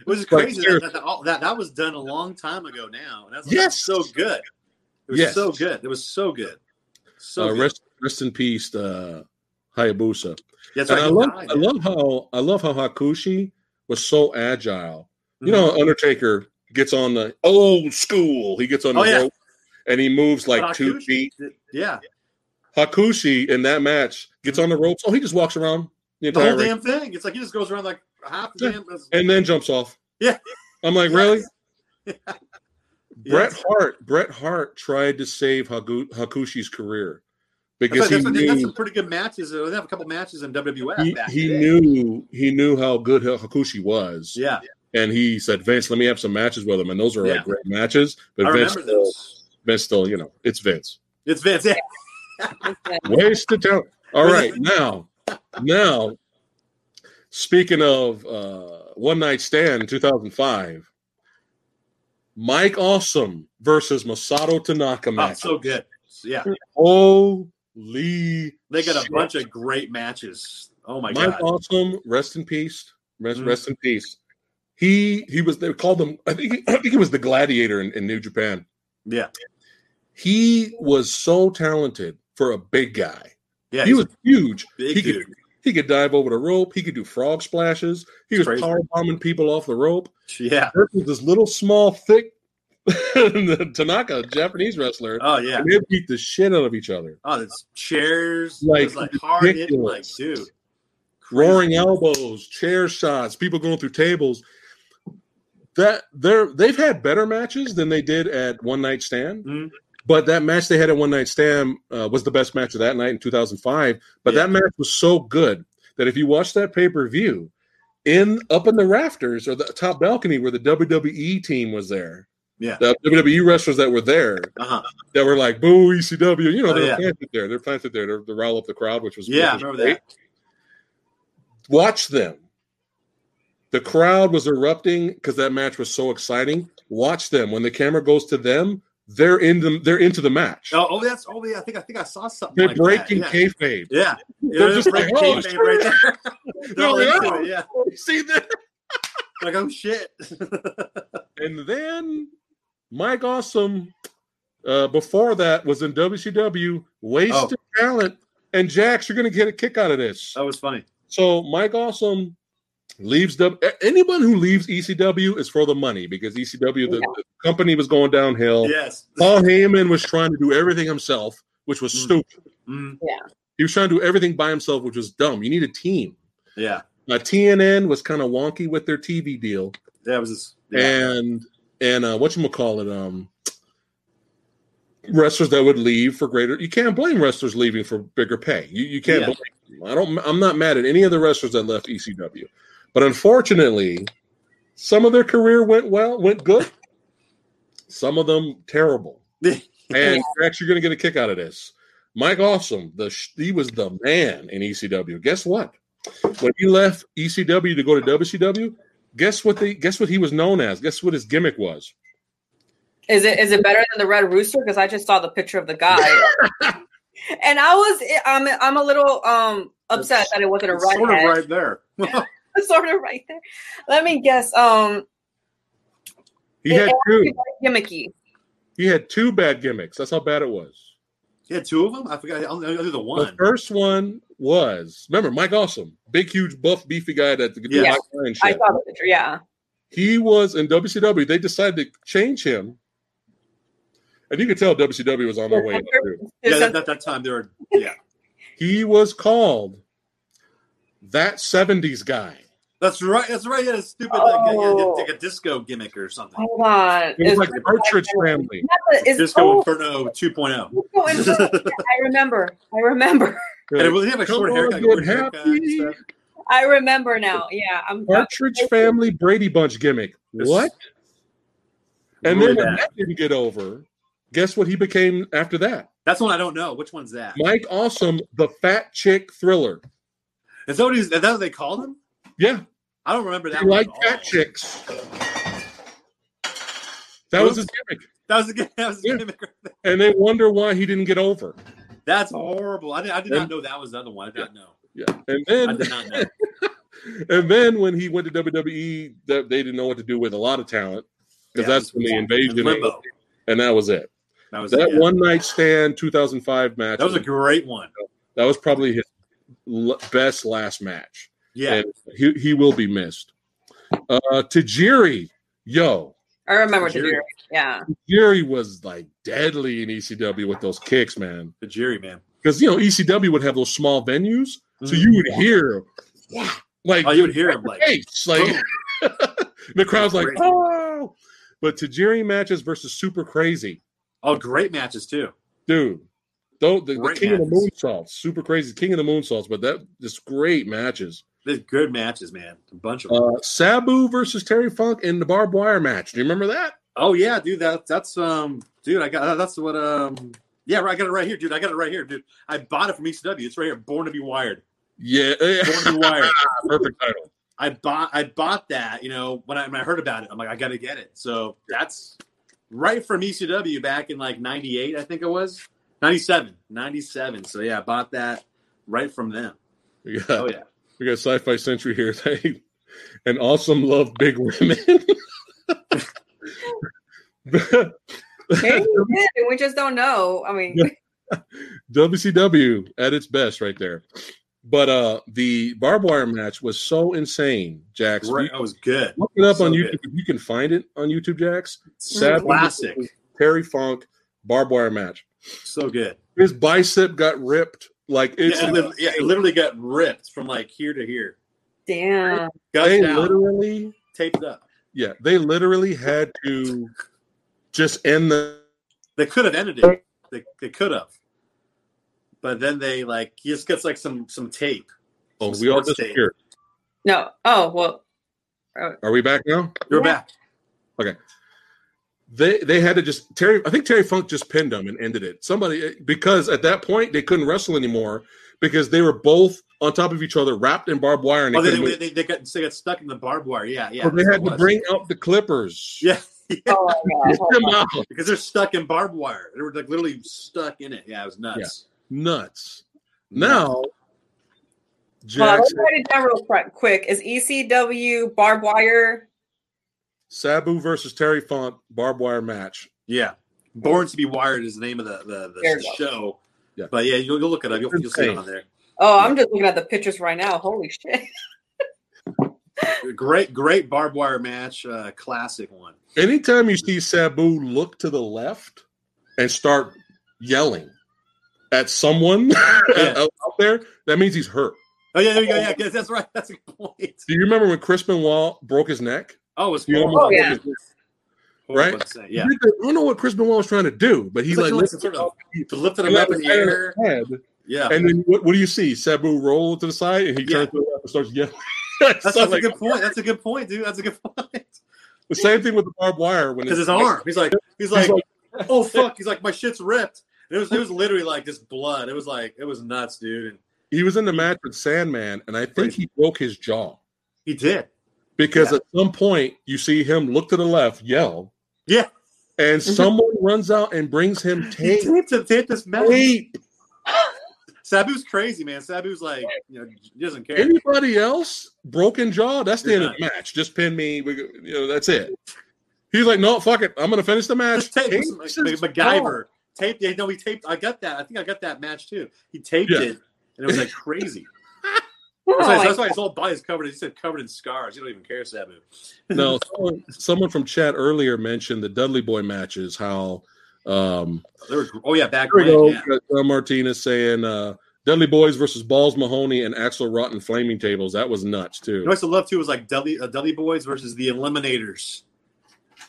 It was
Like,
crazy that,
seriously.
that, all- that that was done a long time ago now. And that's like,
Yes.
so good. It was
Yes.
so good. It was so good. So
uh,
good.
rest, rest in peace, uh, Hayabusa.
That's
And
right,
I
he
love,
died.
I love how I love how Hakushi was so agile.
Mm-hmm.
You know, Undertaker gets on the old school. He gets on the
Oh, yeah.
rope and he moves like
But
two
Hakushi-
feet.
Yeah.
Hakushi in that match gets on the ropes. Oh, he just walks around the
Mm-hmm. The
entire
whole
ring
damn thing. It's like he just goes around like half the
Yeah.
damn.
and then jumps off.
Yeah.
I'm like, really? Bret Hart. Bret Hart tried to save Hagu- Hakushi's career
That's,
because
that's,
he
they had some
knew
pretty good matches. They have a couple matches in WWF.
he,
back
he
then.
knew he knew how good Hakushi was.
Yeah,
and he said, Vince, let me have some matches with him. And those are
Yeah.
like great matches. But
I
Vince
remember
still,
those.
Vince still, you know, it's Vince.
It's Vince. Yeah. Oh,
Waste of time. All right, now, now, speaking of uh, One Night Stand 2005, Mike Awesome versus Masato Tanaka
Oh,
match.
so good. Yeah,
Holy.
they got a
shit.
bunch of great matches. Oh my
Mike
god.
Awesome, rest in peace. Rest,
Mhm.
rest in peace. He he was they called him. I think I think he was the gladiator in, in New Japan.
Yeah,
He was so talented for a big guy.
yeah.
he
he's
was
a
huge.
big
he
dude.
could he could dive over the rope. He could do frog splashes. He
It's
was
crazy.
power bombing people off the rope.
Yeah.
Versus this little small thick Tanaka, Japanese wrestler.
Oh yeah.
and they beat the shit out of each other.
Oh, there's chairs.
Like,
Like, like hard hitting. Like
ridiculous.
dude. Crazy.
roaring elbows, chair shots, people going through tables. That they're they've had better matches than they did at One Night Stand,
Mhm.
but that match they had at One Night Stand uh, was the best match of that night in 2005. But
Yeah.
that match was so good that if you watch that pay per view, in up in the rafters or the top balcony where the WWE team was there,
Yeah.
the WWE wrestlers that were there
Uh-huh.
that were like boo ECW, you know
Oh,
they're
yeah.
planted there, they're planted there to, to rile up the crowd, which was
Yeah, I
which was
remember
great
that.
watch them. The crowd was erupting because that match was so exciting. Watch them. When the camera goes to them, they're in them. They're into the match.
Oh, oh, that's. Oh, yeah. I think. I think I saw something.
they're
like that.
breaking
Yeah.
kayfabe.
Yeah.
They're
Yeah,
just like,
breaking
oh,
kayfabe
shit.
right there. They're
No,
all
they
into
are.
it, yeah.
You see that?
Like, oh shit.
And then Mike Awesome, uh, before that, was in WCW, wasted talent. And Jax, you're going to get a kick out of this.
that was funny.
So Mike Awesome leaves W. Anyone who leaves ECW is for the money because ECW, the,
Yeah.
the company was going downhill.
Yes.
Paul Heyman was trying to do everything himself, which was
Mm.
stupid.
Mm,
He was trying to do everything by himself, which was dumb. You need a team.
yeah.
Now, TNN was kind of wonky with their TV deal,
That was. Just, yeah.
and and uh, what you call it, um, wrestlers that would leave for greater. You can't blame wrestlers leaving for bigger pay. You you can't
Yeah.
blame. Them. I don't. I'm not mad at any of the wrestlers that left ECW, but unfortunately, some of their career went well, went good. Some of them terrible. And Rex, you're going to get a kick out of this. Mike Awesome, the sh- he was the man in ECW. Guess what? When he left ECW to go to WCW, guess what they guess what he was known as? Guess what his gimmick was?
Is it is it better than the Red Rooster? Because I just saw the picture of the guy, and I was eh, I'm I'm a little um upset that it wasn't a
It's
redhead.
sort of right there.
sort of right there. Let me guess. Um,
He had two.
gimmicky.
He had two bad gimmicks. That's how bad it was.
yeah, two of them. I forgot. I'll, I'll do the
The
one.
first one was remember Mike Awesome, big, huge, buff, beefy guy that the
Yeah.
Black Lion
I
shit.
saw the picture. Yeah,
he was in WCW. They decided to change him, and you could tell WCW was on their way. up, too.
Yeah, that, that, that time they were. Yeah,
He was called that 70s guy.
that's right. That's right. Yeah, that stupid like, yeah,
Oh.
like a disco gimmick or something.
Hold on.
It was
It's-
like the Partridge family.
yeah, but it's-
Disco
oh,
Inferno 2.0.
it's Oh, so interesting. I remember. I remember.
And it was they have a
Come
short
on,
haircut.
get
weird haircut and
happy.
stuff.
I remember now. Yeah, I'm.
Partridge family Brady Bunch gimmick.
It's
What? And
really
then when
bad.
that didn't get over, guess what he became after that?
That's one I don't know. Which one's that?
Mike Awesome, the fat chick thriller.
Is that what, he's, is that what they called him?
Yeah,
I don't remember that.
he
one
liked
at all.
fat chicks. That was his gimmick.
That was a good. That was a
Yeah.
gimmick.
And they wonder why he didn't get over.
That's horrible. I did, I did
Yeah.
not know that was the other one. I did not know.
Yeah. And
I
then
did not know.
And then when he went to WWE, that they didn't know what to do with a lot of talent because
Yeah.
that's when the invasion,
Limbo.
and that was it.
That was
That
yeah.
one night stand 2005 match
That was a great one.
that was probably his l- best last match.
Yeah.
And he he will be missed. Uh, Tajiri, yo,
I remember the
Jerry.
beard. Yeah.
Tajiri was like deadly in ECW with those kicks, man.
The Jerry man. Mm-hmm.
Because you know ECW would have those small venues, so you would hear, like
Oh, you would hear him like
face. Like the crowd's like,
Crazy.
oh. But Tajiri matches versus Super Crazy,
Oh, great matches too.
dude. Don't the, the
Great
King of the
matches.
Moonsaults, Super Crazy, King of the Moonsaults, but that just great matches.
There's good matches, man. A bunch of them.
Uh, Sabu versus Terry Funk in the barbed wire match. Do you remember that?
oh yeah, dude. That that's um, dude. I got that's what um. Yeah, I got it right here, dude. I got it right here, dude. I bought it from ECW. It's right here. Born to be wired.
Yeah,
Born to be wired.
perfect title.
I bought I bought that, you know, when I, when I heard about it, I'm like, I gotta get it. So that's right from ECW back in like 98, I think it was 97, 97. So yeah, I bought that right from them.
We got,
Oh yeah.
we got Sci-Fi Century here. They- and awesome love big women.
Maybe we did, and we just don't know. I mean,
WCW at its best right there. But uh the barbed wire match was so insane, Jax.
Right, that was good.
Look it up
So
on
good.
YouTube. if You can find it on YouTube, Jax.
So
Sad-
classic.
Terry Funk barbed wire match.
So good.
His bicep got ripped like it's
yeah, it li- yeah, it literally got ripped from like here to here.
damn.
they
Gushed out,
literally
taped up.
yeah, they literally had to just end the
They could have ended it. They, they could have. But then they like he just gets like some some tape.
oh, we all
Sports tape.
disappeared.
No. Oh well.
Are we back now?
You're
Yeah.
back.
they they had to just Terry. I think Terry Funk just pinned him and ended it. Somebody because at that point they couldn't wrestle anymore because they were both on top of each other, wrapped in barbed wire, and they,
Oh, they,
couldn't
they,
move.
they, they got they got stuck in the barbed wire. Yeah, yeah.
So they
that's
had
what
to
it was.
bring out the clippers.
Yeah, yeah.
Oh, my
Get
God.
them out.
because they're stuck in barbed wire. They were like literally stuck in it. Yeah, it was nuts.
nuts. Now,
Hold on, let's
Jackson,
write it down real quick- quick. Is ECW barbed wire?
Sabu versus Terry Funk barbed wire match.
yeah. Born to be wired is the name of the the, the,
There
the
you go.
show.
Yeah.
But yeah, you'll, you'll look it up. You'll, you'll see it on there.
Oh, I'm just looking at the pictures right now. Holy shit!
Great, great barbed wire match. Uh, classic one.
Anytime you see Sabu look to the left and start yelling at someone
Yeah.
out there, that means he's hurt.
Oh yeah, there you go. Yeah, yes, that's right. That's a good point.
Do you remember when Chris Benoit broke his neck?
Oh, it's
You
horrible.
almost- yeah.
Horrible
Right?
to say, Yeah.
I don't know what Chris Benoit was trying to do, but he
He's
like,
like,
lifted
some sort of to lift it
him
up in the air.
head,
Yeah.
and then what, what do you see? Sabu roll to the side, and he
Yeah.
turns to the left and starts yelling.
That's,
So,
that's
like,
a good point. That's a good point, dude. That's a good point.
the same thing with the barbed wire when
Because his arm, he's like, he's like,
like-
oh fuck, he's like, my shit's ripped. And it was, it was literally like just blood. It was like, it was nuts, dude. And
He was in the match with Sandman, and I think he broke his jaw
he did.
because
Yeah.
at some point you see him look to the left, yell,
Yeah.
and someone runs out and brings him
He
tape.
taped, him- taped this match.
tape.
Sabu's crazy, man. Sabu's like, you know, he doesn't care.
Anybody else broken jaw? That's the
You're
end of the match. Just pin me. We, go- you know, that's it. He's like, no, fuck it. I'm gonna finish the match.
Just tape
Tape
him, like,
his
like MacGyver. Taped, yeah, no, he taped. I got that. I think I got that match too. He taped
Yeah.
it, and it was like crazy.
Oh,
That's why,
my
that's why his whole body's covered. He said covered in scars. You don't even care, Sabu.
jaw. No, someone, someone from chat earlier mentioned the Dudley Boy matches. How um,
They were, oh yeah, back
here we
when.
go.
Yeah.
got John Martinez saying uh, Dudley Boys versus Balls Mahoney and Axel Rotten flaming tables. That was nuts
You
too,
know, I used to love too was like Dudley, uh, Dudley Boys versus the Eliminators.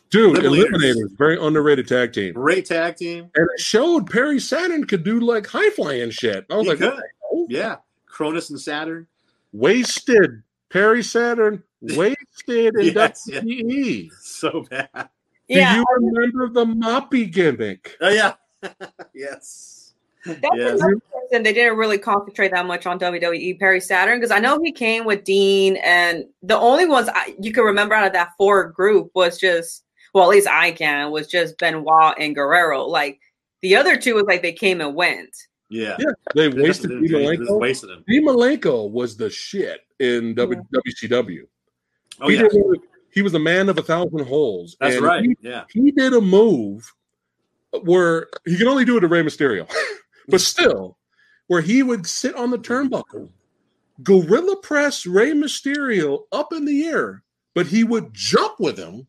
dude.
Eliminators.
Eliminators, very underrated tag team,
Great tag team.
and it showed Perry Saturn could do like high flying shit. I was
He
like,
could.
oh,
Yeah, Cronus and Saturn.
wasted. Perry Saturn wasted in
Yes, yeah.
WWE.
So bad.
yeah,
Do you remember the Moppy gimmick?
Oh yeah. yes.
that's
Yes.
another person. They didn't really concentrate that much on WWE Perry Saturn because I know he came with Dean, and the only ones I, you can remember out of that four group was just well, at least I can was just Benoit and Guerrero. Like the other two was like they came and went.
Yeah.
They
They just-
wasted
they
D.
just- they just
Malenko.
wasted him.
D. Malenko was the shit in w- WCW.
Oh
he,
yeah.
did- he was a man of a thousand holes.
That's
and
right.
He,
Yeah.
he did a move where he could only do it to Rey Mysterio, but still, where he would sit on the turnbuckle, gorilla press Rey Mysterio up in the air, but he would jump with him.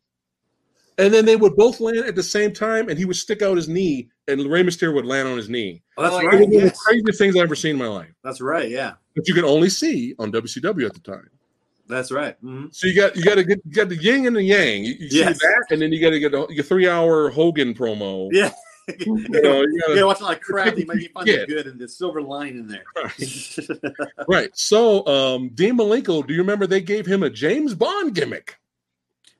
And then they would both land at the same time, and he would stick out his knee, and Rey Mysterio would land on his knee.
Oh, that's
Oh,
It was
right.
one of the
Yes.
craziest things I've ever seen in my life.
That's right. Yeah.
But you could only see on WCW at the time.
That's right. Mhm.
So you got you got to get you got the yin and the yang. You, you
Yes.
see that, and then you got to get the- your three hour Hogan promo.
Yeah.
You know, you
You
gotta-
gotta watch a lot of crap. You might find
Yeah.
it good and the silver line in there.
right. So um, Dean Malenko, do you remember they gave him a James Bond gimmick?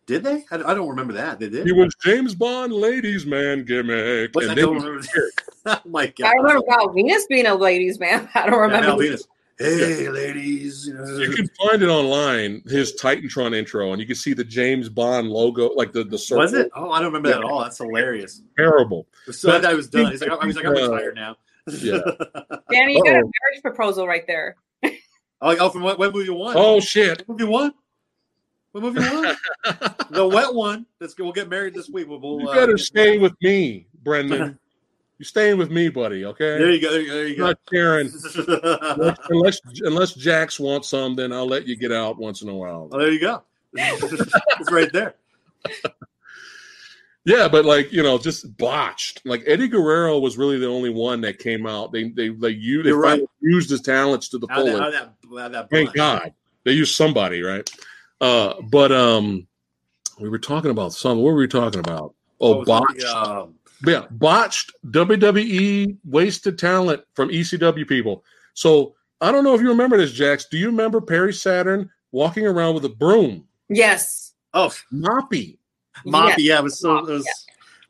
did they? I, I don't remember that. They did.
He was James Bond, ladies man gimmick.
What's- I
and
don't
then,
remember. oh my god.
I remember about Venus being a ladies man. I don't
Yeah, Val
remember.
Venus. Hey, ladies. You know,
you can find it online. His Titantron intro, and you can see the James Bond logo, like the the circle.
was it? Oh, I don't remember that at all. That's hilarious.
terrible?
So
But
I was done.
think-
He's like, I was like,
I
I'm
think, uh,
retired now.
Yeah.
Danny, you got a
Uh-oh.
marriage proposal right there.
Oh, like, oh, from what, what movie one?
Oh shit!
What movie one? What movie one? the wet one. That's good. We'll get married this week. We'll, we'll,
You
uh,
better
get-
stay with me, Brendan. You're staying with me, buddy.
There
Okay.
you go. There you go. There you
I'm
go. uh,
not sharing. Unless, unless unless Jax wants some, then I'll let you get out once in a while.
oh, there you go. it's right there.
Yeah, but like you know, just botched. Like Eddie Guerrero was really the only one that came out. They they like you they
You're right.
finally used his talents to the
Out of
fullest.
that, out of that, out of that
Thank
bunch.
God they used somebody, right? Uh, but um, we were talking about some. What were we talking about?
What
Oh,
was the,
botched.
um,
Yeah, botched WWE wasted talent from ECW people. So I don't know if you remember this, Jax. Do you remember Perry Saturn walking around with a broom,
Yes.
oh,
moppy?
Moppy.
Yes.
Yeah, it was so. It
Moppy,
was,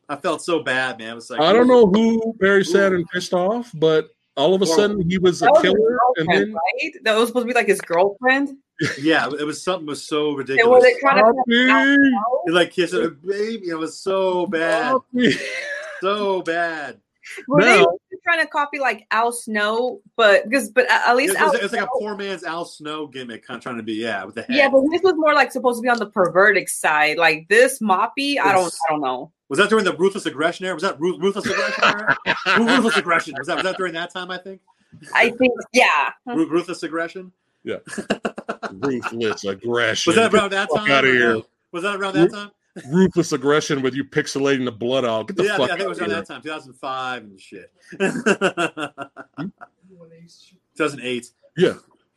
I felt so bad, man. It was like
I don't know who Perry Saturn pissed off, but all of a sudden he was a
That was his
killer, and
girlfriend,
then
right? That was supposed to be like his girlfriend.
Yeah, it was something was so
It
ridiculous.
was it kind of
Poppy,
He, like kissing her baby. It was so bad,
Poppy.
so bad.
were
Now-
they trying to copy like Al Snow, but because but at at
It
least
was,
Al
it was like a
Snow-
poor man's Al Snow gimmick, kind of trying to be yeah with the head.
yeah, but this was more like supposed to be on the pervertic side. Like this Moppy, I don't I don't know.
was that during the ruthless aggression era? Was that Ruth, ruthless aggression era? Ru- ruthless aggression was that was that during that time? I think
I think yeah. Oh,
Ru- ruthless aggression
ruthless aggression.
was that around that
fuck
time?
outta
or no?
here.
Was that around
Ru-
that time?
ruthless aggression with you pixelating the blood out. Get the
Yeah, I
fuck
think, I think it
out
was
of
around
here.
that time, 2005 and shit.
Hmm?
2008.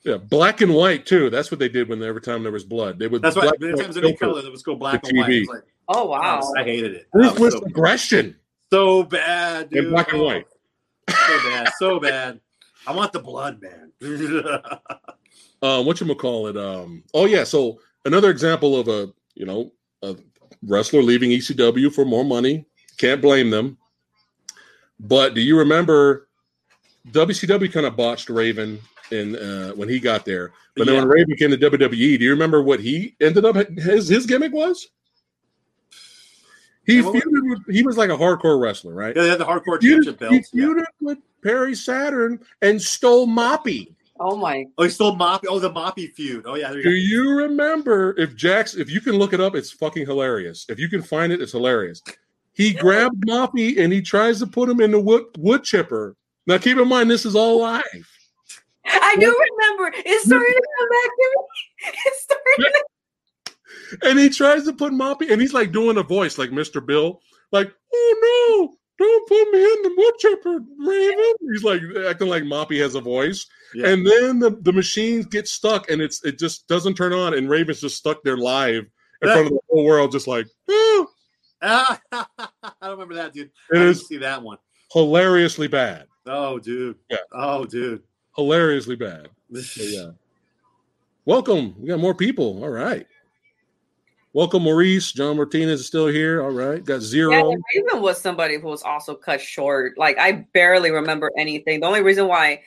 Yeah, black and white too. That's what they did when every time there was blood, they would.
That's why
black
many
and
times
white
any
filter.
color that was go black
The
and white. It
TV.
was like,
Oh wow.
I hated it. That was
Ruthless
so bad.
aggression.
So bad, dude.
In black and
Oh,
white.
So bad. So bad. I want the blood, man.
Uh, what you call it? Um, oh yeah. So another example of a you know a wrestler leaving ECW for more money. Can't blame them. But do you remember WCW kind of botched Raven in uh, when he got there? But then
Yeah.
when Raven came to WWE, do you remember what he ended up his his gimmick was? He
Yeah, what was-
feuded with, he was like a hardcore wrestler, right?
yeah, they had the hardcore
He
championship
feuded, he
belts. Yeah.
feuded with Perry Saturn and stole Moppy.
Oh my
Oh, he stole Moppy. Oh, the Moppy feud. Oh, yeah. There
Do
you
you remember if Jax, if you can look it up, it's fucking hilarious. If you can find it, it's hilarious. He grabbed Moppy and he tries to put him in the wood, wood chipper. Now, keep in mind, this is all live.
I do remember. It's starting to come back to me. It's starting to
And he tries to put Moppy, and he's like doing a voice like Mr. Bill, like, oh no, don't put me in the wood chipper, Raven. He's like acting like Moppy has a voice.
Yeah.
And then the, the machines get stuck and it's it just doesn't turn on, and Raven's just stuck there live in front of the whole world, just like, oh.
go. Ah, I don't remember that, dude. I
It
didn't
is
see that one.
hilariously bad.
Oh, dude.
Yeah.
Oh, dude.
Hilariously bad. So, yeah. Welcome. We got more people. All right. Welcome, Maurice. John Martinez is still here. All right. Got
yeah,
zero.
and Raven was somebody who was also cut short. Like I barely remember anything. The only reason why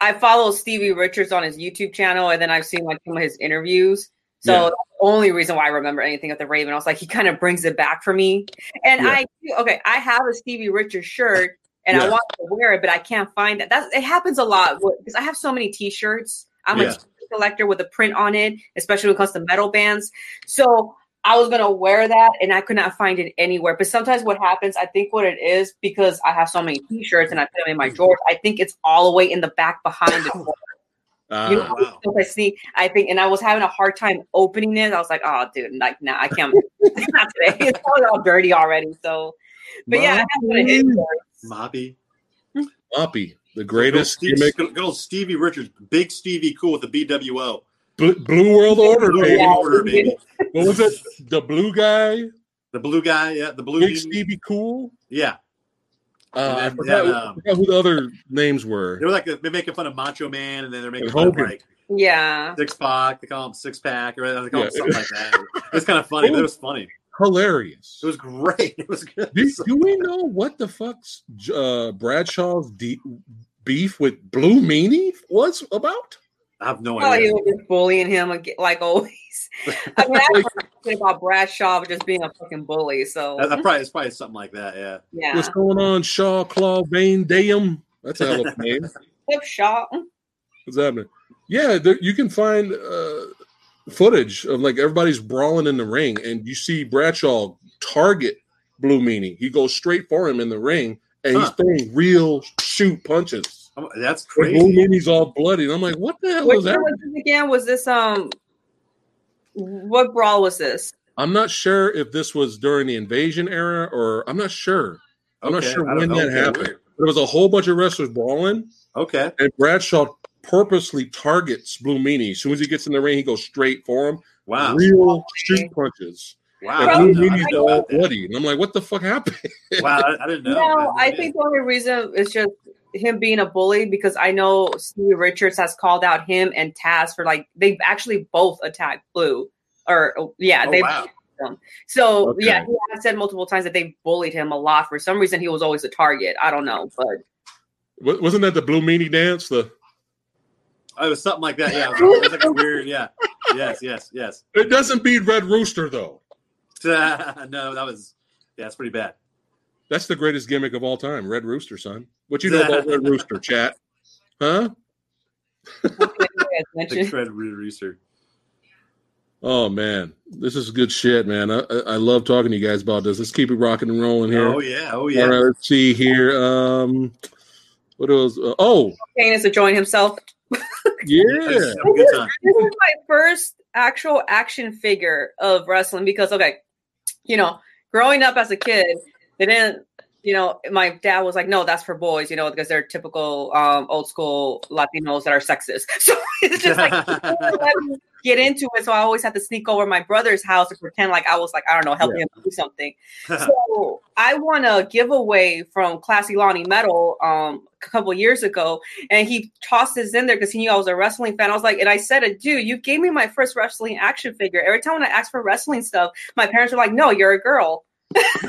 I follow Stevie Richards on his YouTube channel and then I've seen like some of his interviews. So
Yeah.
that's the only reason why I remember anything of the Raven. I was like, he kind of brings it back for me. And
Yeah.
I okay, I have a Stevie Richards shirt and I
Yeah.
want to wear it, but I can't find it. That's it happens a lot because I have so many t-shirts. I'm
Yeah.
a t-shirt collector with a print on it, especially when it comes to metal bands. So I was gonna wear that and I could not find it anywhere. But sometimes what happens, I think what it is because I have so many t-shirts and I put them in my drawers. I think it's all the way in the back behind the drawer. You know,
Ah,
wow.
so if I sneak, I think, and I was having a hard time opening it. I was like, oh, dude, like, nah, I can't. not today. It's probably all dirty already. So, but yeah, that's what it is.
Moppy.
Moppy, the greatest
Good old,
gimmick.
Steve, good old Stevie Richards. Big Stevie Cool with the BWO.
Bl- Blue World Order,
Blue
baby.
Yeah.
order, baby.
What was it? The blue guy,
The blue guy, yeah, the blue,
Big
demon,
Stevie Cool.
yeah.
Uh, I
And then-
forgot,
then, um,
I forgot who the other names were.
They were like they're making fun of Macho Man, and then they're making
And
fun of
Hogan.
like
Yeah.
Six Pack. They call him Six Pack, or they call
Yeah.
him something like that. It's kind of funny, but it was funny.
Hilarious.
It was great. It was good.
do, do we know what the fuck's uh, Bradshaw's de- beef with Blue Meanie was about?
I have no
Oh,
idea.
you were just bullying him ag- like always. I mean, I
Like-
heard about Bradshaw just being a fucking bully. So
That, that probably it's probably something like that. Yeah.
yeah,
What's going on, Shaw Claw Bane Dam? That's a hell of a name.
Cliff Shaw.
What's happening? Yeah, there, you can find uh, footage of like everybody's brawling in the ring, and you see Bradshaw target Blue Meanie. He goes straight for him in the ring, and he's
Huh.
throwing real shoot punches.
I'm- that's
And Blue
crazy.
Meanie's all bloody, and I'm like, what the hell
What
is that?
year was this again? Was this um? What brawl was this?
I'm not sure if this was during the invasion era, or I'm not sure. I'm not sure
I
when
don't know.
that
Okay,
happened.
weird.
There was a whole bunch of wrestlers brawling,
Okay.
and Bradshaw purposely targets Blue Meanie. As soon as he gets in the ring, he goes straight for him.
Wow.
Real shoot punches.
Wow.
And
I
Probably-
Blue
didn't know- I
Meanie's
didn't know
all
about that.
bloody. And I'm like, what the fuck happened?
Wow. I, I didn't know.
No, I
Yeah.
think the only reason is just him being a bully because I know Stevie Richards has called out him and Taz for like they actually both attacked Blue or oh, yeah
Oh,
they
wow.
so
Okay.
yeah he has said multiple times that they bullied him a lot for some reason he was always a target I don't know but
Wa- Wasn't that the Blue Meanie dance? The
Oh, it was something like that. Yeah. It was, it was like a weird. Yeah. Yes. Yes. Yes.
it doesn't beat Red Rooster though.
no, that was. Yeah, it's pretty bad.
That's the greatest gimmick of all time, Red Rooster, son. What you know about Red Rooster, chat? Huh?
Like Fred Reeser.
Oh man, this is good shit, man. I, I I love talking to you guys about this. Let's keep it rocking and rolling here.
Oh yeah. Oh
All
yeah.
right, let's see here. Um, what else? Uh, oh,
Kane is enjoying himself
yeah.
Have a good time.
this is my first actual action figure of wrestling because okay, you know, growing up as a kid, they didn't you know, my dad was like, "No, that's for boys," you know, because they're typical um, old school Latinos that are sexist. So it's just like let me get into it. So I always had to sneak over my brother's house and pretend like I was like, I don't know, helping him do something. so I won a giveaway from Classy Lonnie Metal um, a couple years ago, and he tossed this in there because he knew I was a wrestling fan. I was like, and I said, it, dude, you gave me my first wrestling action figure. Every time when I asked for wrestling stuff, my parents were like, no, you're a girl.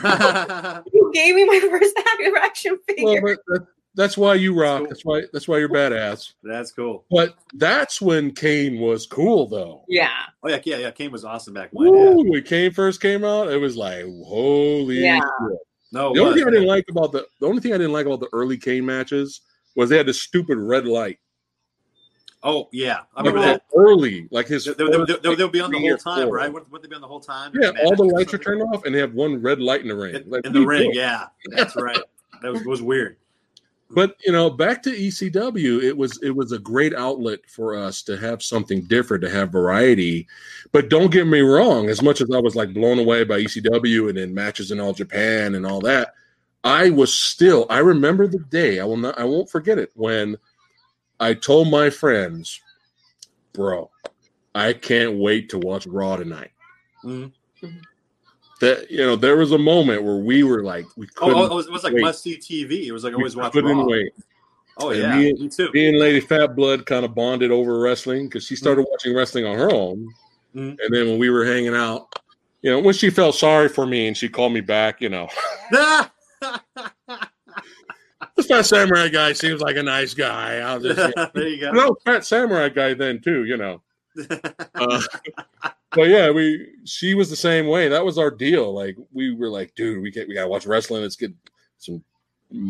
You gave me my first action
Well,
figure.
but that- that's why you rock.
Cool.
That's why. That's why you're badass.
That's cool.
But that's when Kane was cool, though.
yeah,
Oh yeah, yeah, yeah. Kane was awesome back when. Yeah.
Woo, when Kane first came out, it was like holy.
Yeah.
shit.
No,
The only
it
thing I didn't
was.
like about the the only thing I didn't like about the early Kane matches was they had this stupid red light.
Oh yeah, I
Like
remember
that
that.
early, like his.
They, they, they,
first-
they, will be on the
three
whole
or
time,
four.
right? Wouldn't wouldn't they be on the whole time?
Yeah,
Match
all the
or
lights are
something?
turned off, and they have one red light in the ring.
In-
Like, what are
in the
you
ring.
doing?
Yeah, that's right. That was, was weird.
But you know, back to ECW, it was it was a great outlet for us to have something different, to have variety. But don't get me wrong, as much as I was like blown away by ECW and then matches in all Japan and all that, I was still I remember the day, I will not I won't forget it, when I told my friends, bro, I can't wait to watch Raw tonight.
Mhm.
That you know, there was a moment where we were like, we
Oh,
couldn't,
oh, it was, it was like
wait.
must see TV. It was like
we
always watch
couldn't
Raw.
wait.
Oh
And
yeah,
me-
me too.
me and Lady Fat Blood kind of bonded over wrestling because she started watching wrestling on her own.
Mhm.
And then when we were hanging out, you know, when she felt sorry for me and she called me back, you know,
Ah!
this fat samurai guy seems like a nice guy. I'll just,
there you go.
no, fat samurai guy then too, you know. Uh, but yeah, we she was the same way. That was our deal. Like we were like, dude, we get we gotta watch wrestling. Let's get some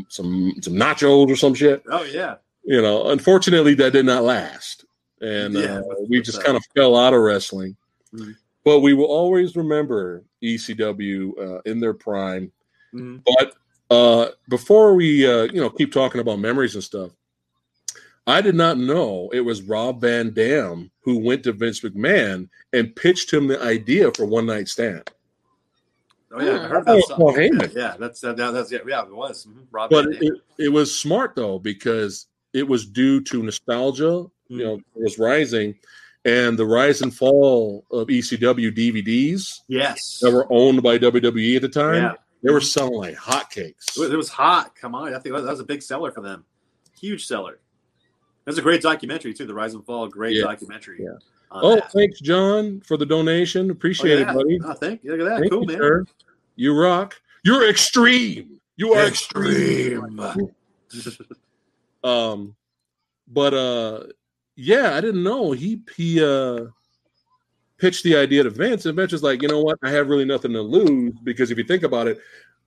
some some nachos or some shit.
Oh yeah,
you know, unfortunately, that did not last, and
Yeah,
uh,
with-
we
with
just
that.
kind of fell out of wrestling.
Mhm.
But we will always remember ECW uh, in their prime.
Mhm.
But uh, before we, uh, you know, keep talking about memories and stuff, I did not know it was Rob Van Dam who went to Vince McMahon and pitched him the idea for One Night Stand.
oh yeah. I heard
Oh,
about
Paul
something.
Heyman.
Yeah, that's that, that's yeah, yeah, it was. Mhm. Rob
But
Van Dam.
it, it was
Mm.
smart though because it was due to nostalgia. You know, it was rising, and the rise and fall of E ECW DVDs
Yes.
that were owned by WWE at the time,
Yeah.
they were selling like hotcakes.
It was hot. Come on. I think that was a big seller for them. Huge seller. That's a great documentary too. The Rise and Fall, great
Yeah.
documentary.
Yeah.
on
Oh,
that.
thanks, John, for the donation. Appreciate
yeah.
it, buddy.
Oh, thank you. Look at that.
Thank
cool,
you,
man.
sir. You rock. You're extreme. You are extreme. Um, but uh, yeah, I didn't know he he uh pitched the idea to Vince, and Vince was like, you know what? I have really nothing to lose because if you think about it,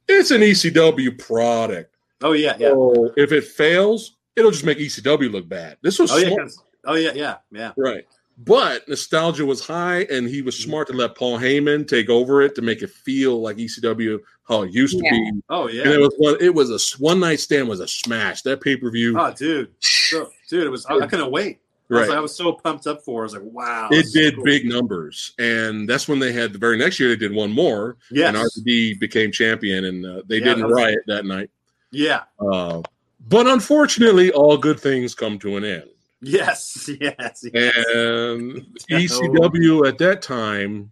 it's an ECW product.
oh yeah, yeah.
So if it fails, it'll just make ECW look bad. This was
Oh yeah.
smart.
'cause- Oh yeah, yeah, yeah.
Right. But nostalgia was high, and he was smart to let Paul Heyman take over it to make it feel like ECW how it used to be.
Oh
And it
yeah.
was one. It was a s- one night stand was a smash. That pay per view,
Oh dude, so, dude, it was. I, I couldn't wait. I was,
right?
like- I was so pumped up for. it. I was like, wow.
it
this is
did
cool.
big numbers, and that's when they had the very next year they did one more,
Yes.
and RVD became champion, and uh, they
Yeah,
didn't
that was-
riot that night.
yeah.
Uh, but unfortunately, all good things come to an end,
Yes. Yes. yes.
and ECW at that time,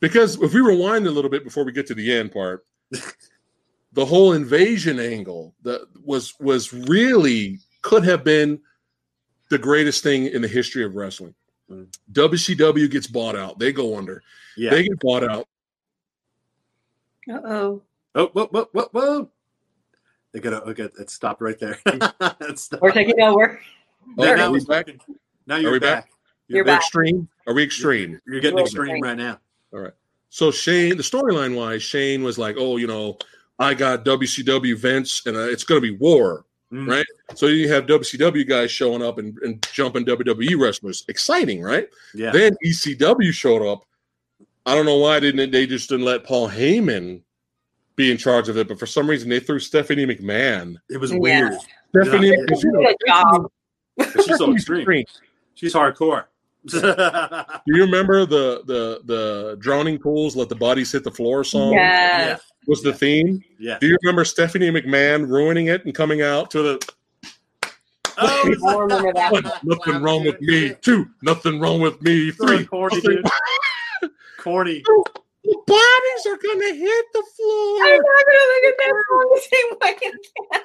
because if we rewind a little bit before we get to the end part, the whole invasion angle that was was really could have been the greatest thing in the history of wrestling.
Mm.
WCW gets bought out; they go under.
Yeah.
They get bought out.
Uh oh.
oh, whoa, whoa, whoa, whoa. They got to okay. It stopped right there. it stopped.
We're taking over.
Oh,
Now-
are
now
we
it's
back?
working. Now
Are
you're
we
back.
back?
You're
We're
back.
extreme. Are we extreme?
You're getting
You're
extreme
back.
right now.
So Shane, the storyline wise, Shane was like, "Oh, you know, I got WCW Vince, and uh, it's going to be war."
Mm.
Right. So you have WCW guys showing up and, and jumping WWE wrestlers. Exciting, right?
Yeah.
Then ECW showed up. I don't know why didn't it- they just didn't let Paul Heyman be in charge of it, but for some reason they threw Stephanie McMahon.
it was
Yeah.
weird.
Stephanie
Yeah.
because, you know,
Good job.
But She's so extreme.
extreme.
She's hardcore.
Do you remember the the the drowning pools, let the bodies hit the floor song?
Yes.
was the
Yeah.
theme.
yeah.
Do you remember Stephanie McMahon ruining it and coming out to the
Oh,
I remember that.
"One, nothing wrong with me, two, nothing wrong with me,
Three.
three.
Corny,
nothing-
dude. Corny.
The bodies are gonna hit the
I'm
floor.
not gonna look at that song the same way.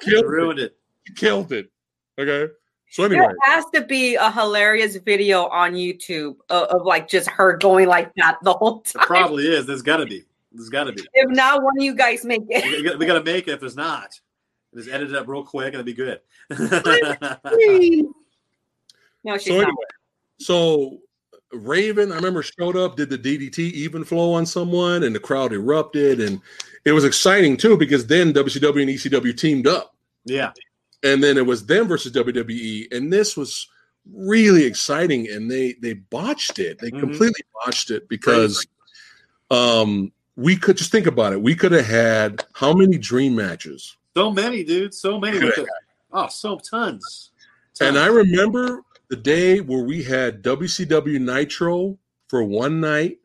Killed it.
Ruined it.
Killed it. Okay. So anyway,
There has to be a hilarious video on YouTube of, of like just her going like that the whole
It
time.
probably is. There's got to be. There's got to be.
If not, one of you guys make it.
We got, we got to make it if there's not. Just edit it up real quick and it'll be good.
No, she's
so
not.
anyway, so Raven, I remember showed up, did the DDT even flow on someone, and the crowd erupted, and it was exciting too because then WCW and ECW teamed up.
yeah.
and then it was them versus WWE, and this was really exciting, and they they botched it. They
Mhm.
completely botched it because um we could just think about it. We could have had how many dream matches?
So many, dude. So many.
Good.
Oh, so tons. tons.
And I remember the day where we had WCW Nitro for one night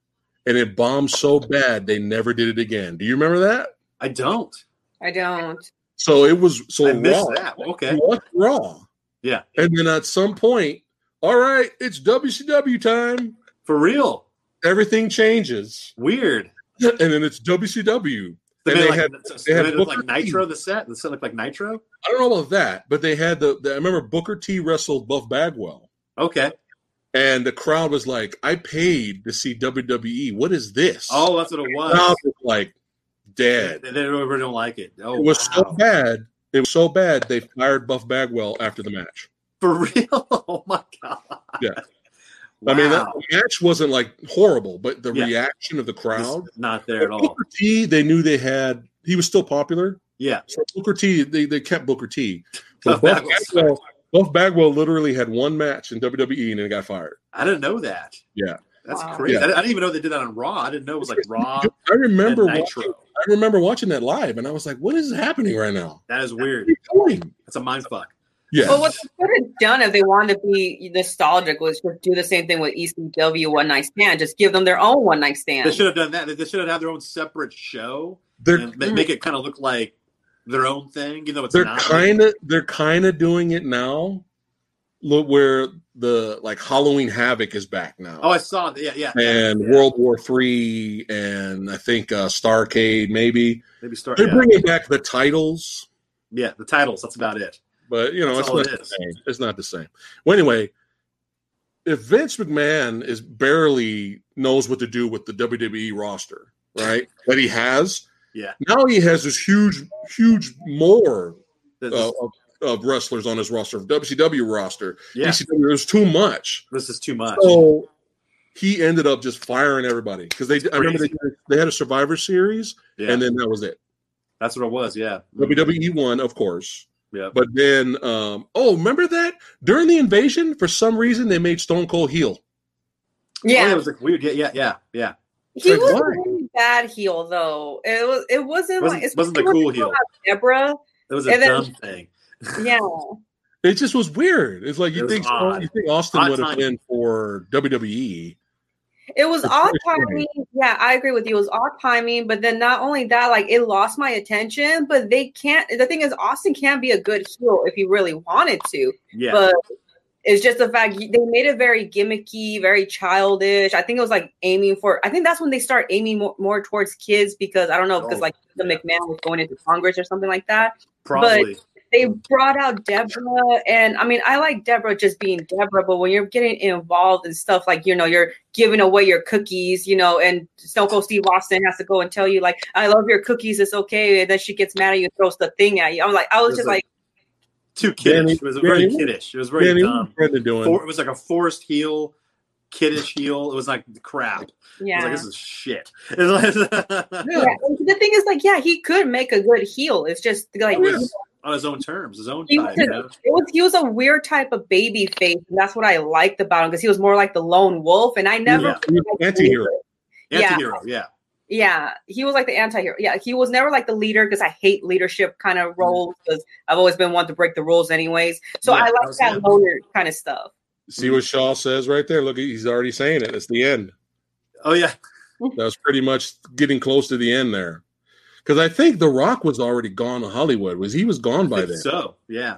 and it bombed so bad they never did it again. Do you remember that?
I don't.
I don't.
So it was so
I missed
raw.
that. Okay.
What's Raw.
Yeah.
And then at some point, all right, it's WCW time.
For real.
Everything changes.
Weird.
And then it's WCW.
They
And
made
they
like,
had-
so
they
they
had
made it look
Booker
like Nitro, the set. The set looked like Nitro.
I don't know about that, but they had the, the I remember Booker T wrestled Buff Bagwell.
Okay.
And the crowd was like, I paid to see WWE. What is this?
Oh, that's what it
the crowd
was.
was like dead.
They, they really don't like it. Oh,
It was so
wow.
bad. It was so bad they fired Buff Bagwell after the match.
For real? Oh my god.
Yeah.
Wow.
I mean, that the match wasn't like horrible, but the
Yeah.
reaction of the crowd
Just not there at all.
Booker T, they knew they had. He was still popular.
Yeah.
So Booker T, they, they kept Booker T.
Buff
But Buff,
Bagwell.
Bagwell, Buff Bagwell literally had one match in WWE and then got fired.
I didn't know that.
Yeah.
That's
Wow.
crazy.
Yeah.
I, I didn't even know they did that on Raw. I didn't know it was like Raw
I remember.
and
Watching,
Nitro.
I remember watching that live, and I was like, "What is happening right now?
That is
What
weird.
are you doing?"
That's a mind fuck.
Yeah.
But what they could have done if they wanted to be nostalgic was just do the same thing with ECW One Night Stand. Just give them their own One Night Stand.
They should have done that. They- They should have had their own separate show
they're
and ma- make it kind of look like their own thing, even though it's
they're
not.
kind of they're kind of doing it now look where the like Halloween Havoc is back now.
Oh, I saw. that. Yeah, yeah.
and
yeah.
World War Three, and I think uh, Starcade. Maybe
maybe start.
they're
Yeah.
bringing back the titles,
yeah, the titles. That's about it.
but you know
That's
it's
all
not
it
the
is.
same. It's not the same. Well, anyway, if Vince McMahon is barely knows what to do with the WWE roster, right? that he has.
Yeah.
Now he has this huge, huge more
This is-
uh, of, of wrestlers on his roster, of WCW roster.
yeah,
ECW, there's too much.
this is too much.
So he ended up just firing everybody because they. I remember they,
crazy.
they had a Survivor Series,
yeah, Mm-hmm.
and then that was it.
that's what it was. Yeah,
WWE won, of course.
Yeah.
But then, um, oh, remember that during the invasion, for some reason, they made Stone Cold heel.
Oh, it
Yeah,
was like weird. Yeah, yeah, yeah, yeah.
he
Like,
was
why?
a really bad heel though. It was. It wasn't,
Wasn't-
like it's
wasn't the cool heel.
Deborah.
It was a
And then-
dumb thing.
Yeah,
It just was weird. It's like
It
you
was
think
odd.
you think Austin
Odd
would have
timing.
been for E. WWE.
it was
It's
odd
very
timing. Yeah, I agree with you. It was odd timing, but then not only that, like it lost my attention. But they can't. The thing is, Austin can be a good heel if he really wanted to.
Yeah,
but it's just the fact they made it very gimmicky, very childish. I think it was like aiming for. I think that's when they start aiming more, more towards kids because I don't know because
Oh,
like the
yeah.
McMahon was going into Congress or something like that.
probably.
They brought out Deborah, and I mean I like Deborah just being Deborah, but when you're getting involved in stuff like you know you're giving away your cookies, you know, and Stone Cold Steve Austin has to go and tell you like I love your cookies, it's okay, and then she gets mad at you and throws the thing at you. I'm like I was
It's
just
like-
like.
Too kiddish. it was
Danny-
very
Danny-
kiddish. It was very
Danny, what was
dumb.
Brendan doing?
For, it was like a forced heel, kiddish heel. It was like crap. I
yeah.
was like, this is shit. It was like-
Yeah.
Yeah, and the thing is, like, yeah, he could make a good heel. It's just like
It was on his own terms, his own
He
time. You
was-
know?
it was. He was a weird type of baby face, and that's what I liked about him because he was more like the lone wolf. And I never,
Yeah.
He was an anti-hero.
Yeah.
Antihero, yeah.
yeah, he was like the anti-hero. Yeah, he was never like the leader because I hate leadership kind of roles because I've always been one to break the rules, anyways. So
Yeah,
I
that
like
was him.
that loner kind of stuff.
See what Shaw says right there. Look, he's already saying it. It's the end.
Oh yeah.
That was pretty much getting close to the end there. Because I think The Rock was already gone to Hollywood. Was he was gone
I
by
think
then?
So yeah.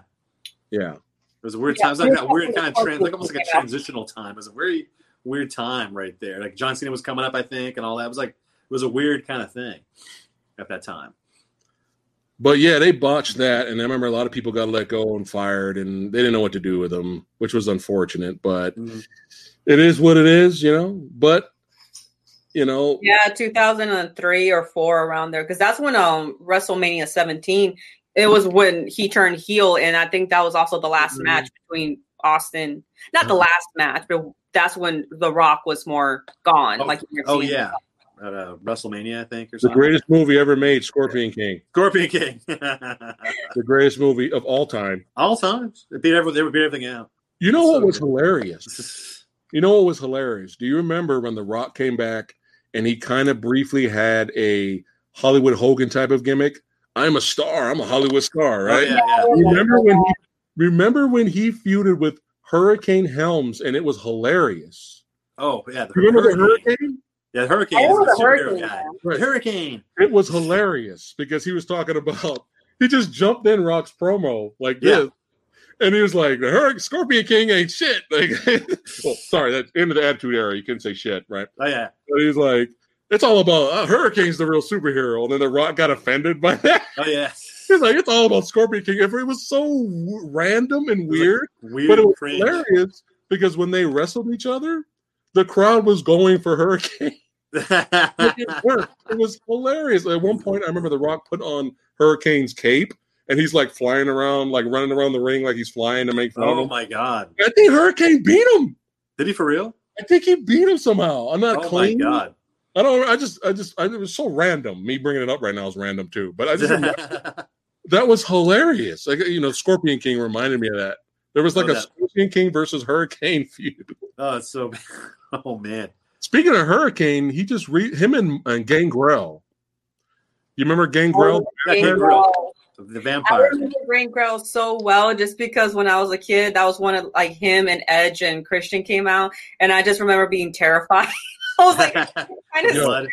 Yeah.
It was a weird
Yeah,
time. It was like
we're
that weird
talking
kind of
about
trans like almost like a
yeah.
transitional time. It was a very weird time right there. Like John Cena was coming up, I think, and all that. It was like it was a weird kind of thing at that time.
But yeah, they botched that, and I remember a lot of people got let go and fired, and they didn't know what to do with them, which was unfortunate. But
Mm-hmm.
Mhm.
it is what it is, you know. But you know,
Yeah, 2003 or four around there, because that's when um WrestleMania 17. It was when he turned heel, and I think that was also the last
Mhm.
match between Austin. Not the last match, but that's when The Rock was more gone. like you were
Oh
saying.
yeah. At uh, WrestleMania, I think, or
the
something.
greatest movie ever made, Scorpion King,
Scorpion King.
the greatest movie of all time.
all times. They beat everything, they beat everything out. Oh,
You know what
So
was
good.
hilarious? You know what was hilarious? Do you remember when The Rock came back and he kind of briefly had a Hollywood Hogan type of gimmick? I'm a star. I'm a Hollywood star,
Oh,
right?
yeah, yeah.
Remember when he remember when he feuded with Hurricane Helms and it was hilarious.
Oh yeah. The
You remember the
hurricane.
hurricane?
Yeah, the hurricane.
I
is
remember
the
the
superhero
hurricane.
guy.
Right.
Hurricane.
It was hilarious because he was talking about he just jumped in Rock's promo like
Yeah.
this. And he was like, the Hurricane Scorpion King ain't shit. Like, well, sorry, that end of the attitude era. You couldn't say shit, right?
Oh yeah.
But he's like, it's all about uh, Hurricane's the real superhero. And then The Rock got offended by that.
Oh yeah.
He's like, it's all about Scorpion King. It was so w- random and
was like
weird,
Weird.
but it was
cringe.
hilarious because when they wrestled each other, the crowd was going for Hurricane. It worked. It was hilarious. At one point, I remember The Rock put on Hurricane's cape and he's like flying around, like running around the ring like he's flying to make fun of
oh
him.
my god.
I think Hurricane beat him.
Did he for real?
I think he beat him somehow. I'm not
Oh my
claiming
god.
I don't. I just. I just. I, it was so random. Me bringing it up right now is random too. But I just. remember- that was hilarious. Like you know, Scorpion King reminded me of that. There was like
Oh,
a
that-
Scorpion King versus Hurricane feud.
oh, it's so. Oh man.
Speaking of Hurricane, he just re him and, and Gangrel. You remember Gangrel?
Yeah,
Gangrel.
Gangrel. The
I
vampire.
remember Gangrel so well just because when I was a kid, that was one of like him and Edge and Christian came out, and I just remember being terrified. I was like, kind of
Blood.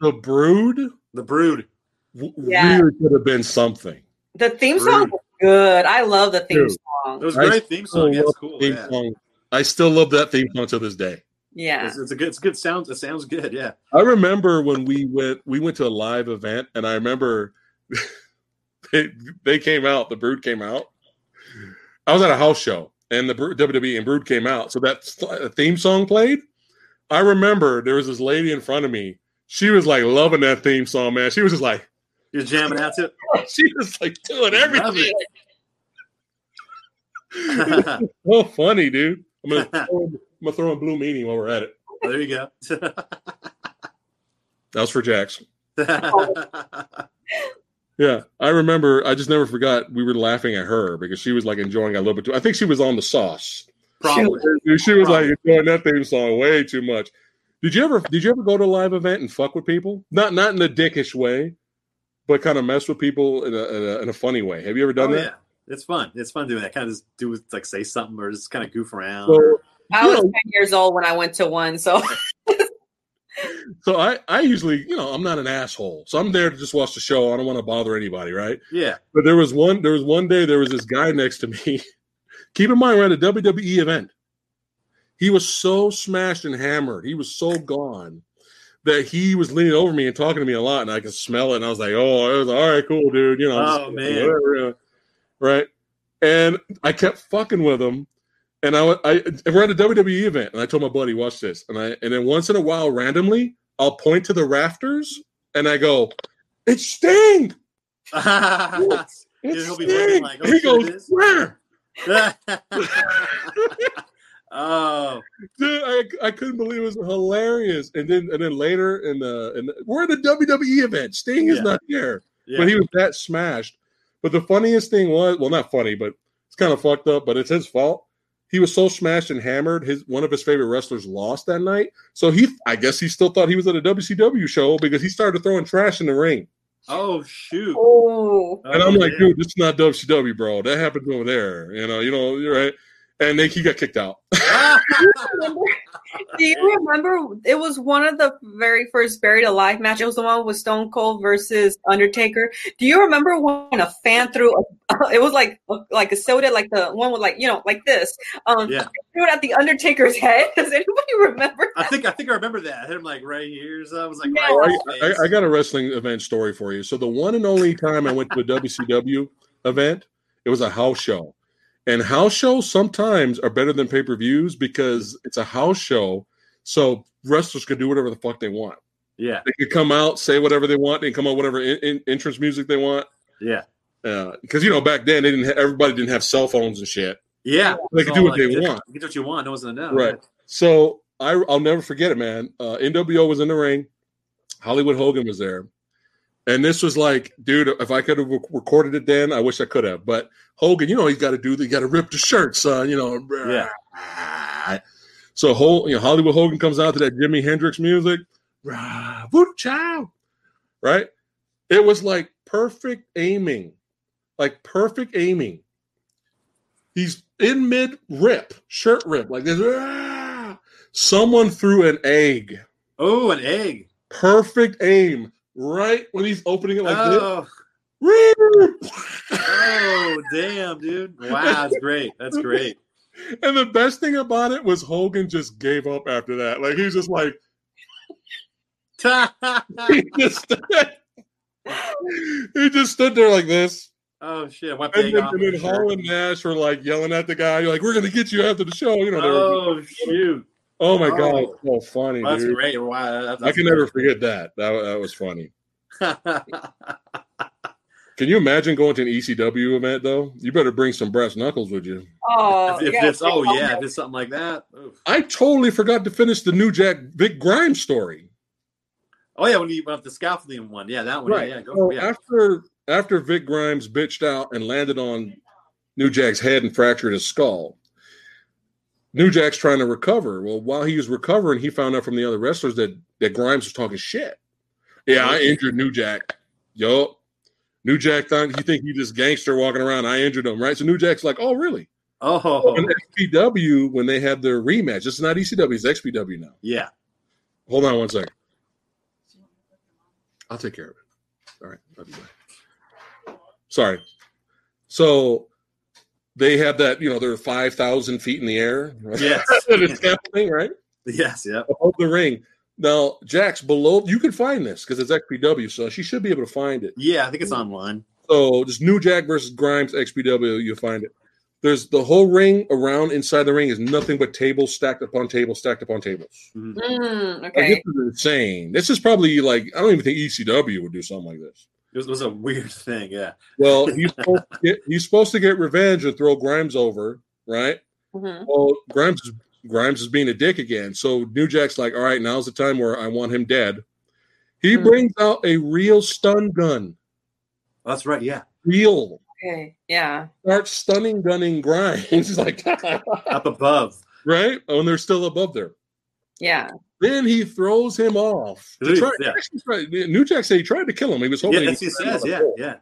The Brood
The brood.
w-
Yeah.
really could have been something.
the theme song was good. I love the theme
Dude.
It
song.
was a
I
great theme song. Yeah,
love
it's cool.
theme
Oh, yeah.
song. I still love that theme song to this day.
Yeah.
It's, it's a good. It's a good sound. It sounds good. Yeah.
I remember when we went we went to a live event and I remember they, they came out, the brood came out. I was at a house show and the brood, WWE E and brood came out. So that sl- theme song played. I remember there was this lady in front of me. She was like loving that theme song, man. She was just like
You're jamming out to it.
she was like doing
Love
everything.
it.
It was so funny, dude. I'm gonna, throw- I'm gonna throw in blue meaning while we're at it.
there you go.
That was for Jackson. Yeah, I remember. I just never forgot. We were laughing at her because she was like enjoying a little bit too. I think she was on the sauce.
Probably.
She was like enjoying that theme song way too much. Did you ever? Did you ever go to a live event and fuck with people? Not not in a dickish way, but kind of mess with people in a, in a, in a funny way. Have you ever done
Oh,
that?
yeah. It's fun. It's fun doing that. Kind of just do like say something or just kind of goof around.
So,
I was
you know-
10 years old when I went to one. So,
so I I usually you know I'm not an asshole, so I'm there to just watch the show. I don't want to bother anybody, right?
yeah.
But there was one there was one day there was this guy next to me. Keep in mind we're at a WWE event. He was so smashed and hammered, he was so gone that he was leaning over me and talking to me a lot, and I could smell it. And I was like, "Oh, it was all right, cool, dude." You know, I'm
Oh,
just-
man.
whatever, uh, right? And I kept fucking with him. And I, I, and we're at a WWE event, and I told my buddy, "Watch this." And I, and then once in a while, randomly, I'll point to the rafters, and I go, "It's Sting."
Dude,
It's
he'll
Sting.
be looking like, "Oh,
he
shit, it
goes,
is."
where?
oh,
Dude, I, I couldn't believe it was hilarious. And then and then later in the and we're at a WWE event. Sting is
Yeah.
not there,
yeah.
but he was that smashed. But the funniest thing was, well, not funny, but it's kind of fucked up. But it's his fault. He was so smashed and hammered. His one of his favorite wrestlers lost that night, so he I guess he still thought he was at a WCW show because he started throwing trash in the ring.
oh shoot.
oh,
And
Oh,
I'm like,
yeah.
dude, this is not WCW, bro. That happened over there. You know, you know, you're right. And then he got kicked out.
Ah,
do you remember? It was one of the very first Buried Alive match. It was the one with Stone Cold versus Undertaker. Do you remember when a fan threw? A, it was like like a soda, like the one with like you know like this. Um,
Yeah. Uh,
threw it at the Undertaker's head. Does anybody remember?
I think I think I remember that. I hit him like right here. So I was like,
Yeah.
Oh,
right in
I,
his
I, I
face.
got a wrestling event story for you. So the one and only time I went to a WCW event, it was a house show, and house shows sometimes are better than pay per views because it's a house show, so wrestlers can do whatever the fuck they want.
yeah,
They can come out, say whatever they want, and come out whatever in, in, entrance music they want.
yeah,
Because you know back then they didn't. Ha- everybody didn't have cell phones and shit.
yeah.
They
It's
can do
all
what they
get-
want.
Get what you want. No one's gonna know.
Right. So I, I'll never forget it, man. Uh, NWO was in the ring. Hollywood Hogan was there. And this was like, dude, if I could have rec- recorded it then, I wish I could have. But Hogan, you know, he's got to do, the- you got to rip the shirt, son, you know. So whole, you know, Hollywood Hogan comes out to that Jimi Hendrix music. Rah, voodoo child. Right? It was like perfect aiming. Like perfect aiming. He's in mid rip, shirt rip, like this. Rah. Someone threw an egg.
Oh, an egg.
Perfect aim. Right when he's opening it like
oh,
this.
oh, damn, dude. Wow, that's great. That's great.
And the best thing about it was Hogan just gave up after that. Like he was just like,
Oh,
he just, he just stood there like this.
oh shit, wipe the
And
egg
then,
off.
and then Hall and Nash were like yelling at the guy, You're like, we're gonna get you after the show. You know, they were,
Oh shoot,
oh my god,
Oh.
so funny,
that's
dude.
great. Wow, that's,
I can never forget that. That that was funny.
Oh,
Can you imagine going to an ECW event though? You better bring some brass knuckles with you.
Oh,
if, if
yeah.
it's oh yeah, if it's something like that. oof.
I totally forgot to finish the New Jack Vic Grimes story.
Oh yeah, when you went up the scaffolding one, yeah, that one, Oh, yeah, yeah, go,
So
yeah.
After after Vic Grimes bitched out and landed on New Jack's head and fractured his skull, New Jack's trying to recover. Well, while he was recovering, he found out from the other wrestlers that that Grimes was talking shit. Yeah, I injured New Jack. Yo, New Jack thought you think he just gangster walking around. I injured him, right? So New Jack's like, oh really?
Oh
And XPW when they had their rematch. It's not ECW, it's XPW now.
yeah,
Hold on one second. I'll take care of it. All right, I'll be back. Sorry. So they have that, you know, they're 5,000 feet in the air. Right?
Yes.
And it's happening, right?
Yes. Yeah.
Above the ring. Now, Jack's below, you can find this because it's XPW, so she should be able to find it.
Yeah. I think it's online.
So just New Jack versus Grimes XPW, you'll find it. There's the whole ring around inside the ring is nothing but tables stacked upon tables stacked upon tables.
Mhm.
Mm,
Like,
okay.
this is insane. This is probably like I don't even think ECW would do something like this.
It was, it was a weird thing. Yeah.
Well, he's supposed to get, he's supposed to get revenge and throw Grimes over, right?
Mhm.
Well, Grimes is, Grimes is being a dick again. So New Jack's like, all right, now's the time where I want him dead. He
Hmm.
brings out a real stun gun,
Oh, That's right. Yeah.
real.
Okay. Yeah.
Starts stunning gunning Grimes. He's like,
Up above.
right? Oh, and they're still above there.
Yeah.
Then he throws him off. To
Dude,
try-
yeah.
actually tried- New Jack said he tried to kill him. He was hoping.
Yeah. That's
he
what it says. Yeah. Yeah.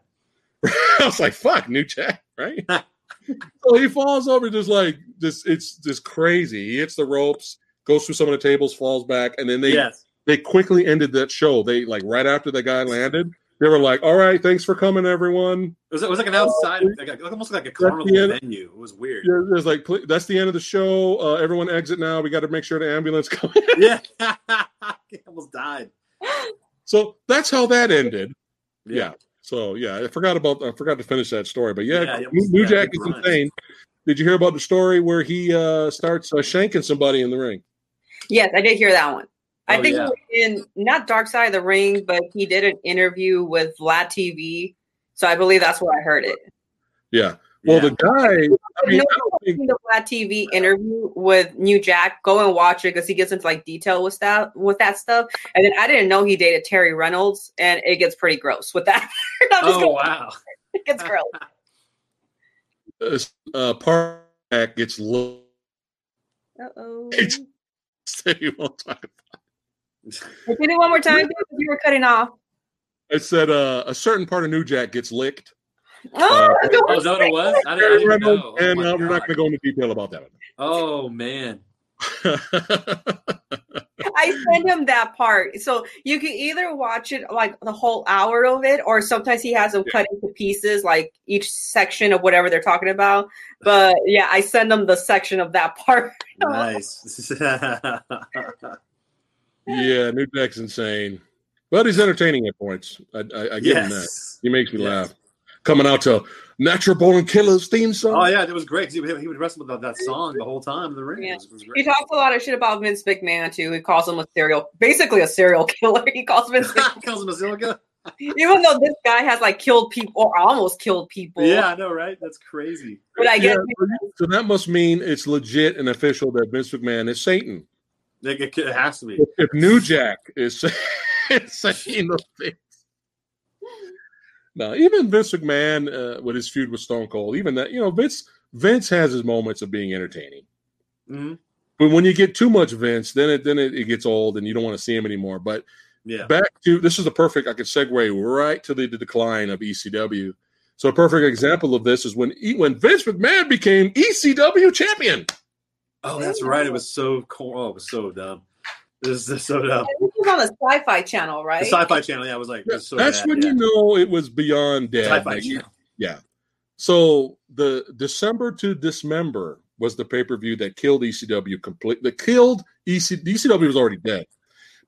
I was like, fuck, new Jack, right? so he falls over, just like this. It's just crazy. He hits the ropes, goes through some of the tables, falls back, and then they
yes.
they quickly ended that show. They like right after the guy landed, they were like, "All right, thanks for coming, everyone."
It was, it was like an
Oh,
outside, like a, almost like a carnival
the end.
venue. It was weird.
Yeah, It was like, "Pl- "That's the end of the show. Uh, everyone exit now. We got to make sure the ambulance comes."
Yeah. He almost died.
so that's how that ended. Yeah. So yeah, I forgot about I forgot to finish that story, but yeah,
Yeah, it
New
was-
New
yeah,
Jack
big
is
run.
insane. Did you hear about the story where he uh, starts uh, shanking somebody in the ring?
Yes, I did hear that one. I
Oh,
think
yeah.
in not Dark Side of the Ring, but he did an interview with Vlad TV. So I believe that's where I heard it.
Yeah. Well,
Yeah.
the guy. I mean,
No,
I don't think.
the Vlad TV interview with New Jack. Go and watch it because he gets into like detail with that with that stuff. And then I didn't know he dated Terry Reynolds, and it gets pretty gross with that. I'm just
Oh
gonna-
wow.
It gets gross.
Uh, uh, Park gets low.
Uh oh.
It's- you won't talk about.
Repeat it one more time. because You were cutting off.
It said uh, a certain part of New Jack gets licked.
Oh,
Uh,
don't-
Oh, is that what it was? I didn't, I
Terry
didn't
Reynolds,
know. Oh,
and
my
uh, we're not going
God.
to go into detail about that.
Oh
One.
man.
I send him that part. So you can either watch it like the whole hour of it, or sometimes he has them cut into pieces, like each section of whatever they're talking about. But yeah, I send them the section of that part.
Nice.
yeah, New Jack's insane, but he's entertaining at points. I, I, I give him that.
yes.
He makes me
Yes.
laugh. Coming out to Natural Born Killers theme song.
Oh yeah, that was great. 'cause He, would- he would wrestle with that song the whole time in the ring. It was- it was
He
great.
talks a lot of shit about Vince McMahon too. He calls him a serial, basically a serial killer. He calls Vince, McMahon,
Calls him a silica.
even though this guy has like killed people or almost killed people.
Yeah, I know, right? That's crazy.
but I
Yeah,
guess
so you- so that must mean it's legit and official that Vince McMahon is Satan.
Like, it, it has to be.
If, if New Jack is Satan, those things. Now, even Vince McMahon uh, with his feud with Stone Cold, even that, you know, Vince Vince has his moments of being entertaining.
hmm
But when you get too much Vince, then it then it, it gets old and you don't want to see him anymore. But
Yeah.
back to this is the perfect I could segue right to the, the decline of ECW. So a perfect example of this is when E- when Vince McMahon became ECW champion.
Oh, that's right. It was so cool. Oh, it was so dumb. This is so dumb.
I think he's on the Sci-Fi Channel,
The
right?
Sci-Fi Channel. Yeah, I was like,
Yeah,
that's so
that's
bad,
when
yeah.
you know it was beyond dead.
Sci-Fi
Like,
Channel.
so the December to Dismember was the pay per view that killed ECW complete. That killed E EC, the ECW was already dead,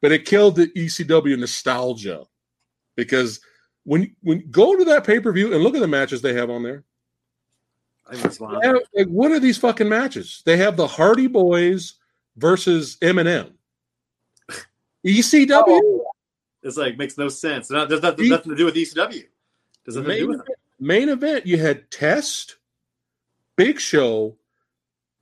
but it killed the ECW nostalgia because when when go to that pay per view and look at the matches they have on there.
I think that's wild.
They have- like, what are these fucking matches? They have the Hardy Boys versus Eminem. E
Oh,
ECW.
It's like makes no sense. No, there's nothing,
E-
nothing to do with ECW. There's nothing to do
main,
with it.
event- main event, you had Test, Big Show,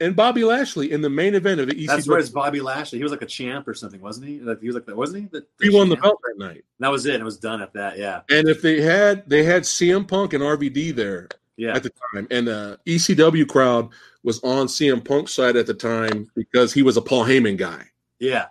and Bobby Lashley in the main event of the E ECW.
That's where it's Bobby Lashley. He was like a champ or something, wasn't he? Like, he was like that, wasn't he? The,
he won the
champ?
belt that night.
That was it. and It was done at that. Yeah,
And if they had they had CM Punk and RVD there
yeah.
at the time, and uh, the ECW crowd was on CM Punk's side at the time because he was a Paul Heyman guy.
Yeah.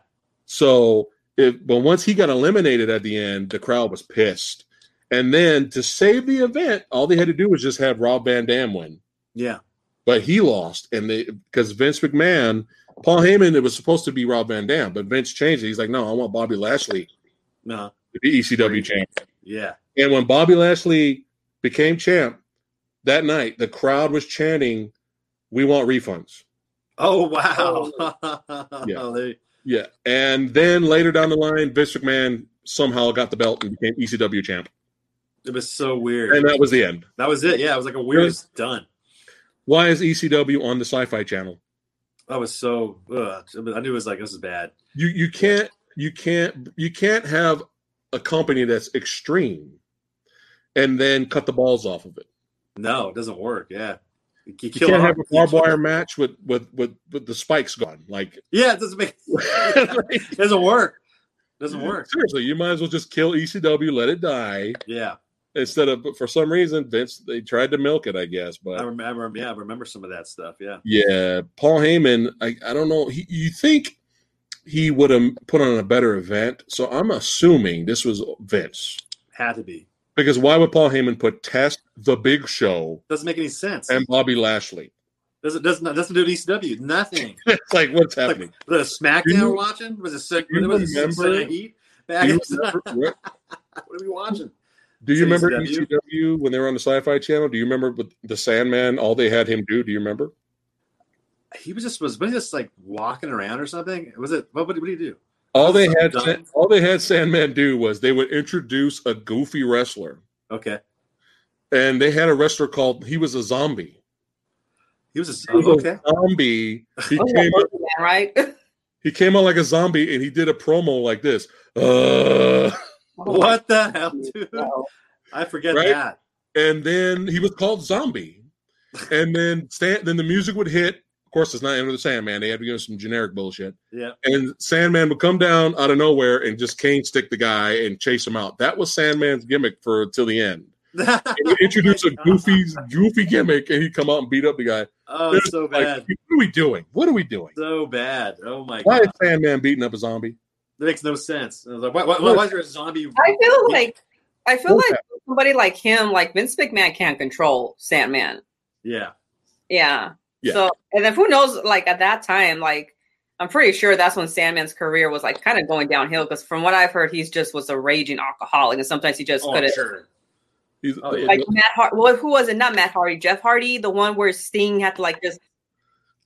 So, if, but once he got eliminated at the end, the crowd was pissed. And then to save the event, all they had to do was just have Rob Van Dam win.
Yeah.
but he lost, and they because Vince McMahon, Paul Heyman, it was supposed to be Rob Van Dam, but Vince changed it. He's like, no, I want Bobby Lashley
No.
to be ECW champ.
Uh-huh. Yeah.
And when Bobby Lashley became champ, that night, the crowd was chanting, "We want refunds."
Oh wow!
Oh. Yeah.
They-
Yeah, and then later down the line, Vince McMahon somehow got the belt and became ECW champ,
it was so weird.
and uh, that was the end.
that was it. Yeah, it was like a weird
Really?
done.
Why is ECW on the Sci-Fi Channel?
That was so. Ugh. I knew it was like this is bad.
You you can't you can't you can't have a company that's extreme, and then cut the balls off of it.
No, it doesn't work. Yeah, you,
You
kill
can't
off-
have a barbed wire match with with with with the spikes gone. Like
Yeah, it doesn't make. it doesn't work. It doesn't work.
Seriously, you might as well just kill ECW, let it die
Yeah,
instead of. But for some reason, Vince they tried to milk it, I guess. But
I remember. Yeah, I remember some of that stuff. Yeah,
Yeah, Paul Heyman. I, I don't know. He, you think he would have put on a better event? So I'm assuming this was Vince
had to be.
because why would Paul Heyman put Test, The Big Show,
Doesn't make any sense.
and Bobby Lashley?
doesn't doesn't doesn't do ECW. Nothing.
It's like what's
It's
happening?
like the SmackDown
Do you-
we're watching was a sick.
do you
was it Six
remember-
Night Heat back
Do you
in
remember, what-
What are we watching?
do you remember
ECW?
ECW when they were on the Sci-Fi Channel? Do you remember with the Sandman? All they had him do? Do you remember?
He was just was, was he just like walking around or something. Was it what? What, what do you do?
All they had,
Done.
Sa- all they had Sandman do was they would introduce a goofy wrestler,
Okay,
and they had a wrestler called he was a zombie.
he was just
He was
okay.
a zombie. He
Okay,
came
look at that, right?
He came out like a zombie and he did a promo like this. Uh,
What the hell, dude?
Wow.
I forget
Right?
that.
and then he was called Zombie. And then Stan, then the music would hit. Of course, it's not Enter the Sandman. They had to give him some generic bullshit.
Yeah.
And Sandman would come down out of nowhere and just cane stick the guy and chase him out. That was Sandman's gimmick for till the end. He
Oh,
would introduce a goofy, goofy gimmick and he'd come out and beat up the guy.
Oh, it's so
Like,
bad.
what are we doing? What are we doing?
So bad. Oh my
Why
god.
is Sandman beating up a zombie?
That makes no sense. I was like, why, why, why, why is there a zombie?
I feel like I feel
Okay.
like somebody like him, like Vince McMahon, can't control Sandman.
Yeah.
Yeah.
Yeah.
So and then who knows? Like at that time, like I'm pretty sure that's when Sandman's career was like kind of going downhill because from what I've heard, he's just was a raging alcoholic, and sometimes he just
Oh, I'm
couldn't.
sure.
He's,
Oh, yeah.
Like Matt Hardy, well, who was it? Not Matt Hardy, Jeff Hardy, the one where Sting had to like just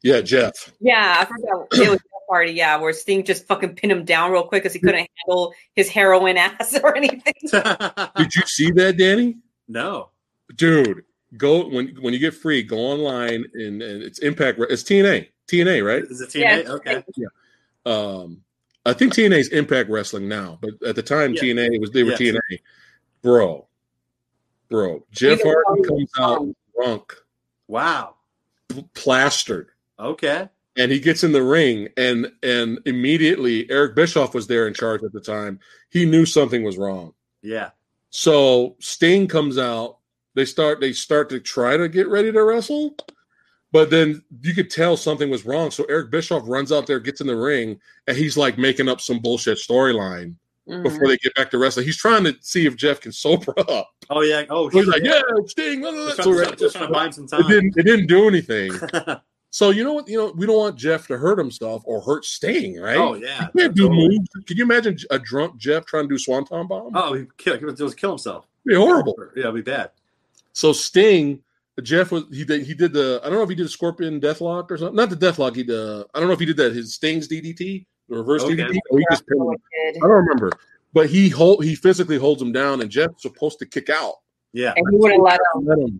yeah, Jeff.
yeah, I forgot it was Jeff Hardy, yeah, where Sting just fucking pinned him down real quick because he couldn't handle his heroin ass or anything.
Did you see that, Danny?
no.
Dude, go when when you get free, go online and, and it's Impact. It's TNA, TNA, right?
Is it
Yeah,
TNA? okay.
Um, I think TNA's Impact Wrestling now, but at the time
Yeah.
TNA it was they were
Yes.
TNA. Bro, bro, Jeff
Either
Hardy
way,
comes out drunk,
Wow.
p- plastered,
Okay.
and he gets in the ring, and and immediately Eric Bischoff was there in charge at the time. He knew something was wrong.
Yeah.
So Sting comes out. They start they start to try to get ready to wrestle, but then you could tell something was wrong. So Eric Bischoff runs out there, gets in the ring, and he's like making up some bullshit storyline
Mhm.
before they get back to wrestling. He's trying to see if Jeff can sober up.
Oh yeah. Oh,
So he's like,
shit.
"Yeah, Sting." blah, blah, blah." So
Just trying,
we're-
to, just trying to buy him some
it
time.
didn't it didn't do anything. So you know what? You know we don't want Jeff to hurt himself or hurt Sting, right?
Oh yeah.
You can't do
Totally.
moves. Can you imagine a drunk Jeff trying to do Swanton Bomb?
Oh, he kill. He would just kill himself.
It'd be horrible.
Yeah, it'd be bad.
So Sting, Jeff was he did he did the I don't know if he did a Scorpion Deathlock or something. Not the Deathlock. He did, I don't know if he did that. His Sting's DDT, the reverse
Okay.
DDT. Or he just pinned him.
Yeah,
I don't remember. But he hold he physically holds him down, and Jeff's supposed to kick out.
Yeah.
and he wouldn't let him.
Let him.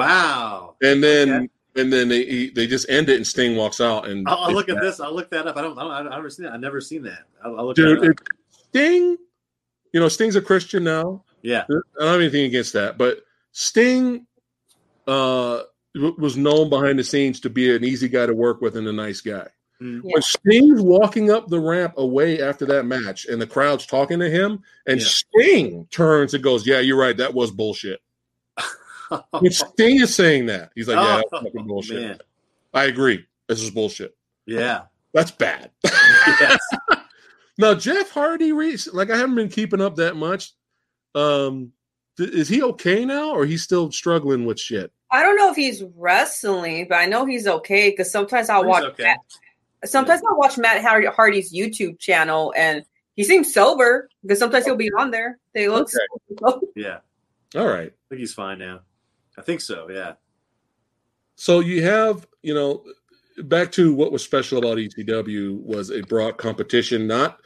Wow.
And then
Okay.
and then they he, they just end it, and Sting walks out. And
I'll, I'll look at this. I'll look that up. I don't. I don't. I've never seen that. I've never seen that. I'll, I'll look
dude.
that up.
It, Sting, you know Sting's a Christian now.
Yeah.
I don't have anything against that, but Sting uh, w- was known behind the scenes to be an easy guy to work with and a nice guy.
Mm.
Yeah.
When Sting's walking up the ramp away after that match, and the crowd's talking to him, and
Yeah.
Sting turns and goes, "Yeah, you're right. That was bullshit." When Sting is saying that, he's like, "Yeah, that was fucking bullshit.
Oh, man.
I agree. This is bullshit.
Yeah.
That's bad."
Yes.
now Jeff Hardy, re- like I haven't been keeping up that much. Um, th- is he okay now, or he's still struggling with shit?
I don't know if he's wrestling, but I know he's okay because sometimes I'll
He's
watch.
okay.
Matt, sometimes I'll watch Matt Har- Hardy's YouTube channel, and he seems sober because sometimes he'll be on there. They look
Okay.
sober.
Yeah. I
All right.
think he's fine now. I think so. Yeah.
So you have, you know, back to what was special about ECW was it brought competition, not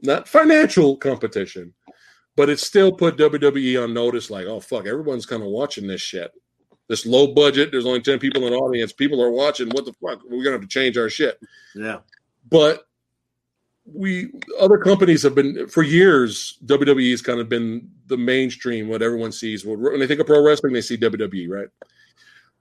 not financial competition, but it still put WWE on notice. Like, oh fuck, everyone's kind of watching this shit. This low budget. There's only ten people in the audience. People are watching. What the fuck? We're gonna have to change our shit.
Yeah.
But we other companies have been for years. WWE's kind of been the mainstream. What everyone sees when they think of pro wrestling, they see WWE, right?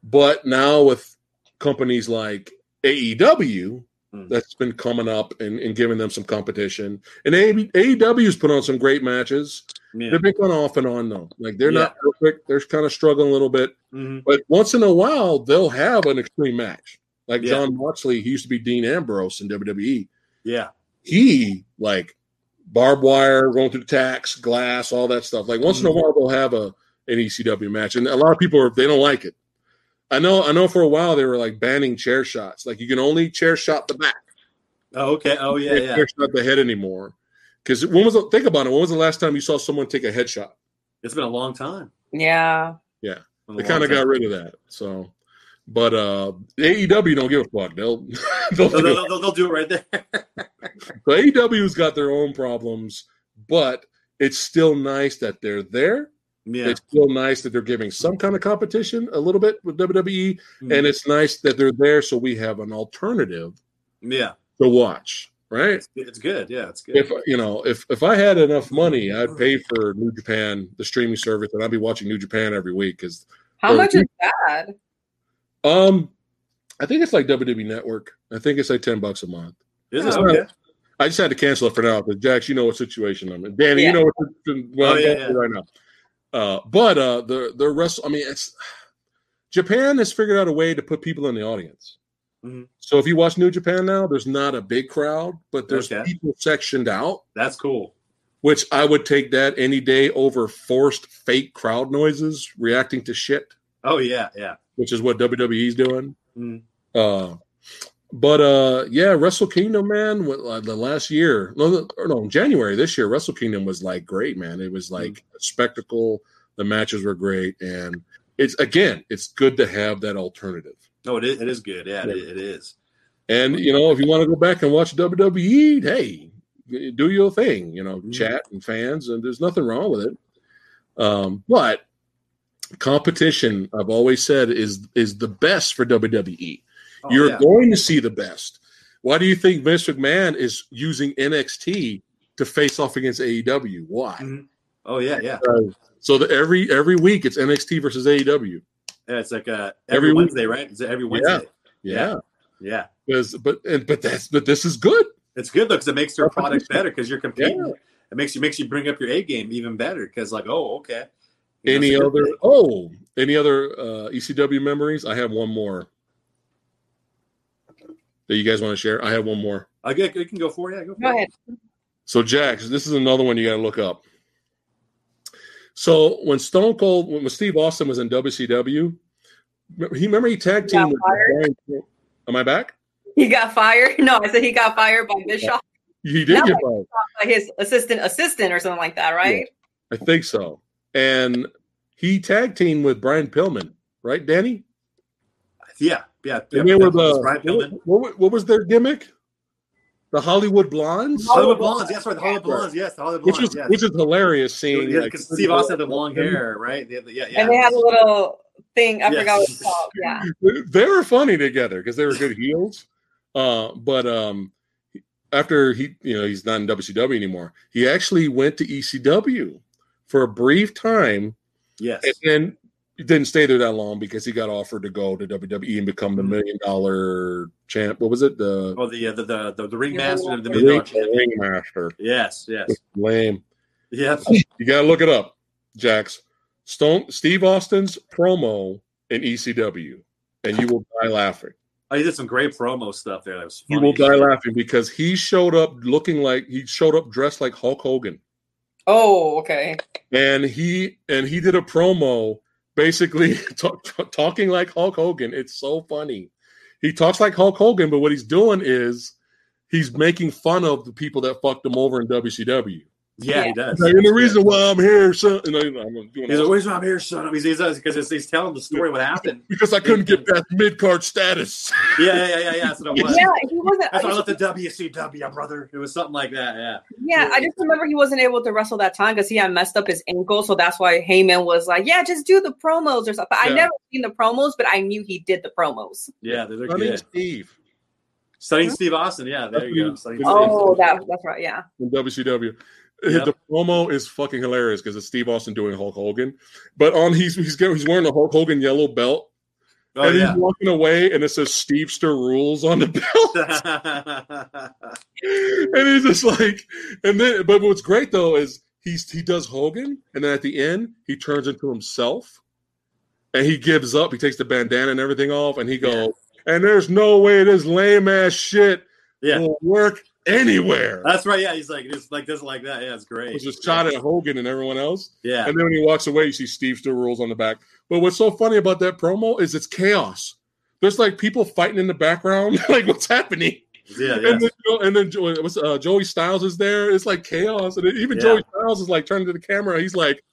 But now with companies like AEW,
Mm.
that's been coming up and, and giving them some competition. And A- AEW's put on some great matches.
Yeah.
They've been going off and on though. Like they're not perfect. They're kind of struggling a little bit.
Mhm.
But once in a while, they'll have an extreme match. Like
Yeah.
John Moxley, he used to be Dean Ambrose in E. WWE.
Yeah.
He like barbed wire, going through tacks, glass, all that stuff. Like once in a
Mm-hmm.
while, they'll have a an ECW match, and a lot of people are they don't like it. I know. I know. For a while, they were like banning chair shots. Like you can only chair shot the back
Oh, okay. Oh, yeah.
can't
Yeah.
chair shot the head anymore. Because when was the, think about it? When was the last time you saw someone take a headshot?
It's been a long time.
Yeah.
Been a
They
long
kind of got
time.
rid of that. So, but uh AEW don't give a fuck. They'll they'll,
They'll,
do it.
they'll- they'll- they'll do it right there.
So AEW's got their own problems, but it's still nice that they're there.
yeah.
It's still nice that they're giving some kind of competition a little bit with WWE, and it's nice that they're there so we have an alternative
yeah.
to watch. Right?
It's good. Yeah. It's good.
if you know if if i had enough money i'd pay for new japan the streaming service and i'd be watching new japan every week because
How
Or-
much is that?
um i think it's like wwe network i think it's like 10 bucks a month
Is
It's
it?
not-
Okay.
i just had to cancel it for now because jax you know what situation i'm in danny
Yeah.
you know what situation- what
Oh,
i'm
yeah,
going through right now uh but uh the the rest i mean it's japan has figured out a way to put people in the audience
Mhm.
so if you watch new japan now there's not a big crowd but there's
Okay.
people sectioned out
That's cool.
which I would take that any day over forced fake crowd noises reacting to shit,
Oh, yeah. Yeah.
which is what WWE's doing.
Mm.
Uh, but uh, yeah, Wrestle Kingdom, man, what, uh, the last year, no, the- or no, in January this year, Wrestle Kingdom was like great, man. It was like a spectacle. The matches were great, and it's again, it's good to have that alternative.
No, it is, it is good. Yeah. It, it is.
And you know, if you want to go back and watch WWE, hey, do your thing. You know, chat and fans, and there's nothing wrong with it. Um, but competition, I've always said, is is the best for E. WWE.
Oh,
You're
yeah.
going to see the best. Why do you think Vince McMahon is using NXT to face off against AEW? Why?
Mhm. Oh, yeah. Yeah.
So that every every week it's NXT versus E AEW.
Yeah, it's like uh,
Every
every,
week.
Wednesday, right? Is it every Wednesday?
Yeah,
Yeah. Yeah.
because but and, but that's but this is good.
It's good though because it makes their product
Competition.
better because you're competing. It makes you makes you bring up your A game even better because like oh okay. You know,
any
it's a
other
good thing.
oh any other uh ecw memories i have one more that you guys want to share i have one more
I get you can go for it. Yeah, go for
Go
it.
ahead.
so jax this is another one you got to look up so when stone cold when steve austin was in wcw remember- he remember he tag
He got
team am i back
He got fired. No, I said he got fired by Bischoff,
he did
No.
get fired.
by his assistant, assistant, or something like that, right?
i think so and he tag teamed with brian pillman right danny
Yeah, yeah. yeah
And they were
That's- that's
the-
Brian Pillman.
what, wa- what was their gimmick? The Hollywood Blondes,
Hollywood Blondes. Yes, right. The Hollywood Blondes. Yes, the Hollywood
which was
Blondes. yes.
which is hilarious seeing.
yeah,
like,
because Steve Austin had the long hair, right? They had the- yeah, yeah.
And they had a little thing. I
Yes.
forgot what it's called. Yeah.
They were funny together because they were good heels. Uh, but um, after he, you know, he's not in WCW anymore. He actually went to ECW for a brief time,
yes.
and then he didn't stay there that long because he got offered to go to WWE and become the million dollar champ. What was it? The,
Oh, the, uh, the the the the ringmaster of the
Oh, the
Million Dollar
ring,
Champion.
ringmaster.
Yes, yes,
Lame.
yes.
You gotta look it up, Jax. Stone Steve Austin's promo in ECW, and you will die laughing.
Oh, he did some great promo stuff there. That was funny.
You will die laughing because he showed up looking like he showed up dressed like Hulk Hogan,
Oh, okay.
and he and he did a promo basically talk, talk- talking like Hulk Hogan. It's so funny. He talks like Hulk Hogan, but what he's doing is he's making fun of the people that fucked him over in WCW.
Yeah, he does.
And the reason why I'm here, son, you know, you know, I'm doing all
He's like,
this
"Where's my beer, son?" He's because he's, he's telling the story what happened.
because I couldn't get past mid card status.
Yeah, yeah, yeah, yeah. yeah, That's what it was.
Yeah, he wasn't.
That's why I left the WCW, brother. It was something like that. Yeah.
Yeah, I just remember he wasn't able to wrestle that time because he had messed up his ankle. So that's why Heyman was like, "Yeah, just do the promos or something." But I
Yeah.
never seen the promos, but I knew he did the promos.
Yeah, they're, they're
I mean,
good.
Steve
Sunny and Steve Austin. Yeah, there you go. Sunny and Steve.
Oh, that, that's right. Yeah.
in WCW.
Yep.
The promo is fucking hilarious because it's Steve Austin doing Hulk Hogan, but on he's he's getting- he's wearing a Hulk Hogan yellow belt,
Oh,
and
yeah.
he's walking away, and it says Stevester rules on the belt. and he's just like, and then, but what's great though is he's he does Hogan, and then at the end he turns into himself, and he gives up. He takes the bandana and everything off, and he goes, and there's no way this lame ass shit
Yeah.
will work anywhere.
That's right. Yeah, he's like just like this, like that. Yeah, it's
It
great.
was just shot at Hogan and everyone else,
Yeah,
and then when he walks away, you see Steve still rules on the back. But what's so funny about that promo is it's chaos. There's like people fighting in the background, like what's happening?
yeah, yeah.
and then, Joe- and then Joey, what's, uh, Joey Styles is there. It's like chaos, and even
Yeah.
Joey Styles is like turning to the camera. He's like,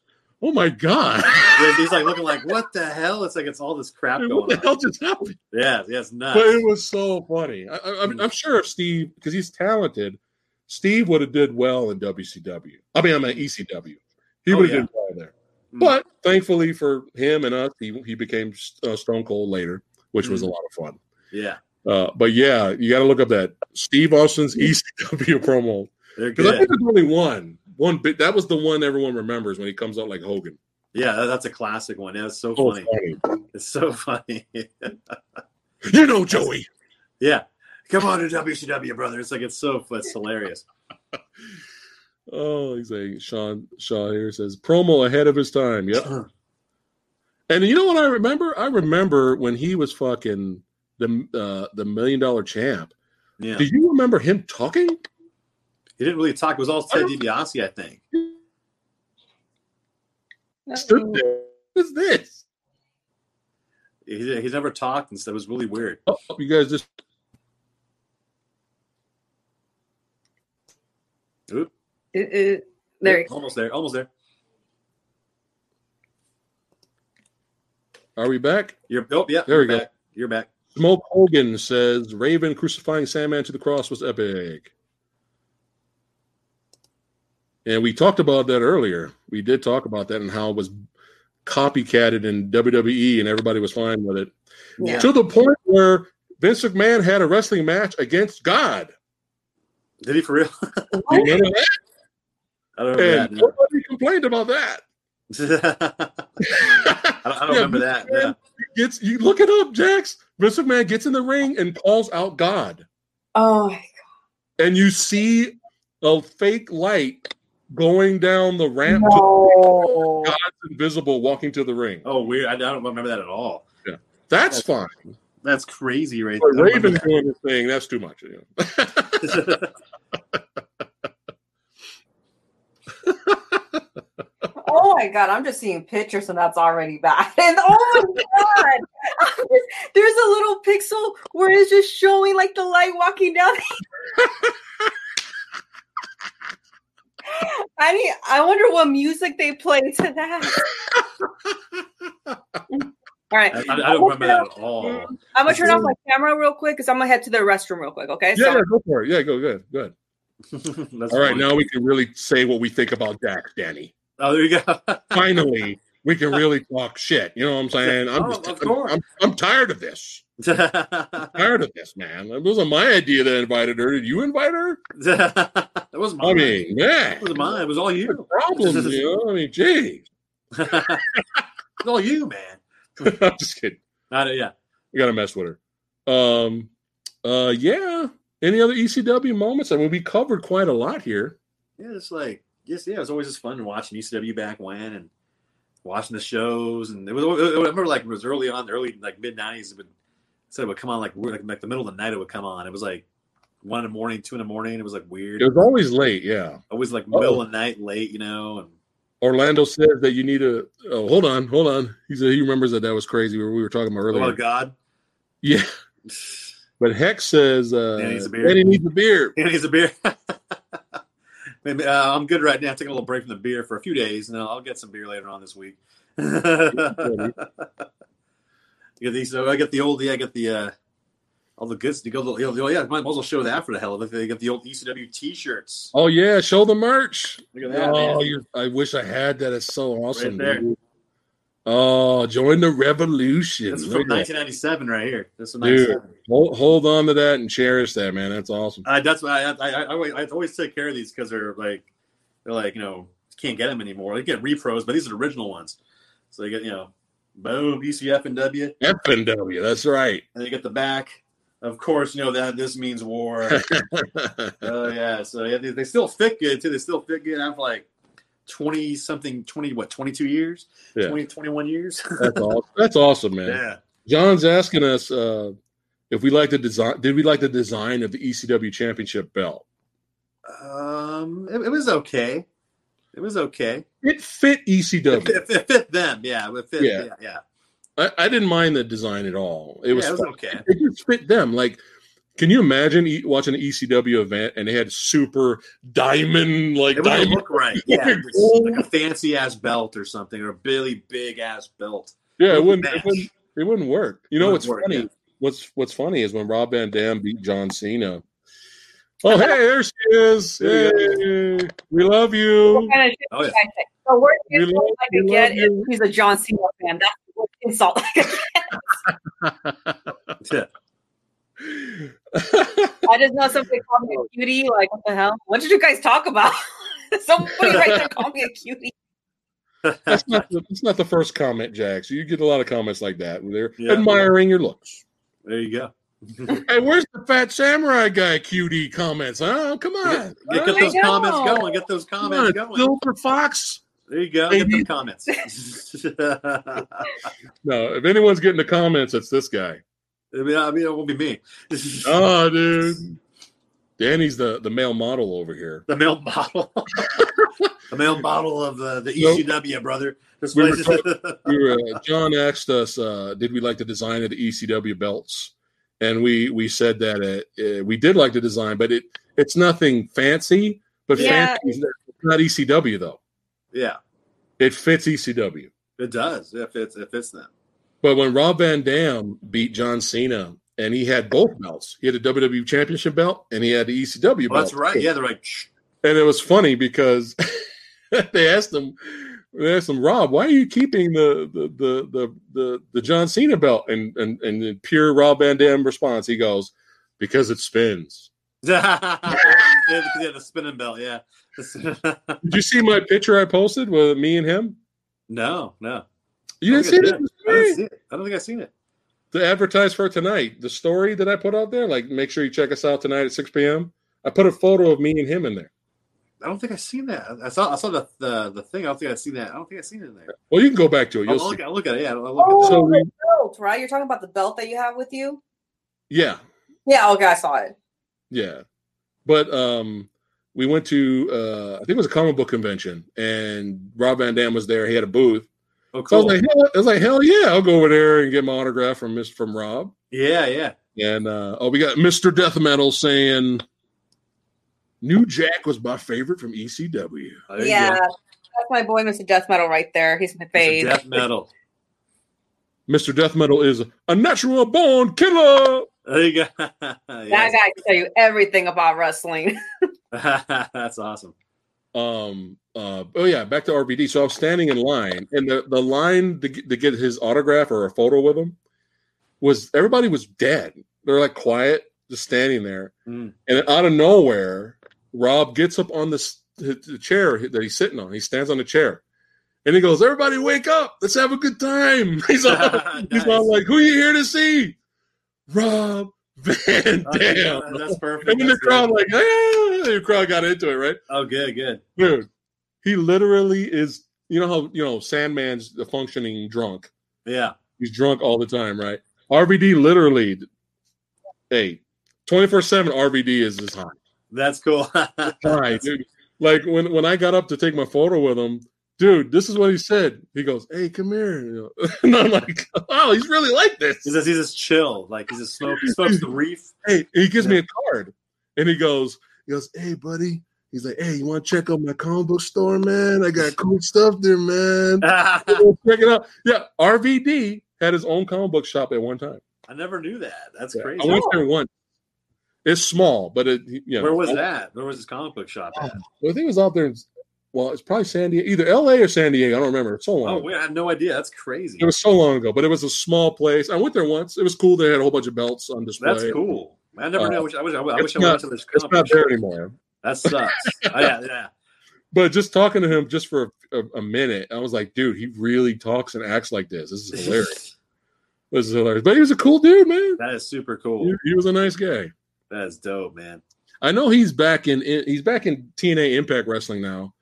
"Oh my god,
He's- He's like looking like, what the hell? It's like it's all this crap
what
going
the
on.
hell just happened?"
Yeah, yeah, it's nuts.
But it was so funny. I, I,
Mm.
I'm, I'm sure if Steve, because he's talented, Steve would have did well in WCW. I mean, I'm at ECW. He
Oh,
would have
yeah.
did well there.
Mm.
But thankfully for him and us, he he became uh, Stone Cold later, which
Mm.
was a lot of fun.
Yeah,
Uh, but yeah, you got to look up that Steve Austin's ECW promo.
they're
Because I
good.
think there's only one. One bit that was the one everyone remembers when he comes out like Hogan.
Yeah, that- that's a classic one. That's so
Oh,
funny.
funny.
It's so funny.
You know, Joey.
yeah, come on to WCW, brother. It's like it's so it's hilarious.
Oh, he's saying Sean Shaw here says promo ahead of his time. Yep. And you know what I remember? I remember when he was fucking the uh, the million dollar champ.
Yeah,
Do you remember him talking?
he didn't really talk. It was all Ted DiBiase, I think.
Stood there. What's this?
He, he's never talked, and so it was really weird.
Oh, you guys just
Oop.
Uh, uh, There. you go.
almost there, almost there.
are we back?
You're oh yeah,
There we
you're
go.
back. You're back.
Smoke Hogan says Raven crucifying Sandman to the cross was epic. And we talked about that earlier. We did talk about that and how it was copycatted in WWE and everybody was fine with it.
Yeah.
To the point where Vince McMahon had a wrestling match against God.
Did he for real?
You remember that?
I don't
And
remember
nobody complained about that.
that. no. I don't, I don't
Yeah,
remember that. Yeah.
He Gets you look it up, Jax. Vince McMahon gets in the ring and calls out God.
Oh,
and you see a fake light going down the ramp to
no.
the invisible walking to the ring.
Oh, weird. I, I don't remember that at all.
That's fine.
That's crazy, right?
But
there.
Raven doing this thing, that's too much. You know.
Oh my god, I'm just seeing pictures and that's already bad. And oh my god, I'm just- there's a little pixel where it's just showing like the light walking down. I need, I wonder what music they play to that. All right, Mm,
I, I don't remember that at all.
I'm gonna turn off my camera real quick because I'm gonna head to the restroom real quick. Okay,
Yeah, yeah, go for it. Yeah, go good, good.
That's
All right,
funny.
now we can really say what we think about Dax, Danny.
Oh, there you go.
Finally, we can really talk shit. You know what I'm saying? I'm
Oh,
just,
of
I'm-
course.
I'm, I'm tired of this. Tired of this, man. It wasn't my idea that invited her. Did you invite her?
that was mine.
I mean, yeah.
it was mine. It was all you.
Problems, you know? I mean,
Hmm.
geez.
it's all you, man.
I'm just kidding.
I don't- yeah.
We gotta mess with her. Um uh yeah. Any other ECW moments? I mean, we covered quite a lot here.
Yeah, it's like yes, yeah. It was always just fun watching ECW back when and watching the shows, and it was. I remember like it was early on, early like mid nineties. It would said it would come on like weird, like, like the middle of the night. It would come on. It was like one in the morning, two in the morning. It was like weird.
It was always late, yeah.
always like middle of the night, late, you know. And
Orlando says that you need to oh hold on, hold on. He said he remembers that that was crazy we were talking about earlier.
oh God,
yeah. But Hex says uh
Danny needs a beer.
Danny needs a beer.
he needs a beer. Maybe, uh, I'm good right now. Taking a little break from the beer for a few days, and I'll get some beer later on this week. you get these. So I get the old. Yeah, I get the uh, all the goods. You go. You know, yeah, might as well show that for the hell of it. They got the old ECW T-shirts.
Oh yeah, show the merch.
Look at that,
oh,
man.
you I wish I had that. It's so awesome.
there.
dude. Oh, join the revolution.
This is
Look
from
at that.
1997, right here. This is
Dude.
97.
Hold, hold on to that and cherish that, man. That's awesome.
I, Uh, that's why I, I, I, I always- I always take care of these because they're like they're like you know can't get them anymore. They get repros, but these are the original ones. So they get you know boom ECF and W,
F and W. That's right.
and they get the back. Of course, you know that this means war. Oh yeah, so yeah, they, they still fit good too. They still fit good. I've like twenty something, twenty what, twenty two years,
Yeah.
twenty twenty one 20, 21 years.
That's awesome. That's awesome, man.
yeah,
John's asking us uh, if we like the design. Did we like the design of the ECW Championship belt?
um, it, it was okay. It was okay.
It fit E
It,
ECW.
fit- it fit them, yeah. It fit,
Yeah.
yeah, yeah.
I, I didn't mind the design at all. It was,
yeah, it was
fun.
okay.
it just fit them. Like, can you imagine e- watching an ECW event and they had super diamond like
It wouldn't
diamond?
look right. Yeah,
Yeah,
it's
gold.
like a fancy ass belt or something, or a really big ass belt.
Yeah, it
wouldn't
wouldn't. It
match.
wouldn't, it wouldn't work. You know
Wouldn't
what's
work,
funny?
yeah.
What's What's funny is when Rob Van Dam beat John Cena. Oh, hey, there she is.
There
Hey, we love you.
What kind of shit
Oh yeah,
can I say? The worst
We
insult
love-
I could
we
get
love
is
you.
he's a John Cena fan. That's the worst insult. I just know somebody called
Oh.
me a cutie. Like, what the hell? What did you guys talk about? somebody right there called me a cutie.
that's not the, that's not the first comment, Jax. You get a lot of comments like that. where They're
Yeah.
admiring your looks.
there you go.
Hey, where's the fat samurai guy? QD comments, huh? Come on,
Get,
huh?
get those
I know.
comments going. Get those
Come
comments
on,
going.
Silver Fox.
There you go. Get them comments.
No, if anyone's getting the comments, it's this guy.
I mean, I mean, it won't be me.
Oh, dude. Danny's the, the male model over here.
the male model, the male model of uh, the
Nope.
ECW, brother. This
We were
place-
We were, uh, John asked us, uh, did we like the design of the ECW belts? And we we said that uh, uh, we did like the design, but it it's nothing fancy. But
Yeah.
fancy is not ECW though.
yeah,
It fits ECW.
it does. If it's if it's them,
But when Rob Van Dam beat John Cena, and he had both belts, he had the WWE Championship belt and he had the ECW
well,
belt.
that's right. Yeah, they're like, "Shh,
And it was funny because they asked him, they asked him, Rob, why are you keeping the the the the the, the John Cena belt? And and and the pure Rob Van Dam response, he goes, because it spins.
yeah, yeah, the spinning belt. Yeah,
Did you see my picture I posted with me and him?
no, no,
You
I
didn't
think
see
I
this?
did. I didn't see it. I don't think I've seen it.
To advertise for tonight, the story that I put out there, like make sure you check us out tonight at 6 p.m. I put a photo of me and him in there.
I don't think I've seen that. I saw I saw the the, the thing. I don't think I've seen that. I don't think I've seen it in there.
Well, you can go back to it.
I'll,
You'll
I'll
see.
look, I'll look at it. Yeah, I'll look
Oh,
at it.
So we-
the belt, right? You're talking about the belt that you have with you?
Yeah,
Yeah, okay, I saw it.
yeah. But um, we went to uh, I think it was a comic book convention, and Rob Van Dam was there. He had a booth,
Oh,
so
cool.
I was like, hell, I was like, hell yeah, I'll go over there and get my autograph from Miss from Rob.
yeah, yeah.
And uh, oh, we got Mister Death Metal saying, "New Jack was my favorite from E ECW."
There you
yeah.
go.
That's my boy, Mr. Death Metal, right there. He's my
It's
fave.
a death metal.
Mister Death Metal is a natural born killer.
There you go.
That
Yes.
guy can tell you everything about wrestling.
That's awesome.
um uh oh yeah back to rbd so i was standing in line and the the line to, get- to get his autograph or a photo with him was everybody was dead they're like quiet just standing there
Mm.
and out of nowhere rob gets up on this the chair that he's sitting on he stands on the chair and he goes everybody wake up let's have a good time he's all, he's all
Nice.
like who you here to see rob van
Oh,
dam
yeah, That's perfect.
and then the
That's
crowd
good.
like yeah the crowd got into it right
Oh, good, good.
dude he literally is you know how you know sandman's the functioning drunk
Yeah.
he's drunk all the time right rbd literally hey 24-7 rbd is this high
That's cool.
high dude like when, when i got up to take my photo with him dude this is what he said he goes hey come here you know? and i'm like wow he's really like this
He's just, he's just chill. Like he's just smoke, smokes the reef.
hey he gives me a card and he goes he goes hey buddy He's like, hey, you want to check out my comic book store, man? I got cool stuff there, man. check it out. Yeah, RVD had his own comic book shop at one time.
I never knew that. That's
Yeah,
crazy.
I went there once. It's small, but it you know,
Where was
I-
that? Where was his comic book shop at?
I think it was out there. in- Well, it's probably San Diego, either L.A. or San Diego. I don't remember. It's so long.
Oh,
ago.
wait, I had no idea. That's crazy.
It was so long ago, but it was a small place. I went there once. It was cool. They had a whole bunch of belts on display.
That's cool. I never
Uh,
knew. I wish I, wish, I
it's
wish I
not-
went to this
It's
comic
not
book
there
shop.
anymore.
That sucks. oh, yeah, yeah.
But just talking to him just for a, a, a minute, I was like, dude, he really talks and acts like this. This is hilarious. this is hilarious. But he was a cool dude, man.
that is super cool.
He, he was a nice guy.
That is dope, man.
I know he's back in, in he's back in TNA Impact Wrestling now,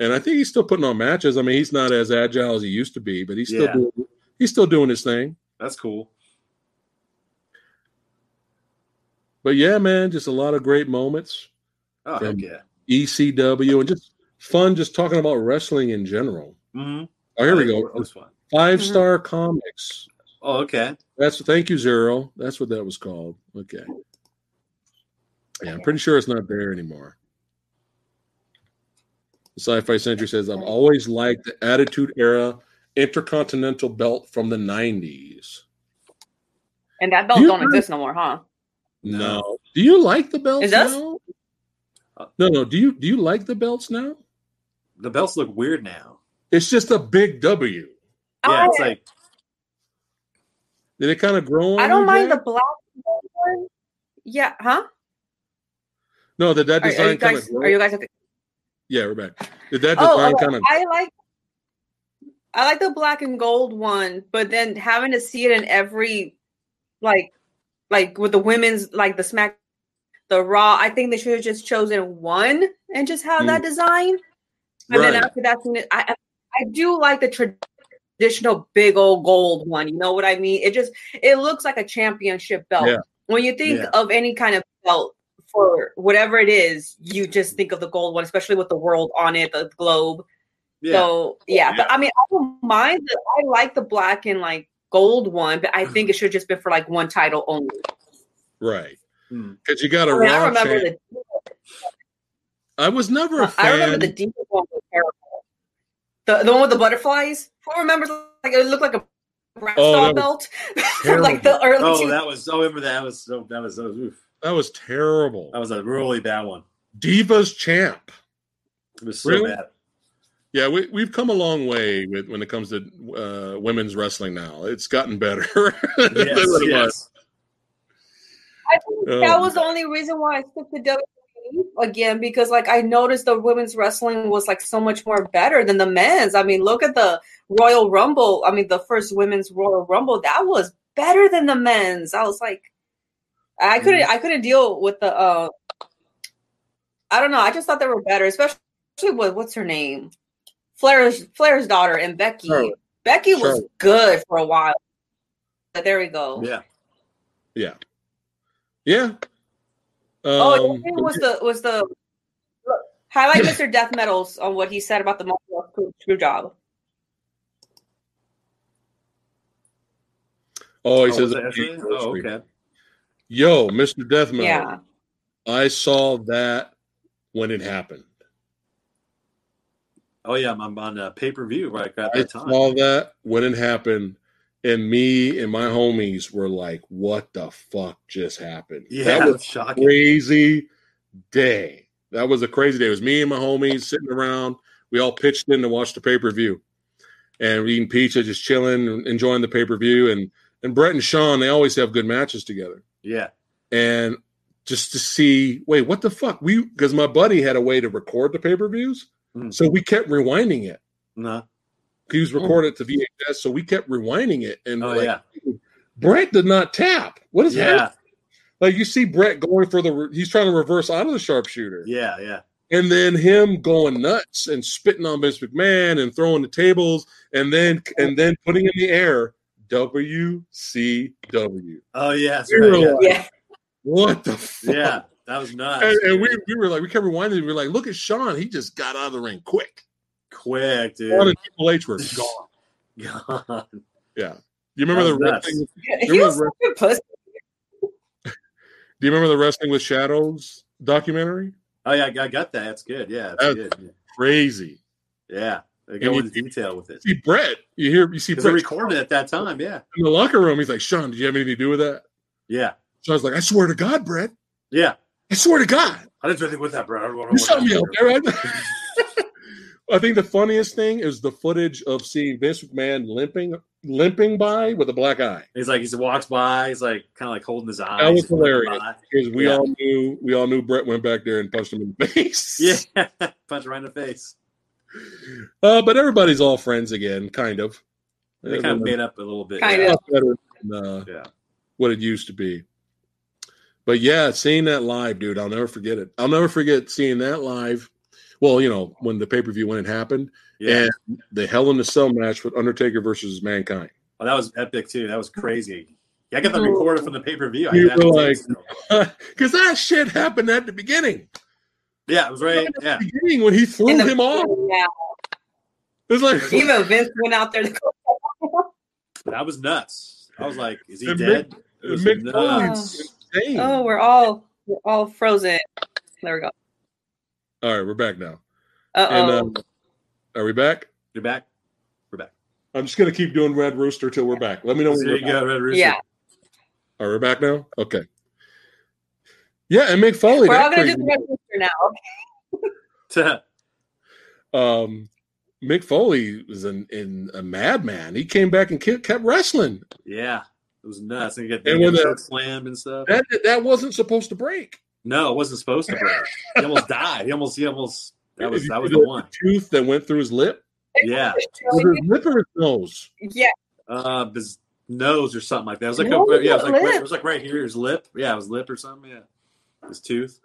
and I think he's still putting on matches. I mean, he's not as agile as he used to be, but he's still
Yeah.
doing, he's still doing his thing.
That's cool.
But yeah, man, just a lot of great moments.
Oh,
From-
heck yeah.
ECW and just fun, just talking about wrestling in general.
Mm-hmm.
Oh, here we
That
go.
was fun.
Five Star Comics.
Oh, okay.
That's thank you, Zero. That's what that was called. Okay. Yeah, I'm pretty sure it's not there anymore. Sci-Fi Century says I've always liked the Attitude Era Intercontinental Belt from the '90s.
And that belt
You
don't
heard-
exist no more, huh?
No,
No.
do you like the belts
It does?
now? No, no. Do you do you like the belts now?
The belts look weird now.
It's just a big W.
Yeah,
I,
it's like
Did it kind of grow on
I don't
you,
mind
Jack?
the black one. Yeah, huh?
No, did that
Are, are
design
you
kind
guys?
of
Are you guys? Okay?
Yeah, we're back. Did that
Oh,
design
oh,
kind of
I like. I like the black and gold one, but then having to see it in every, like, like with the women's, like the smack, the raw. I think they should have just chosen one and just have that design.
Mm.
And
Right.
then after that, I I I do like the tra- traditional big old gold one. You know what I mean? It just it looks like a championship belt.
Yeah.
When you think
Yeah.
of any kind of belt for whatever it is, you just think of the gold one, especially with the world on it, the globe.
yeah.
So yeah. but I mean, I don't mind. The, I like the black and like gold one, but
Mm-hmm.
I think it should have just been for like one title only.
right?
Hmm.
Because you got a
I, mean, oh. I
raw
remember
champ.
the
I was never a fan.
I remember the deep one was terrible. The the one with the butterflies. Who remembers? Like it looked like a rap
Oh,
star
that
belt from like the early.
Oh,
two-
that was. Oh, remember that was. so that was. That was, oof.
that was terrible.
that was a really bad one.
Divas champ.
It was so
Really?
bad.
Yeah, we, we've come a long way with when it comes to uh, women's wrestling now. It's gotten better. than what
Yes,
it was.
yes.
I think
Oh.
that was the only reason why I skipped the WWE E again because like I noticed the women's wrestling was like so much more better than the men's. I mean, look at the Royal Rumble. I mean, the first women's Royal Rumble that was better than the men's. I was like, I couldn't, I couldn't deal with the. uh I don't know. I just thought they were better, especially with what's her name, Flair's Flair's daughter and Becky.
Charlotte.
Becky was
Charlotte.
good for a while. But there we go.
Yeah.
Yeah. Um,
Oh, it was the was the highlight Mr. Death Metals on what he said about the Montreal screw, screw job.
oh, he
Oh,
says,
was it actually? Oh, okay.
"Yo, Mr. Deathmetal,
Yeah,
I saw that when it happened.
Oh, yeah. I'm on uh, pay per view right at
I
that time.
saw that when it happened, and me and my homies were like, "What the fuck just happened?"
Yeah,
that
that
was
was shocking.
crazy day. That was a crazy day. It was me and my homies sitting around. We all pitched in to watch the pay per view, and we eating pizza, just chilling, enjoying the pay per view. And and Brett and Sean, they always have good matches together
Yeah.
and just to see wait what the fuck we because my buddy had a way to record the pay-per-views
Mm.
so we kept rewinding it
No.
he was recorded to vhs so we kept rewinding it and
Oh,
we're like,
yeah.
brett did not tap what is
Yeah.
happening like you see brett going for the re- he's trying to reverse out of the sharpshooter
Yeah. Yeah.
and then him going nuts and spitting on vince mcmahon and throwing the tables and then and then putting in the air wcw
Oh, yeah. that's
We were
right, yeah.
like,
yeah.
what the fuck?
Yeah. That was nuts.
and, and we, we were like, we kept rewinding. We were like, look at Sean. He just got out of the ring quick.
Quick,
Sean
dude. Oh,
and Triple H were gone.
God.
Do you remember
That
the
was nuts.
wrestling?
He was such a pussy.
Do you remember the wrestling with shadows documentary?
Oh yeah, I got- I got that. That's good. Yeah, that's
That's-
good.
Crazy.
Yeah, they
And
go
you-
into detail with it
See Brett. You hear you see
because they
Brett
recorded it at that time. Yeah,
in the locker room. He's like, Sean, did you have anything to do with that?
yeah,
Sean's like, I swear to God, Brett.
yeah.
I swear to God.
I didn't do anything with that, bro. I don't know
You
what
saw me out
happened.
there. Right? I think the funniest thing is the footage of seeing Vince McMahon limping limping by with a black eye.
He's like, he walks by. He's like, kind of like holding his eyes.
was
He's walking
hilarious.
by.
Because we
Yeah.
all knew we all knew Brett went back there and punched him in the face.
Yeah, punch him right in the face.
Uh, but everybody's all friends again, kind of.
They kind of made up a little bit.
Kind
yeah.
lot better than uh,
Yeah.
what it used to be. But yeah, seeing that live, dude, I'll never forget it. I'll never forget seeing that live. Well, you know, when the pay per view when it happened,
Yeah.
and the Hell in a Cell match with Undertaker versus Mankind.
Oh, that was epic too. That was crazy. Yeah, I got the
Ooh.
recorder from the pay per view.
You were Because that shit happened at the beginning.
yeah, it was right. Yeah,
Beginning when he threw
In the-
him off.
Yeah.
It's like
Even Vince went out there.
that was nuts. I was like, is he
And
dead? it was
Mick Foley
nuts.
is insane.
Oh, we're all we're all frozen. There we go.
All right, we're back now.
Uh
And
oh.
um, are we back?
You're back.
I'm just gonna keep doing Red Rooster till we're back. Let me know when
There
we're
you
back.
go, Red Rooster.
yeah,
Are we back now? Okay. Yeah, and Mick Foley.
we're
that
all gonna do
crazy-
the red rooster now.
um, Mick Foley was an, in a madman. He came back and kept, kept wrestling.
yeah, it was nuts. And you got
And
the
when the-
shirt slammed and stuff.
That that wasn't supposed to break.
No, it wasn't supposed to. Be. He almost died. He almost. He almost. That was.
If you
That was
see
the one.
tooth that went through his lip.
Yeah.
Oh,
Was his lip or his nose?
Yeah,
Uh, his nose or something like that. It was like.
No,
a, yeah, it was like. Right,
lip.
it was like right here. His lip. Yeah, it was lip or something. Yeah, his tooth.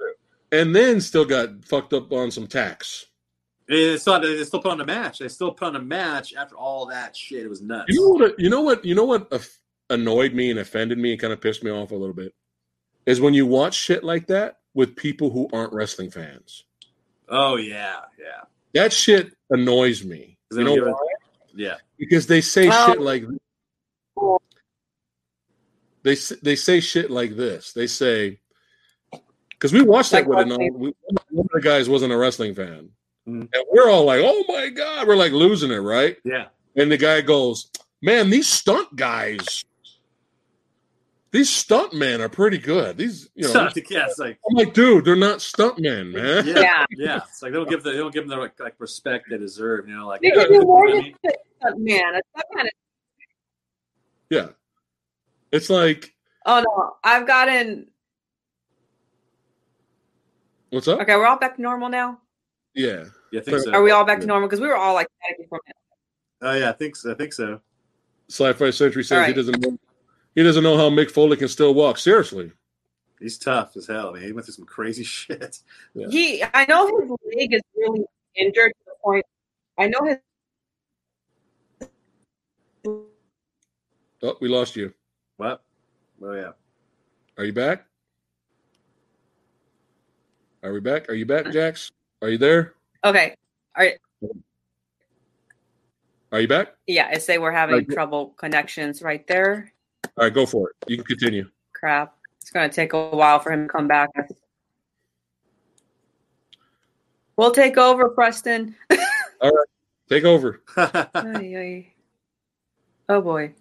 And then still got fucked up on some tax.
It's not. They still put on a match. They still put on a match after all that shit. It was nuts.
You know what? You know what? You know what? aff- Annoyed me and offended me and kind of pissed me off a little bit is when you watch shit like that with people who aren't wrestling fans.
Oh yeah, yeah,
That shit annoys me.
Is it
You know
okay?
why?
yeah.
Because they say
Oh.
shit like they s- they say shit like this. They say because we watched that
Like
with an,
what?
we- one of the guys wasn't a wrestling fan,
Mhm.
and we're all like, "Oh my god," we're like losing it, right?
Yeah.
And the guy goes, "Man, these stunt guys, these stunt men are pretty good. These, you know."
Stuff to yeah, it's like
I'm like, dude, they're not stuntmen, man.
yeah, yeah.
Yeah.
It's like they don't give the they don't give them the like, like respect they deserve. You know, like
they
you
could do
know
more
what I
than
mean?
a stunt man. A stunt man. is-
Yeah. It's like,
Oh no, I've gotten.
what's up?
Okay, we're all back to normal now.
Yeah.
yeah, I think so.
Are we all back to
Yeah.
normal? Because we were all like static before.
Oh yeah, I think so. I think so.
Sci-Fi Century says
All
he
right.
doesn't know, he doesn't know how Mick Foley can still walk. Seriously,
He's tough as hell. Man, he went through some crazy shit.
Yeah.
He, I know his leg is really injured to the point. I know his.
oh, we lost you.
What? Oh yeah.
Are you back? Are we back? Are you back, Jax? Are you there?
Okay,
Are you back?
yeah, I say we're having
Like-
trouble connections right there.
All right, go for it. You can continue.
Crap, it's gonna take a while for him to come back. We'll take over, Preston.
Take over.
the
Ay, ay. Oh boy,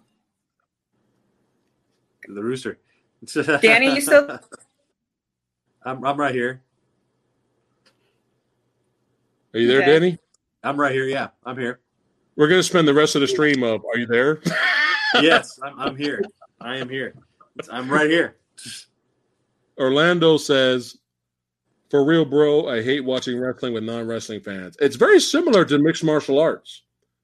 rooster.
Danny, you still-
I'm I'm right here.
Are you there,
Okay.
Danny?
I'm right here. Yeah, I'm here.
We're gonna spend the rest of the stream of Are you there?
Yes, I'm, I'm here. I am here. I'm right here.
Orlando says, "For real, bro, I hate watching wrestling with non-wrestling fans. It's very similar to mixed martial arts."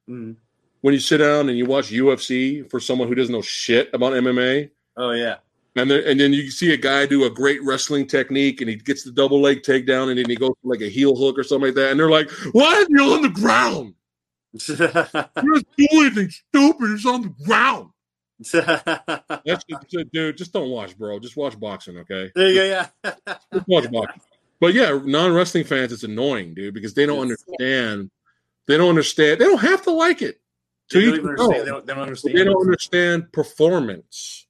Mhm.
when you sit down and you watch UFC for someone who doesn't know shit about MMA,
Oh yeah.
and then and then you see a guy do a great wrestling technique and he gets the double leg takedown and then he goes for like a heel hook or something like that, and they're like, "Why is he on the ground? He doesn't do anything stupid. He's on the ground." That's just, dude. Just don't watch, bro. Just watch boxing, okay?
there you go. Yeah.
Just watch boxing. But yeah, non wrestling fans, it's annoying, dude, because they don't
Yes.
understand. They don't understand. They don't have to like it. So
They don't
you
even
can know.
understand. They don't, they don't understand.
they don't understand performance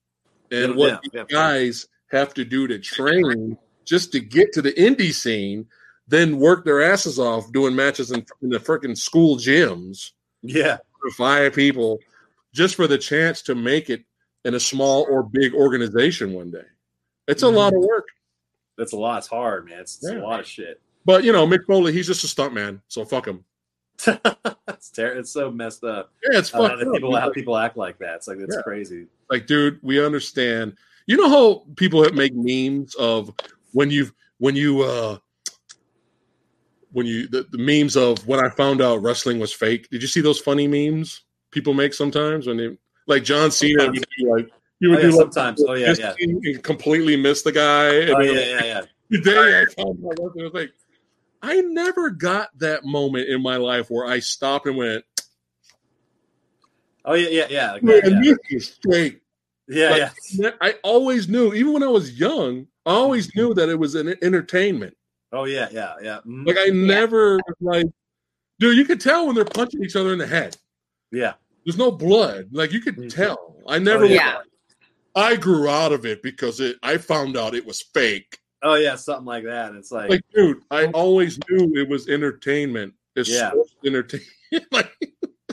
and
Yeah,
what
yeah,
these guys have to do to train just to get to the indie scene then work their asses off doing matches in, in the freaking school gyms
Yeah.
for five people just for the chance to make it in a small or big organization one day. It's a
Mhm.
lot of work.
That's a lot. It's hard, man. It's, it's
Yeah.
a lot of shit.
But you know, Mick Foley, he's just a stuntman, so fuck him.
it's ter- It's so messed up.
Yeah, it's
I don't know
fucked
that
up.
Oh, people how people act like that. It's like it's
Yeah.
crazy.
like dude we understand you know how people that make memes of when you've when you uh when you the, the memes of when i found out wrestling was fake did you see those funny memes people make sometimes when they like john cena would do like you
Oh,
would
yeah,
do like
sometimes. Oh yeah,
this
yeah.
thing and completely miss the guy and
Oh
then,
yeah,
like,
yeah, yeah.
today I found out wrestling was fake. i never got that moment in my life where i stopped and went
Oh yeah, yeah, yeah. Like
man
that, yeah.
this is fake
Yeah,
Like,
yeah.
that- I always knew, even when I was young, I always knew that it was an entertainment.
Oh yeah, yeah, yeah. Mhm.
Like I never was like, dude, you could tell when they're punching each other in the head.
Yeah.
There's no blood. Like you could
Mhm.
tell. I never.
Oh,
was-
yeah.
I grew out of it because it. I found out it was fake.
Oh yeah, something like that. It's like, oh.
Like, dude, I always knew it was entertainment. It's
Yeah.
entertainment. like,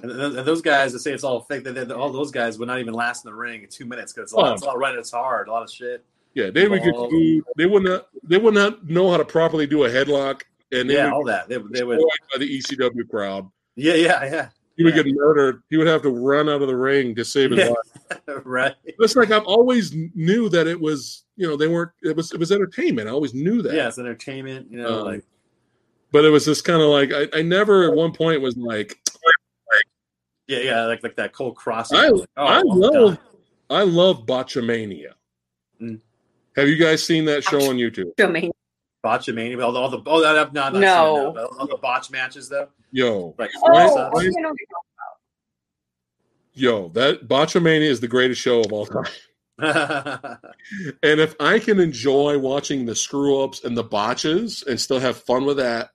and, th- and those guys that say it's all fake. They, they, all those guys would not even last in the ring in two minutes because it's, a lot-
Oh.
it's all right. It's hard. A lot of shit.
yeah, they would get
Ball.
food. They would not. They would not know how to properly do a headlock, and they
Yeah,
would
all that. They, would-
be
they would.
destroyed by the ECW crowd.
Yeah, yeah,
he would
Yeah.
get murdered. He would have to run out of the ring to save his
Yeah.
life.
yeah. right.
It's like I've always knew that it was, you know, they weren't. It was it was entertainment. I always knew that.
Yeah, it's entertainment. You know,
Um,
like
But it was just kind of like I, I never at one point was like
yeah, yeah, like like that Cole Cross.
I-
oh,
I
well
love-
done.
I love botchamania.
Mm.
Have you guys seen that show on YouTube?
Domain.
Botchamania. but All the, all the oh, that I've not, not
No.
seen it, but all the botch matches though.
Yo,
Like
Oh,
Francis-
you know,
yo, that botchamania is the greatest show of all time. And if I can enjoy watching the screw ups and the botches and still have fun with that,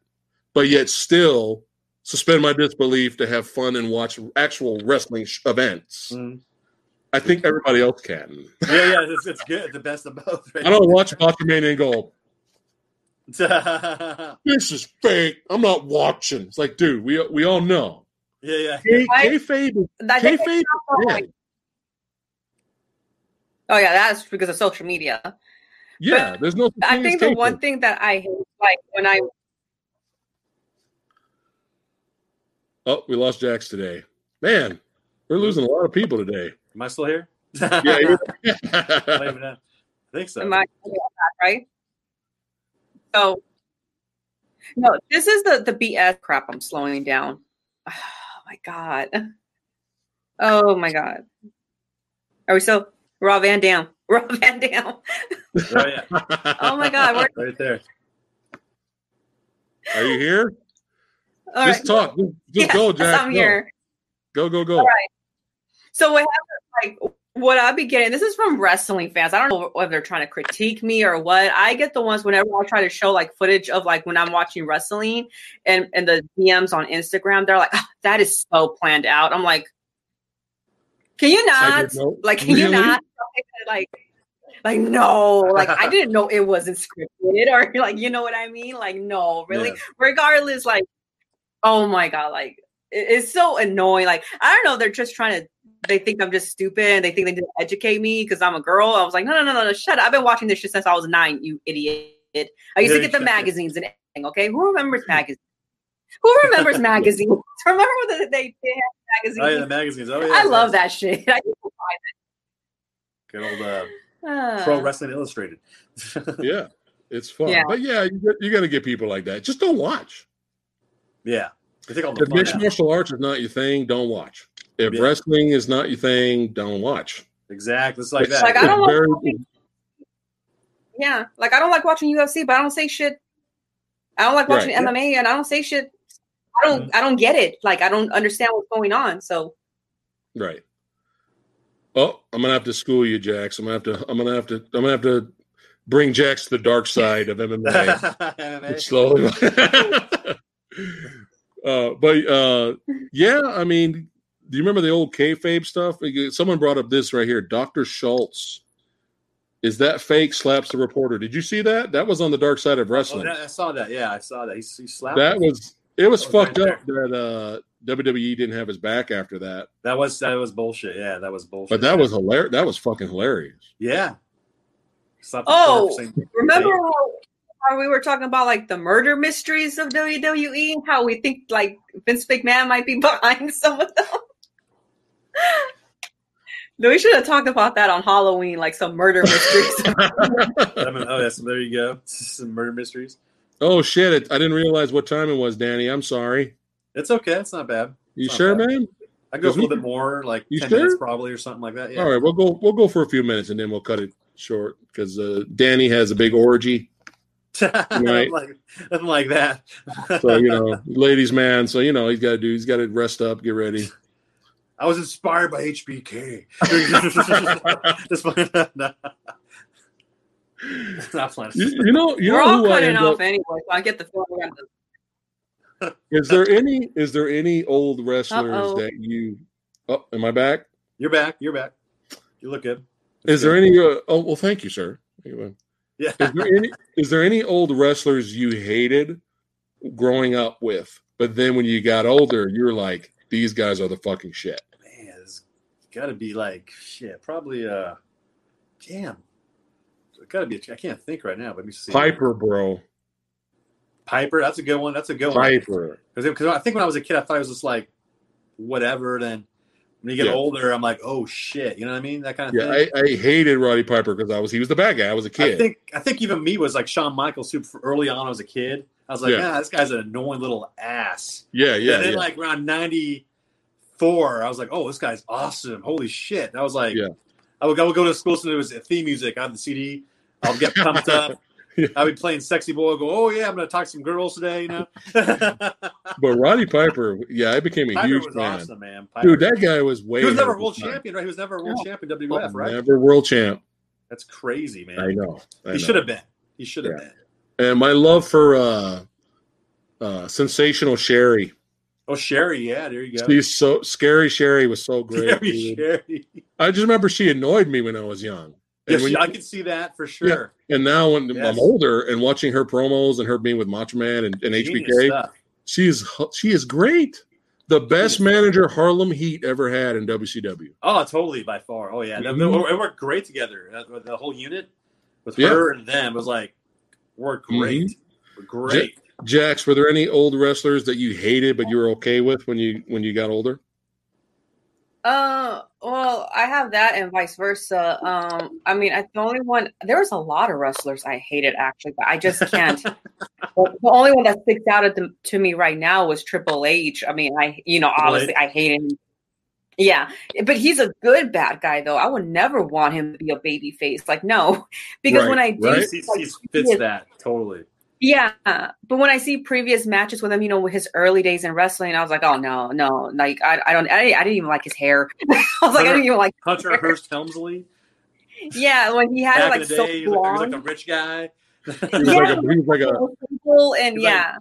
but yet still suspend my disbelief to have fun and watch actual wrestling sh- events,
Mm.
I think everybody else can.
yeah, yeah, it's, it's good. The best of both. Right?
I don't watch Botchamania and go,
yeah,
this is fake. I'm not watching. It's like, dude, we we all know.
yeah.
K-
I-
Kayfabe is
I think
Kayfabe
it's also, like-
dead.
Oh yeah, that's because of social media.
Yeah, there's no.
I think the one thing that I hate, like when I
Oh, we lost Jax today. Man, we're losing a lot of people today.
Am I still here?
Yeah,
Wait a minute. I think so.
Am I right? So, no, this is the the BS crap. I'm slowing down. Oh my god. Oh my god. Are we still Rob Van Dam? Rob Van Dam.
Oh, yeah.
Oh my god. We're,
Right there.
Are you here?
all
just
right.
talk. Just, just
Yeah,
go,
yes,
Jack.
I'm
go.
here.
go, go, go.
So what happens? Like what I be getting. This is from wrestling fans. I don't know whether they're trying to critique me or what. I get the ones whenever I try to show like footage of like when I'm watching wrestling and and the DMs on Instagram. They're like, "Ah, that is so planned out. I'm like, can you
I
not?
didn't know-
Like, can you
Really?
not? Like, like no. Like I didn't know it wasn't scripted or like you know what I mean. Like no, really
Yeah.
regardless, like, oh my god, like it- it's so annoying. Like, I don't know, they're just trying to they think I'm just stupid and they think they need to educate me because I'm a girl. I was like, no, no, no, no, no, shut up. I've been watching this shit since I was nine, you idiot. I used to get the magazines and everything, okay? Who remembers
Hmm.
magazines? Who remembers magazines? Remember when they did have magazines?
Oh, yeah, the magazines. Oh, yeah.
I love that shit. I used to
Good old uh,
buy
Pro
that.
Wrestling Illustrated.
Yeah, it's fun.
Yeah.
But yeah, you, got- you got to get people like that. Just don't watch.
yeah. They take all the
If
fun
mixed
out.
martial arts is not your thing, don't watch. If
Yeah.
wrestling is not your thing, don't watch.
Exactly. It's like
It's-
that.
Like, I don't
it's
want-
very-
Yeah, like I don't like watching UFC, but I don't say shit. I don't like watching
Right. Mm.
MMA, and I don't say shit. I don't. I don't get it. Like I don't understand what's going on. So
Right. Oh, I'm gonna have to school you, Jax. I'm gonna have to. I'm gonna have to. I'm gonna have to bring Jax to the dark side of MMA.
MMA.
slowly. uh, but uh, yeah, I mean, uh, do you remember the old kayfabe stuff? Someone brought up this right here. Doctor Schultz Is that fake? Slaps the reporter. Did you see that? That was on the dark side of
Oh,
wrestling.
that, I saw that. Yeah, I saw that. He, he slapped.
that
him.
was it was
That was
fucked
right
up that uh, WWE didn't have his back after that.
that was that was bullshit. Yeah, that was bullshit.
But that was hilarious. That was fucking hilarious.
yeah. Slapped
Oh,
the corpse, same-
Remember how, how we were talking about like the murder mysteries of WWE? How we think like Vince McMahon might be behind some of them. No, we should have talked about that on Halloween, like some murder mysteries.
I mean, oh, yes, there you go. Some murder mysteries.
Oh shit! It, I didn't realize what time it was, Danny. I'm sorry.
It's okay. It's not bad.
You
It's not
sure,
bad.
man?
I go a
Is
little
we-
bit more, like
You
ten
sure?
minutes probably, or something like that. Yeah.
All right, we'll go. We'll go for a few minutes and then we'll cut it short because uh, Danny has a big orgy. Right.
nothing, like, nothing like that.
So you know, ladies' man. So you know, he's got to do. He's got to rest up, get ready.
I was inspired by HBK. That's fine. No. Not fun.
You, you know, you
we're
know
all
who I
cutting
end
off
up-
anyway, so I get the feeling. we're gonna-
Is there any? Is there any old wrestlers
Uh-oh.
that you? Oh, am I back?
You're back. You're back. You look good.
Is there any? Uh, oh well, thank you, sir. Anyway,
Yeah.
is there any? Is there any old wrestlers you hated growing up with, but then when you got older, you're like, these guys are the fucking shit.
Man, it's got to be like shit. Probably. uh Damn. It got to be. I can't think right now. Let me see.
Piper, bro,
Piper. That's a good one. That's a
Oh.
good one.
Piper.
Because I think when I was a kid, I thought it was just like whatever. Then when you get
Yeah.
older, I'm like, oh shit. You know what I mean? That kind of
Yeah,
thing.
I, I hated Roddy Piper because I was he was the bad guy. I was a
I
kid.
think I think even me was like Shawn Michaels too. For early on, I was a kid. I was like,
Yeah.
ah, this guy's an annoying little ass.
yeah, yeah,
Yeah, and
yeah.
then like around ninety four, I was like, oh, this guy's awesome. Holy shit! And I was like,
Yeah.
I would I would go to school listen to his theme music on the CD. I'll get pumped up.
Yeah.
I'd be playing "Sexy Boy." I'd Go, oh yeah, I'm gonna talk to some girls today. You know,
but Roddy Piper, yeah, I became a
Piper
huge
was
fan.
awesome, man. Piper.
Dude, that guy was way.
he was never
ahead of
world
his time.
champion, right? He was never a world champion in
Oh,
WWF, right?
Never world champ.
That's crazy, man.
I know. I
He
know.
should have been. He should have
Yeah. been. And my love for uh, uh, sensational Sherry.
Oh, Sherry, yeah, there you go.
She's so scary. Sherry was so great.
Sherry,
dude.
Sherry.
I just remember she annoyed me when I was young. And,
Yes,
when-
I can see that for sure.
and now when
Yes.
I'm older and watching her promos and her being with Macho Man and, and
Genius
HBK,
stuff.
she is hu- she is great. The best manager Harlem Heat ever had in WCW.
Oh, totally by far. Oh yeah, That- that-
Mhm.
it worked great together. That- The whole unit with
Yeah. Mm-hmm.
her and them was like worked great. Great.
Jax, were there any old wrestlers that you hated but you were okay with when you when you got older?
Uh, well, I have that and vice versa. Um, I mean, I, the only one there was a lot of wrestlers I hated actually, but I just can't. But the only one that sticks out at the, to me right now was Triple H. I mean, I you know
Triple
obviously I hate him. Yeah, but he's a good bad guy though. I would never want him to be a baby face. Like no, because when I
Right,
do
right.
He's- he's- he's fits
Yeah.
that totally.
yeah, but when I see previous matches with him, you know, with his early days in wrestling, I was like, oh no, no, like I, I don't, I, I didn't even like his hair. I was like, I didn't even like,
Hunter Hurst Helmsley
yeah, when he had
back
it, like
in the
so
day, he was, like, he was like
long,
the rich guy.
He was like a, he was like a
simple, and
He's like-
yeah,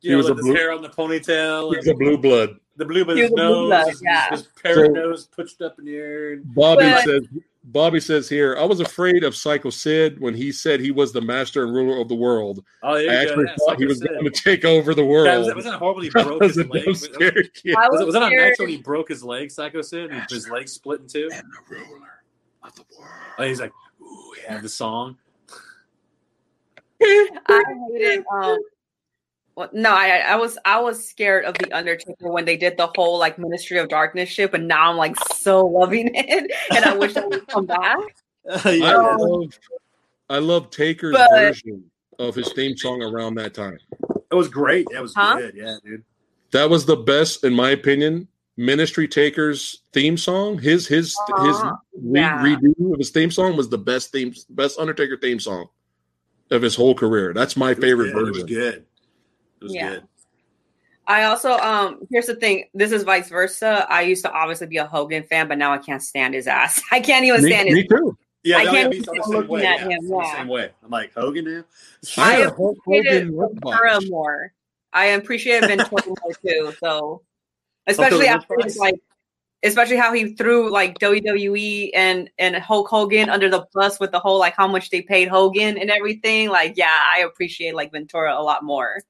He
You know,
was
with
a
his
blue-
hair on the ponytail,
he
and
was a blue blood.
the blue of
He
his
was a blue
nose,
blood,
his, his-
yeah.
his parrot
So-
nose pushed up in the air. and-
Bobby
But-
says Bobby says here, I was afraid of Psycho Sid when he said he was the master and ruler of the world.
Oh, there you
I
go.
actually
Yeah,
thought he
Sucker
was
Sid.
going to take over the
Yeah, was,
world.
that- was that horrible? He
I
broke
was
his
a
leg.
damn
Was, was
scared kid.
I
it was that on
scared.
Nitro when he broke his leg? Psycho Sid, and his leg split in two.
the ruler of the world.
And he's like, "Ooh, yeah." The song.
I hated. Um, well, no, I I was I was scared of the Undertaker when they did the whole like Ministry of Darkness shit, but now I'm like so loving it, and I wish I would come back.
I
yeah.
love, I love Taker's
But-
version of his theme song around that time.
It was great. That was
Huh?
good. Yeah, dude.
That was the best, in my opinion. Ministry Taker's theme song, his his his
Uh,
re-
yeah.
redo of his theme song was the best theme, best Undertaker theme song of his whole career. That's my
It was
favorite
good. It was
version.
good. It was
Yeah.
good.
I also um here's the thing. This is vice versa. I used to obviously be a Hogan fan, but now I can't stand his ass. I can't even stand
Me, me
his
too.
Yeah,
I
that-
can't
yeah, I'm
keep
the same
looking
way.
at
yeah,
him,
I'm the
yeah.
same way. I'm like Hogan now.
I
had
have
Hulk
appreciated
Hogan lunch box.
Ventura more. I appreciate Ventura more too. So especially
lunch
after
box?
his like especially how he threw like WWE and and Hulk Hogan under the bus with the whole like how much they paid Hogan and everything. Like, yeah, I appreciate like Ventura a lot more.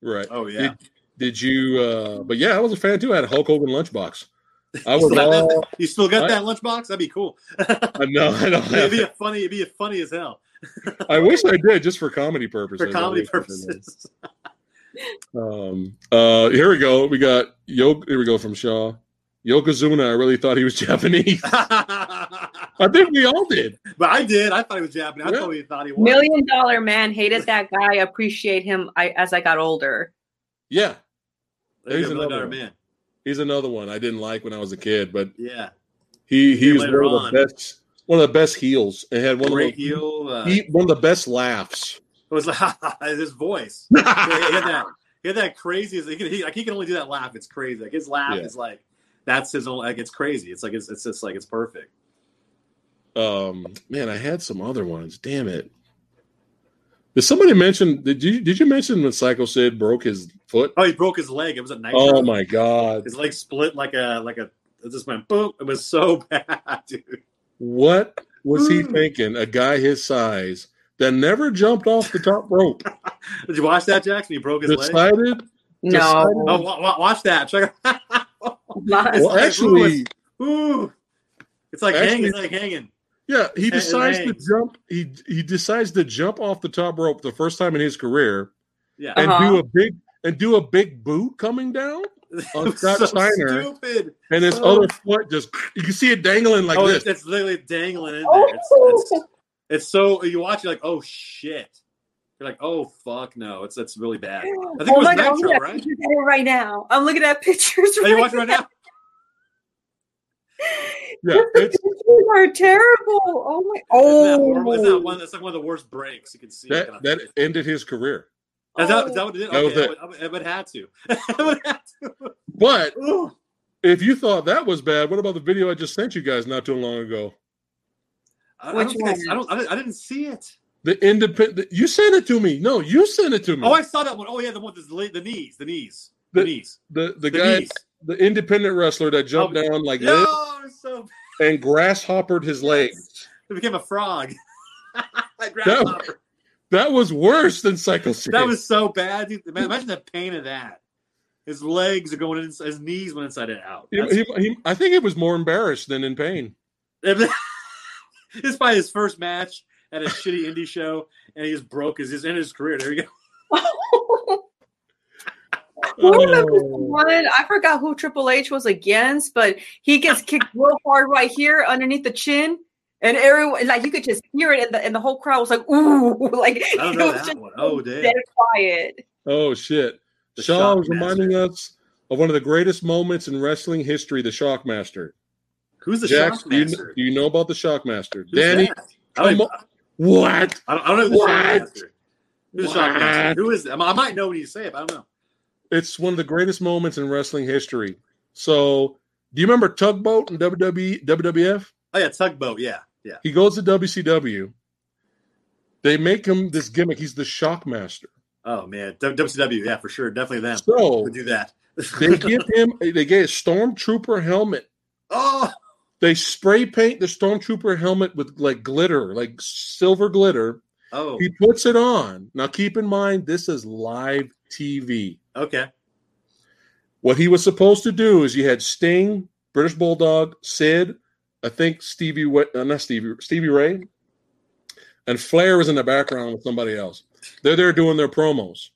Right.
Oh yeah.
Did, did you? uh But yeah, I was a fan too. I had a Hulk Hogan lunchbox. I was
Still got that-
all.
you still got
I-
that lunchbox? That'd be cool.
I know. I don't
it'd
have
be
it.
a funny. It'd be a funny as hell
I wish I did, just for comedy purposes.
for
I
comedy
wish I did.
purposes.
Um. Uh. Here we go. We got Yo. Here we go from Shaw. Yokozuna. I really thought he was Japanese.
but I
I think we all did.
did. I thought he was Japanese. I
Yeah.
totally thought he was.
Million Dollar Man hated that guy. Appreciate him I, as I got older.
Yeah.
There's
He's another
a million dollar
one.
man.
He's another one I didn't like when I was a kid, but
Yeah.
he he
Yeah,
was one
later
of the
on.
best. One of the best heels, and had one
Great
of the,
heel. Uh,
he, one of the best laughs.
it was like his voice. he had that. He had that crazy. He can, he, like he can only do that laugh. It's crazy. Like his laugh
Yeah.
is like that's his own. Like it's crazy. It's like it's, it's just like it's perfect.
um man i had some other ones damn it did somebody mention did you did you mention when psycho sid broke his foot
Oh, he broke his leg. It was a night.
oh my god
His leg split like a like a. It just went boom. It was so bad, dude.
what was he
Mm.
thinking a guy his size that never jumped off the top rope
Did you watch that, Jackson? He broke his leg.
decided
No,
Oh, wa- wa- watch that. Check. it out.
Not-
well
like
actually
Ooh, it's like
Actually-
hanging. It's like hanging.
yeah he
it
decides to
hangs.
jump he he decides to jump off the top rope the first time in his career
Yeah.
and
Uh-huh.
do a big and do a big boot coming down
It
on
was
Scott Steiner.
stupid.
and his
Oh.
other foot just you can see it dangling like
oh,
this
it's, it's literally dangling in
Oh.
there. It's, it's, it's so you watch it like, oh shit. You're like, oh fuck no, it's that's really bad. I think it was
Oh my God, I'm
Nitro,
looking at
right?
pictures of it right now. I'm looking at pictures
Are you watching right now?
yeah
The
it's
pictures are terrible. Oh my!
Isn't that
Oh,
horrible? Isn't that one? That's like one of the worst breaks you can see.
that that ended his career.
is,
Oh.
that, is that what it did?
That was
okay,
it.
I would, I would have to. I would have to.
But
Ooh.
if you thought that was bad, what about the video I just sent you guys not too long ago?
I, I
Which
don't think I, I
one?
don't. I didn't- I didn't see it.
The independent. You sent it to me. No, you sent it to me.
Oh, I saw that one. Oh yeah, the one with the, the knees, the knees, the,
Hmm. The-
knees,
the the,
the
guy,
knees.
the independent wrestler that jumped down like
No,
this
it was so
and grasshoppered his legs.
it became a frog. Like grasshopper.
That was worse than Psycho Sid.
That was so bad. Dude. Man, Imagine the pain of that. His legs are going in, his knees went inside and out.
He- he- he- I think he was more embarrassed than in pain.
That's- this is probably his first match at a shitty indie show, and he just broke his, his in his career. There you go.
Who remembers the
Oh.
one? I forgot who Triple H was against, but he gets kicked real hard right here underneath the chin, and everyone like you could just hear it, and the and the whole crowd was like, "Ooh!" Like
I don't
it
know
was
that
just
one. Oh, damn.
dead quiet.
Oh shit!
The
Shaw was
Shockmaster.
reminding us of one of the greatest moments in wrestling history: the Shockmaster.
Who's the
Jax, do you, kn-
Shockmaster?
do you know about the Shockmaster?
Who's
Danny,
that? I don't, even-
Come what?
I don't, I don't know who the
What?
Shockmaster. Who's the
What?
Shockmaster? Who is that? I might know when you say it, but I don't know.
It's one of the greatest moments in wrestling history. So, do you remember Tugboat in E, WWE, WWF?
Oh yeah, Tugboat. Yeah, yeah.
He goes to WCW. They make him this gimmick. He's the Shockmaster.
Oh man, W- WCW. Yeah, for sure. Definitely them.
So
Would do that.
they give him. They get a stormtrooper helmet.
oh,
They spray paint the stormtrooper helmet with like glitter, like silver glitter.
oh,
He puts it on. Now, keep in mind, this is live TV.
okay.
What he was supposed to do is you had Sting, British Bulldog, Sid, I think Stevie, Wa- uh, not Stevie, Stevie Ray, and Flair was in the background with somebody else. They're there doing their promos,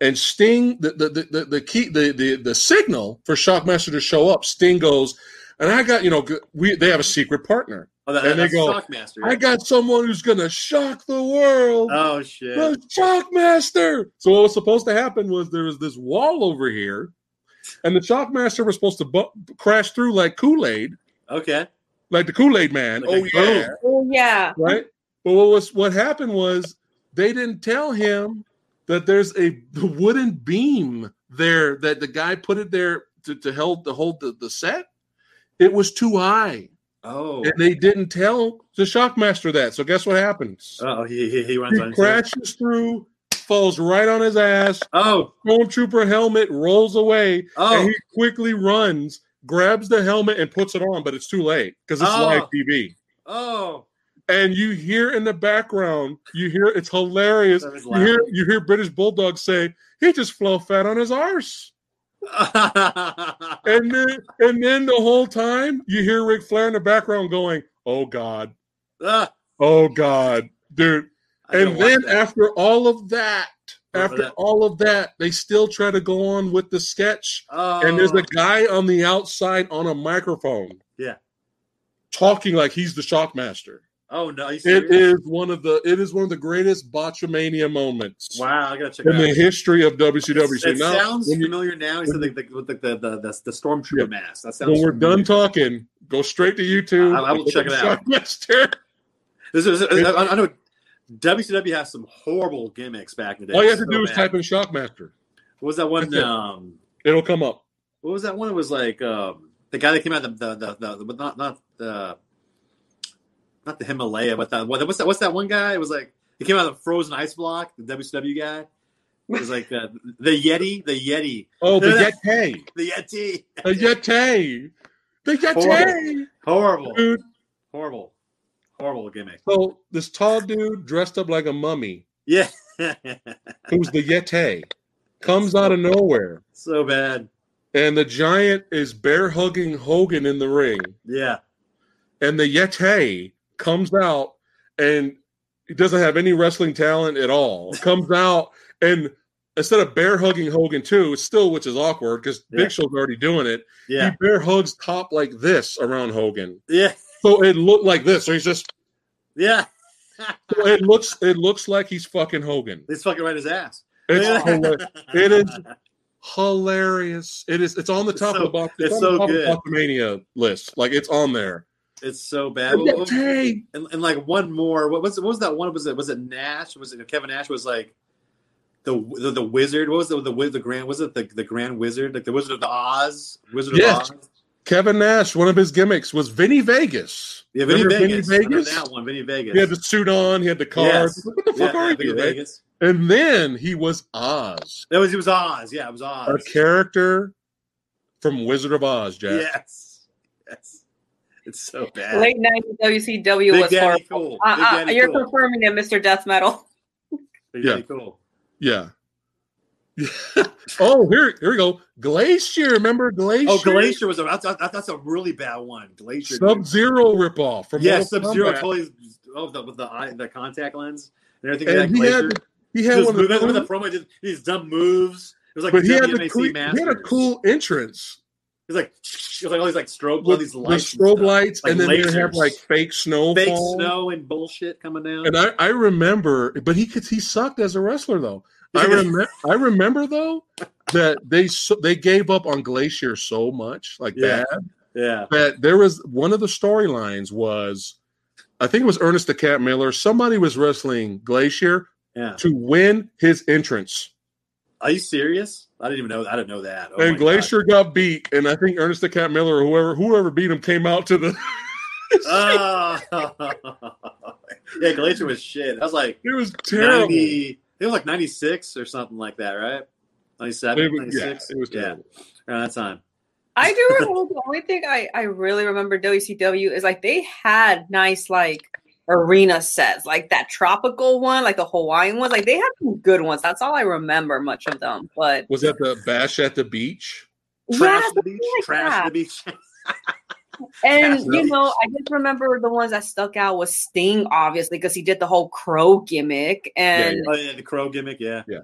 and Sting, the the the, the, the key, the, the the signal for Shockmaster to show up. Sting goes, and I got you know g- we they have a secret partner.
Oh, that,
And they
that's
go,
Shockmaster.
I got someone who's gonna shock the world.
Oh shit!
The Shockmaster. So what was supposed to happen was there was this wall over here, and the Shockmaster was supposed to bu- crash through like Kool Aid,
Okay.
like the Kool Aid Man.
Like a
oh yeah,
boom.
Oh yeah,
right. But what was what happened was they didn't tell him that there's a wooden beam there that the guy put it there to, to help to hold the, the set. It was too high,
Oh.
and they didn't tell the Shockmaster that. So guess what happens?
Oh, he, he, he runs on.
he
his head.
crashes through, falls right on his ass.
Oh,
stormtrooper helmet rolls away
oh,
and he quickly runs grabs the helmet and puts it on, but it's too late because it's
Oh.
live TV.
Oh,
And you hear in the background, you hear it's hilarious.
That was
You hear, you hear British Bulldog say, "He just flow fat on his arse,"
Ah.
and then and then the whole time you hear Ric Flair in the background going, "Oh God,
Ah,
oh God, dude."
I gotta
And then
watch that.
after all of that,
Over
after
that.
all of that, they still try to go on with the sketch.
oh,
And there's a guy on the outside on a microphone.
Yeah.
Talking like he's the shockmaster.
oh no, are you
It
serious?
is one of the it is one of the greatest botchamania moments
Wow, I gotta check
in
it
the
out.
history of WCW.
It
So E. now
sounds
when, you-
familiar now. He said the, the, with the, the, the, the, the stormtrooper
Yeah.
mask. That sounds
when we're
familiar.
done talking, go straight to YouTube.
I- I will
and look
check
up
it out.
Shockmaster.
This is, I, I know WCW has some horrible gimmicks back in the day.
All you have to
So
do is
bad.
type in Shockmaster.
What was that one?
That's it.
Um,
It'll come up.
what was that one? It was like um, the guy that came out of the the the, the but not not the not the Himalaya, but that what, what's that? What's that one guy? It was like he came out of the frozen ice block. The WCW guy. It was like the, the Yeti, the Yeti,
Oh, the
Yeah.
Yeti.
the Yeti.
The Yeti. The Yeti.
Horrible,
Dude,
horrible, horrible gimmick.
So this tall dude dressed up like a mummy,
Yeah,
who's the Yeti, comes out of nowhere,
so bad.
and the giant is bear hugging Hogan in the ring,
Yeah,
and the Yeti comes out and he doesn't have any wrestling talent at all. Comes out and instead of bear hugging Hogan too, it's still which is awkward because
Yeah.
Big Show's already doing it.
yeah,
He bear hugs top like this around Hogan,
yeah,
so it looked like this. So he's just
yeah.
so it looks it looks like he's fucking Hogan.
He's fucking right his ass.
It's
Yeah.
hilarious. It is hilarious. It is. It's on the
It's
top of
so-
the box.
it's
on the
so
top of the
good.
Botchamania list. Like it's on there.
It's so bad. What- what-
Hey,
and, and like one more. What was what was that one? Was it was it Nash? Was it Kevin Nash? Was like the the, the wizard? What was the the wiz- the grand? Was it the, the grand wizard? Like the Wizard of Oz? Wizard
Yes.
of Oz.
Kevin Nash. One of his gimmicks was Vinny Vegas.
Yeah, Vinny
Remember Vinny
Vegas. I remember
Vegas?
That one, Vinny Vegas.
He had the suit on. He had the cards.
Yes.
What the
Yeah,
fuck are
yeah, Vinny
you? right?
Vegas.
And then he was Oz,
That was it was Oz. Yeah, it was Oz.
a character from Wizard of Oz. Jack.
Yes, yes. It's so bad.
Late nineties WCW
Big
was
Daddy
horrible.
cool. Big
Uh, uh,
Daddy
you're
cool.
confirming it, Mr. Death Metal.
Big Daddy cool.
Yeah. Yeah. oh, here, here we go. Glacier. Remember Glacier?
Oh, Glacier was a that's, that's that's a really bad one. Glacier. dude.
Sub Zero ripoff from
Yeah,
Mortal
Sub Zero
Kombat.
totally. Oh, the with the eye, the contact lens and everything.
And
And that
he had
glacier.
He had
Just
one of
move-
the
that- with the promo, just these dumb moves. It was like
but he had, the
WMAC
cool, he had a
Masters.
cool entrance
It was like it was like all these like strobe, all
with
these
the
lights, and
strobe
stuff.
lights,
Like
and then they have
lasers.
like fake snowfall.
fake snow and bullshit coming down.
And I, I remember, but he could, he sucked as a wrestler though. I remember, I remember though that they so, they gave up on Glacier so much like
Yeah.
that
yeah,
that there was one of the storylines was. I think it was Ernest the Cat Miller. Somebody was wrestling Glacier
yeah.
to win his entrance.
Are you serious? I didn't even know. I didn't know that. Oh my
and
God.
Glacier got beat, and I think Ernest the Cat Miller or whoever whoever beat him came out to the.
Oh. yeah, Glacier was shit. I was like
it was terrible.
ninety. It was like ninety six or something like that, right? Ninety
It
seven,
was,
ninety
yeah,
six.
it was terrible.
around that time.
I do remember the only thing I, I really remember WCW is like they had nice like arena sets, like that tropical one, like the Hawaiian ones. Like they had some good ones. That's all I remember much of them. But
Was that the bash at the beach?
Trash
yeah,
the beach.
like
trash
that.
the beach.
and
Yeah.
you know, I just remember the ones that stuck out was Sting, obviously, because he did the whole crow gimmick and
oh yeah, the crow gimmick. Yeah,
yeah,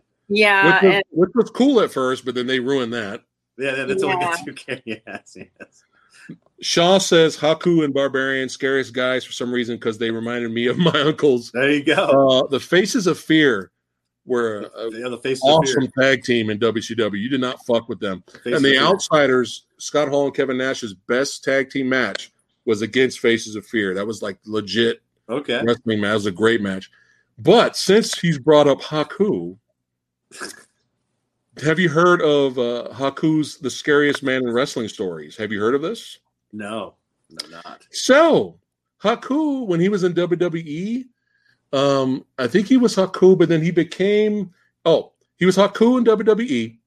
which, was,
Uh, and
which was cool at first, but then they ruined that.
yeah, that- that's only
Yeah.
got two K. Yes, yes.
Shaw says Haku and Barbarian scariest guys for some reason because they reminded me of my uncles.
There you go.
Uh, the Faces of Fear were an
the other face
Uh, awesome tag team in WCW. You did not fuck with them.
of fear.
and
Face of
the
fear.
Outsiders, Scott Hall and Kevin Nash's best tag team match was against Faces of Fear. That was like legit
Okay.
wrestling match. That was a great match. But since he's brought up Haku, have you heard of uh, Haku's The Scariest Man in Wrestling Stories? Have you heard of this?
No, no, not.
So, Haku, when he was in WWE, um, I think he was Haku, but then he became, oh, he was Haku in WWE.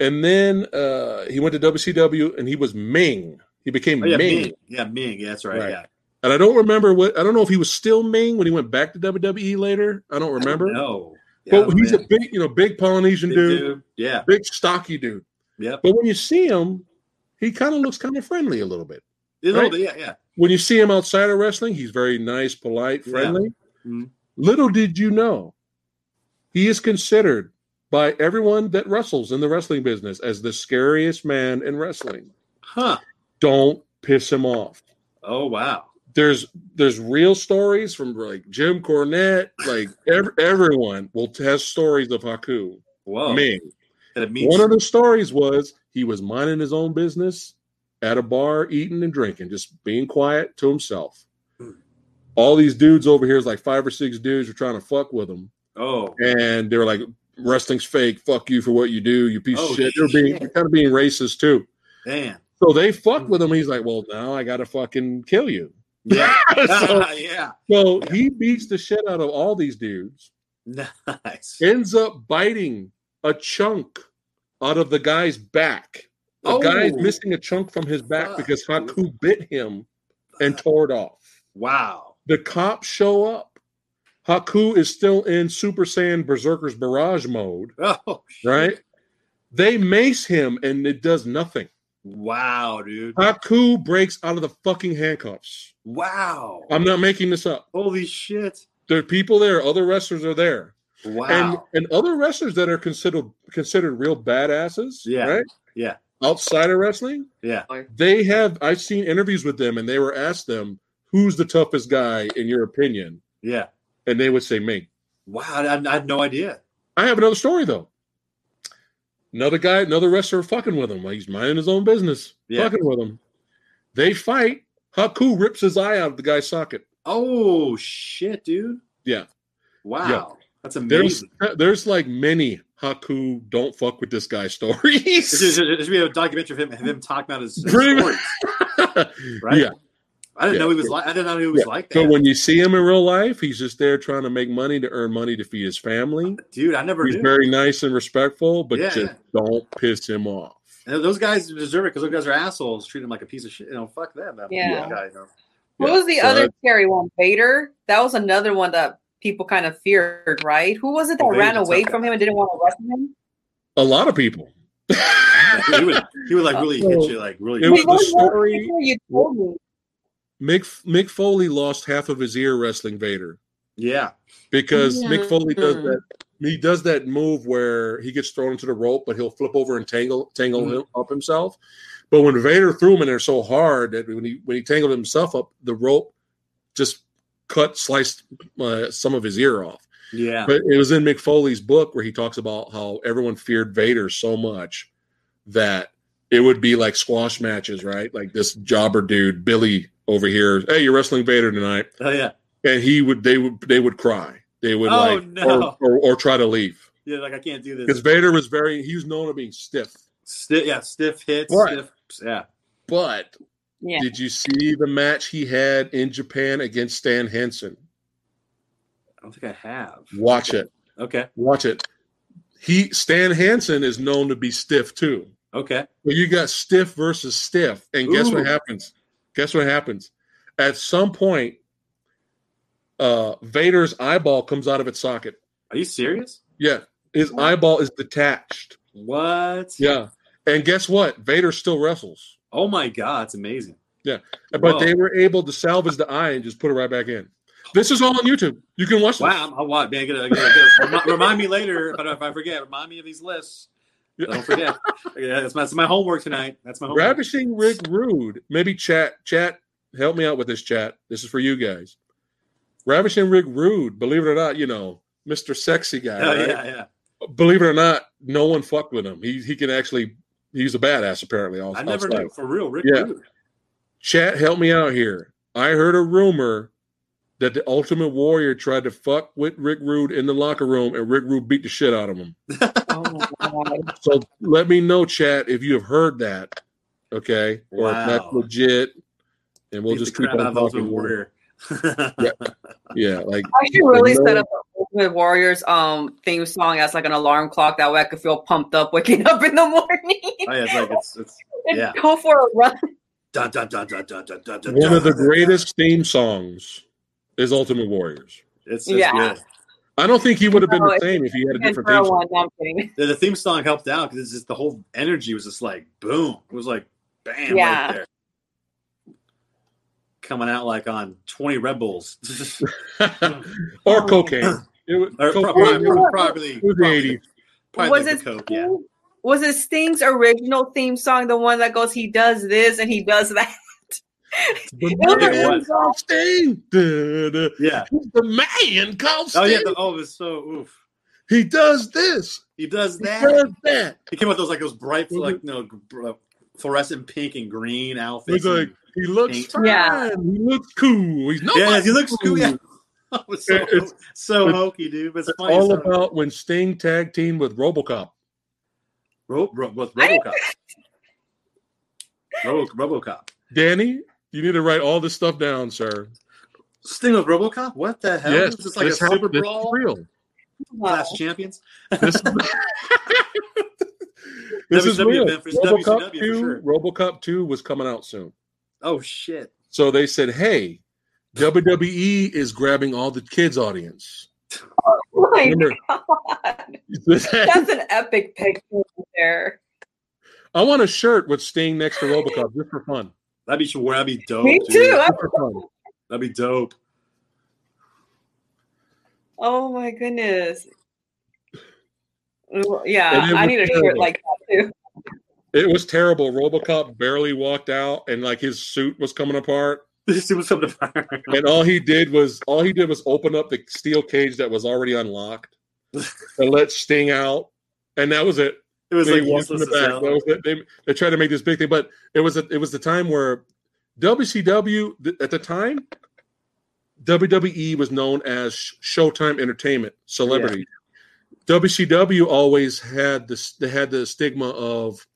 And then uh, he went to WCW and he was Ming. He became
Oh, yeah,
Ming.
Ming. Yeah, Ming. Yeah, that's right.
Right.
Yeah.
And I don't remember what I don't know if he was still Ming when he went back to WWE later. I don't remember.
No.
but he's a big, you know, big Polynesian dude,
Yeah.
big stocky dude.
Yep.
But when you see him, he kind of looks kind of friendly a little bit.
You know,
Right.
but Yeah. Yeah.
When you see him outside of wrestling, he's very nice, polite,
Yeah.
friendly.
Mhm.
Little did you know, he is considered by everyone that wrestles in the wrestling business as the scariest man in wrestling.
Huh.
Don't piss him off.
Oh wow.
there's there's real stories from like Jim Cornette, like ev- everyone will has stories of Haku
Whoa.
Ming.
And it means
One of the stories was he was minding his own business at a bar, eating and drinking, just being quiet to himself.
Hmm.
All these dudes over here is like five or six dudes were trying to fuck with him,
oh.
and they were like, "Wrestling's fake. Fuck you for what you do, you piece
Oh,
of shit." They're being
shit.
kind of being racist too.
Damn.
So they fucked with him.
Hmm.
He's like, "Well, now I got to fucking kill you."
Yeah.
So-
yeah.
So he beats the shit out of all these dudes,
Nice.
ends up biting a chunk out of the guy's back. The
Oh.
guy's missing a chunk from his back
Fuck,
because Haku bit him and tore it off.
Wow.
The cops show up. Haku is still in Super Saiyan Berserker's Barrage mode,
Oh. shit.
right? They mace him and it does nothing.
Wow, dude.
Haku breaks out of the fucking handcuffs.
Wow.
I'm not making this up.
Holy shit.
There are people there, other wrestlers are there.
Wow.
and and other wrestlers that are considered considered real badasses,
Yeah,
right?
yeah.
Outside of wrestling,
yeah.
they have I've seen interviews with them and they were asked them, who's the toughest guy in your opinion?
Yeah.
And they would say me.
Wow. I, I had no idea.
I have another story though. Another guy, another wrestler fucking with him. Like he's minding his own business.
Yeah.
Fucking with him. They fight. Haku rips his eye out of the guy's socket.
Oh shit, dude.
Yeah.
Wow. That's
There's
amazing.
there's like many Haku don't fuck with this guy stories.
There should, there should be a documentary of him, of him talking about his, his
Pretty
stories, right?
Yeah.
I didn't
Yeah.
know he was like. I didn't know he was
Yeah.
like that,
So when you see him in real life, he's just there trying to make money to earn money to feed his family.
dude. I never
He's
knew.
very nice and respectful, but
Yeah,
just don't piss him off.
And those guys deserve it because those guys are assholes. Treat him like a piece of shit. You know, fuck them. man.
Yeah.
That guy, you know.
What
Yeah,
was the
so
other
that-
scary one? Vader. That was another one that people kind of feared, right? Who was it that
Vader,
ran
that's
away
okay.
from him and didn't want to wrestle him?
A lot of people.
Yeah, he would. He would like really hit you, like really.
It was
Wait, what
the story-
what you told me.
Mick Mick Foley lost half of his ear wrestling Vader
yeah.
because Mick Foley does
Mm.
that. He does that move where he gets thrown into the rope, but he'll flip over and tangle tangle
Mhm.
him up himself. But when Vader threw him in there so hard that when he when he tangled himself up, the rope just cut sliced uh, some of his ear off.
Yeah.
But it was in McFoley's book where he talks about how everyone feared Vader so much that it would be like squash matches, right? Like this jobber dude, Billy over here, hey, you're wrestling Vader tonight.
Oh yeah.
And he would they would they would cry. They would
Oh,
like
no.
or, or, or try to leave.
Yeah. Like I can't do
Because
this.
Vader was very he was known to being stiff.
Stiff. Yeah. Stiff hits.
Right.
Stiff. Yeah.
But
Yeah.
did you see the match he had in Japan against Stan Henson?
I don't think I have.
Watch it.
Okay.
Watch it. He Stan Hansen is known to be stiff too.
Okay.
Well, you got stiff versus stiff, and guess what
Ooh.
happens? Guess what happens? At some point, uh, Vader's eyeball comes out of its socket.
Are you serious?
Yeah, his eyeball is detached.
What?
Yeah, and guess what? Vader still wrestles,
Oh my god, it's amazing.
but
Whoa.
they were able to salvage the eye and just put it right back in. This is all on YouTube. You can watch.
Wow, I'm- I want man. Get, get, get, remind, remind me later, but if I forget, remind me of these lists.
this.
Don't forget. yeah, that's my, that's my homework tonight. That's my homework.
Ravishing Rick Rude. Maybe chat, chat, help me out with this chat. This is for you guys. Ravishing Rick Rude, believe it or not, you know, Mr. Sexy Guy.
Oh,
right?
yeah, yeah.
Believe it or not, no one fucked with him. He he can actually he's a badass apparently. All,
I never
outside.
knew for real. Rick
Yeah.
Rude.
Chat, help me out here. I heard a rumor that the Ultimate Warrior tried to fuck with Rick Rude in the locker room, and Rick Rude beat the shit out of him.
Oh my god.
So let me know, chat, if you have heard that. Okay, or if that's
Wow.
legit, and we'll
Beat
just
the
keep
crap out
on
of Ultimate
talking.
Warrior.
Yeah. Yeah, like
I should really set up an Ultimate Warriors um theme song as like an alarm clock. That way I could feel pumped up waking up in the morning.
Oh, yeah, it's like it's, it's
and
yeah.
Go for a run.
dun, dun, dun, dun, dun, dun, dun, dun,
One of the
dun.
greatest theme songs is Ultimate Warriors.
It's, it's
Yeah.
good.
I don't think he would have been
No,
the
it's-
same if he had a
And
different
for a
theme song.
one, no, I'm kidding.
The, the theme song helped out because just the whole energy was just like boom. It was like bam
Yeah.
right there. Coming out like on twenty Red Bulls.
or
Oh.
cocaine. It was,
or
cocaine
pro- probably,
was-
probably,
It
probably,
was the 80s.
probably
Was
like
it
the coke, yeah.
Sting? Was it Sting's original theme song, the one that goes, he does this and he does that?
The
was
a
man
good
called Sting. Da, da.
Yeah.
The man called Sting.
Oh yeah. The, oh, it was so oof.
he does this.
He does
He
that.
does that.
He came up with those like those bright,
Mm-hmm.
like no, gr- uh, fluorescent pink and green outfits.
He's like,
and-
he looks fine.
Yeah.
He looks cool. He's nobody.
yeah, he looks cool. Yeah. It was so,
It's-
so
it's-
hokey, dude. But it's,
It's
funny.
all
so-
about when Sting tag team with RoboCop.
Ro- ro- with
I didn't-
RoboCop. Robo- RoboCop.
Danny, you need to write all this stuff down, sir.
Sting of RoboCop. What the hell?
yes,
Is this like
this
a
hap-
Super
this is
Brawl?
real.
Class Champions.
This, this is
WCW
real.
E event for
RoboCop
WCW for
two,
sure.
RoboCop two was coming out soon,
Oh shit.
so they said, "Hey, WWE is grabbing all the kids' audience."
Oh my
Remember-
God. That's an epic picture right there.
I want a shirt with Sting next to RoboCop just for fun.
That'd be sure. That'd be dope.
Me
Oh, dude.
too. I-
Just for fun.
That'd be dope.
Oh my goodness. Well, Yeah,
And it
I
was
need a shirt
terrible.
like that too.
It was terrible. RoboCop barely walked out, and like his suit was coming apart.
This was something to fire.
and all he did was all he did was open up the steel cage that was already unlocked and let Sting out, and that was it.
It was
They
like
walked in
useless
the
as
back.
hell.
That was it. They, they tried to make this big thing, but it was a, it was the time where WCW th- at the time WWE was known as Sh- Showtime Entertainment Celebrity. WCW always had this they had the stigma of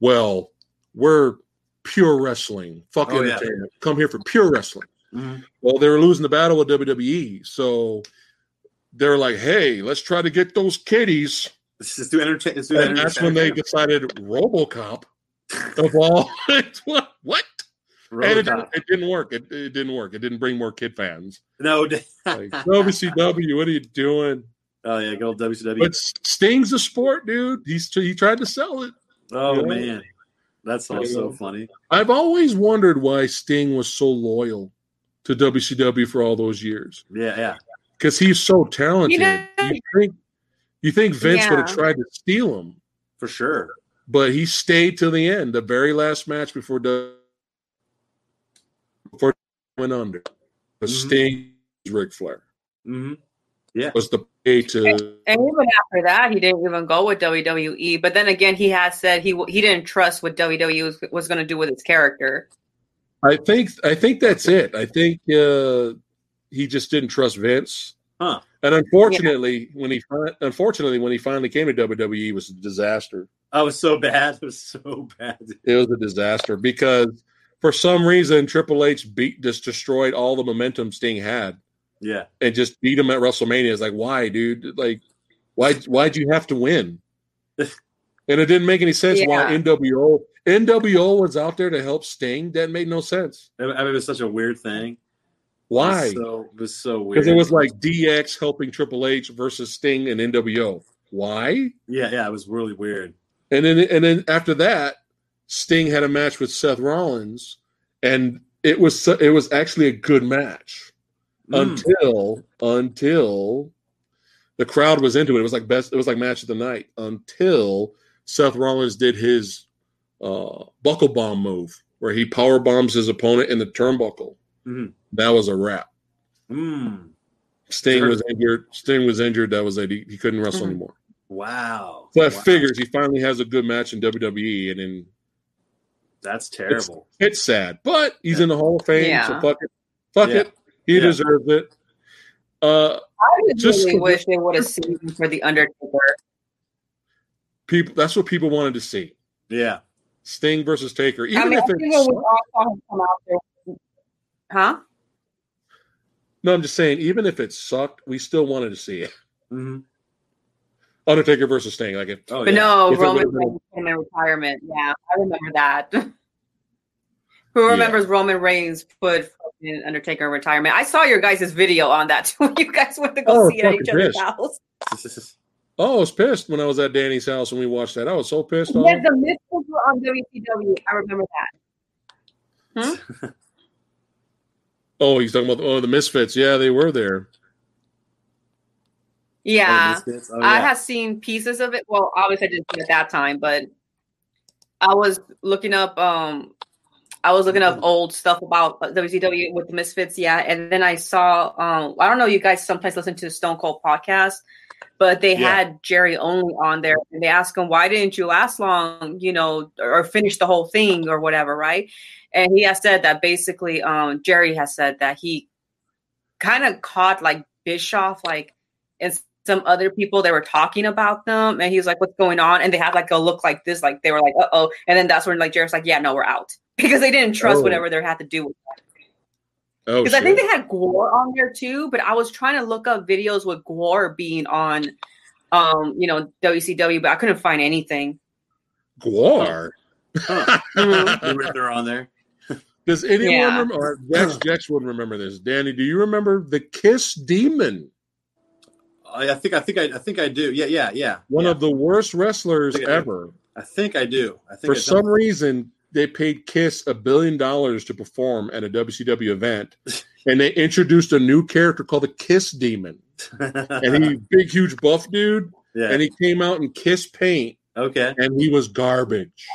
well we're pure wrestling fuck
Oh, yeah.
entertainment come here for pure wrestling
Mhm.
well, they were losing the battle with WWE, so they're like, "Hey, let's try to get those kiddies."
It's just to entertain. It's to
And that's when they
entertain.
decided RoboCop of all. what? What? And it, didn't-
RoboCop.
it didn't work. It, it didn't work. It didn't bring more kid fans.
No. d-
Like WCW, what are you doing?
Oh yeah, good old WCW.
But Sting's a sport, dude. He's he tried to sell it.
oh
Yeah.
man, that's all so
Yeah.
funny.
I've always wondered why Sting was so loyal to WCW for all those years.
Yeah, yeah.
because he's so talented.
You know-
you think you think Vince would have
Yeah.
tried to steal him,
For sure.
but he stayed till the end, the very last match before the before it went under. The
Mhm.
Sting Ric Flair
hmm
was the pay to
And even after that, he didn't even go with WWE. But then again, he has said he w- he didn't trust what WWE was, was going to do with his character.
I think I think that's it. I think uh, he just didn't trust Vince.
Huh.
And unfortunately, when he fin- unfortunately when he finally came to WWE, it was a disaster.
That was so bad. Oh, It was so bad.
It was a disaster because for some reason Triple H beat just destroyed all the momentum Sting had
Yeah.
and just beat him at WrestleMania. It's like why, dude? Like why why'd you have to win? And it didn't make any sense why
Yeah.
NWO NWO was out there to help Sting. That made no sense.
I mean, it was such a weird thing.
Why?
It was so, it was so weird.
Because it was like DX helping Triple H versus Sting and NWO. Why?
yeah, yeah. It was really weird.
And then and then after that, Sting had a match with Seth Rollins, and it was so- it was actually a good match
Mm.
until until the crowd was into it. It was like best. It was like match of the night until Seth Rollins did his uh, buckle bomb move where he power bombs his opponent in the turnbuckle.
Mhm.
That was a wrap.
Mm.
Sting
Sure.
was injured. Sting was injured. That was it. He, he couldn't wrestle
Mhm.
anymore.
Wow.
So that
Wow.
figures he finally has a good match in WWE, and then
That's terrible.
it's sad, but he's in the Hall of Fame, so
Yeah.
fuck it, fuck
Yeah.
it. He
Yeah.
deserves it. Uh,
I
Just-
really wish they would have seen him for the Undertaker.
people, that's what people wanted to see:
Yeah.
Sting versus Taker. Even
I mean, I
if
think when we
it, Oh,
all saw him come out there, huh?
No, I'm just saying, even if it sucked, we still wanted to see it.
Mm-hmm.
Undertaker versus Sting. Like, if,
Oh,
But
yeah.
no,
If it
Roman
would've been-
Reigns in my retirement. Yeah, I remember that. Who remembers Roman Reigns put fucking Undertaker in retirement? I saw your guys' video on that too. you guys went to go
Oh,
see it at
fucking
each other's
pissed.
house.
oh, I was pissed when I was at Danny's house when we watched that. I was so pissed off.
Yeah, the Mystics were on WCW. I remember that.
Oh, he's talking about oh the Misfits. Yeah, they were there.
Yeah.
Oh, Misfits. Oh,
I
yeah.
had seen pieces of it. Well, obviously I didn't see it at that time, but I was looking up um I was looking up
Mm-hmm.
old stuff about uh, WCW with the Misfits, yeah. And then I saw um I don't know you guys sometimes listen to the Stone Cold podcast, but they
Yeah.
had Jerry only on there and they asked him why didn't you last long, you know, or, or finish the whole thing or whatever, right? And he has said that basically um Jerry has said that he kind of caught like Bischoff like and some other people that were talking about them and he was like what's going on and they had like a look like this like they were like uh-oh and then that's when like Jared's like yeah no we're out because they didn't trust
Oh.
whatever they had to do with
Oh,
because I think
shit.
they had Gore on there too but I was trying to look up videos with Gore being on um you know WCW but I couldn't find anything
Guar.
Mhm.
They were- They're on there.
Does anyone
Yeah.
remember? Jax, Jax would remember this. Danny, do you remember the Kiss Demon?
I, I think I think I, I think I do. Yeah, yeah, yeah.
One
yeah.
of the worst wrestlers
I think I do.
ever.
I think I do. I think
For
I do.
some reason, they paid Kiss a billion dollars to perform at a WCW event, and they introduced a new character called the Kiss Demon. And he, big, huge, buff dude,
yeah.
and he came out in Kiss paint,
okay.
and he was garbage.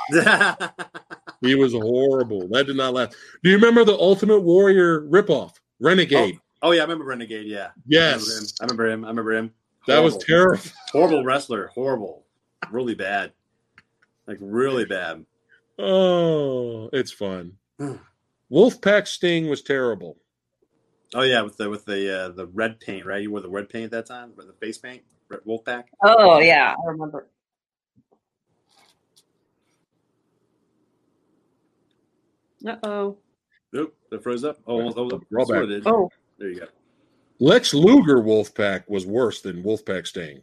He was horrible. That did not last. Do you remember the Ultimate Warrior ripoff, Renegade?
oh yeah, I remember Renegade. Yeah.
yes,
I remember him. I remember him.
that was
Horrible.
terrible.
Horrible wrestler. Horrible. Really bad. Like really bad.
Oh, it's fun.
Hmm.
Wolfpack Sting was terrible.
Oh yeah, with the with the uh, the red paint, right? You wore the red paint at that time, with the face paint, red Wolfpack.
oh yeah I remember uh oh
Nope, that froze up. Oh, almost, almost,
Roll
that's what
back.
it is.
oh
There you go.
Lex Luger Wolfpack was worse than Wolfpack Sting.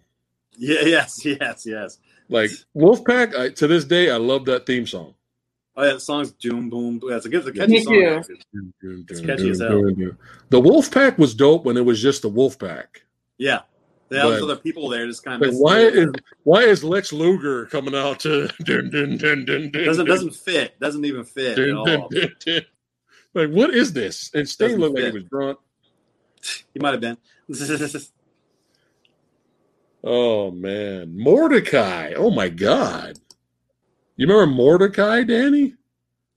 Yeah, yes, yes, yes.
Like Wolfpack, I, to this day, I love that theme song.
Oh yeah, the song's Doom Boom. Boom. That's a good, it's a
Me
catchy song.
too.
actually. It's catchy as hell.
The Wolfpack was dope when it was just the Wolfpack.
Yeah, the all these
But-
other people there just kind of
Like, why is why is Lex Luger coming out to dun, dun, dun, dun, dun,
doesn't
dun,
doesn't fit. Doesn't even fit at
dun, dun,
all.
dun, dun. Like what is this? And Sting
Doesn't
looked like he
fit.
was drunk.
He might have been.
Oh man, Mordecai! Oh my God, you remember Mordecai, Danny?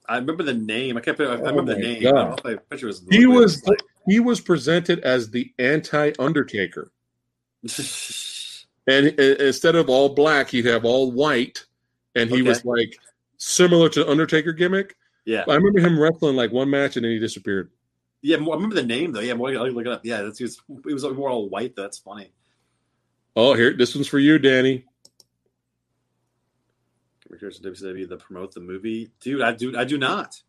I remember the name. I can't. I
Oh
remember the
my
name.
God.
I don't know if I picture was.
He was
Like,
he was presented as the anti Undertaker, and i- instead of all black, he'd have all white, and he
Okay.
was like similar to Undertaker gimmick.
yeah,
I remember him wrestling like one match, and then he disappeared.
yeah. I remember the name though. Yeah, I'll look it up. Yeah, that's he was. He was more all white. Though. That's funny.
Oh, here, this one's for you, Danny.
Returns to WWE to promote the movie, dude. I do. I do not.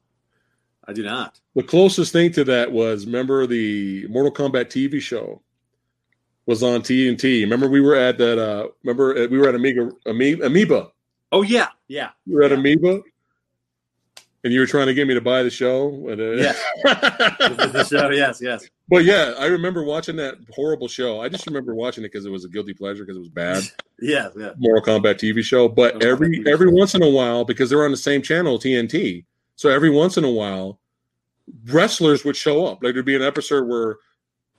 I do not.
The closest thing to that was remember the Mortal Kombat TV show was on TNT. Remember we were at that. Uh, remember uh, we were at Amiga Ami- Amoeba.
Oh yeah, yeah,
You were at
Yeah.
Amoeba, and you were trying to get me to buy the show. And, uh,
the show. Yes, yes.
but yeah, I remember watching that horrible show. I just remember watching it because it was a guilty pleasure because it was bad
Yes, yeah.
Mortal Kombat TV show. But
Mortal Kombat
every
TV show.
every once in a while, because they're on the same channel, TNT. So every once in a while, wrestlers would show up. Like there'd be an episode where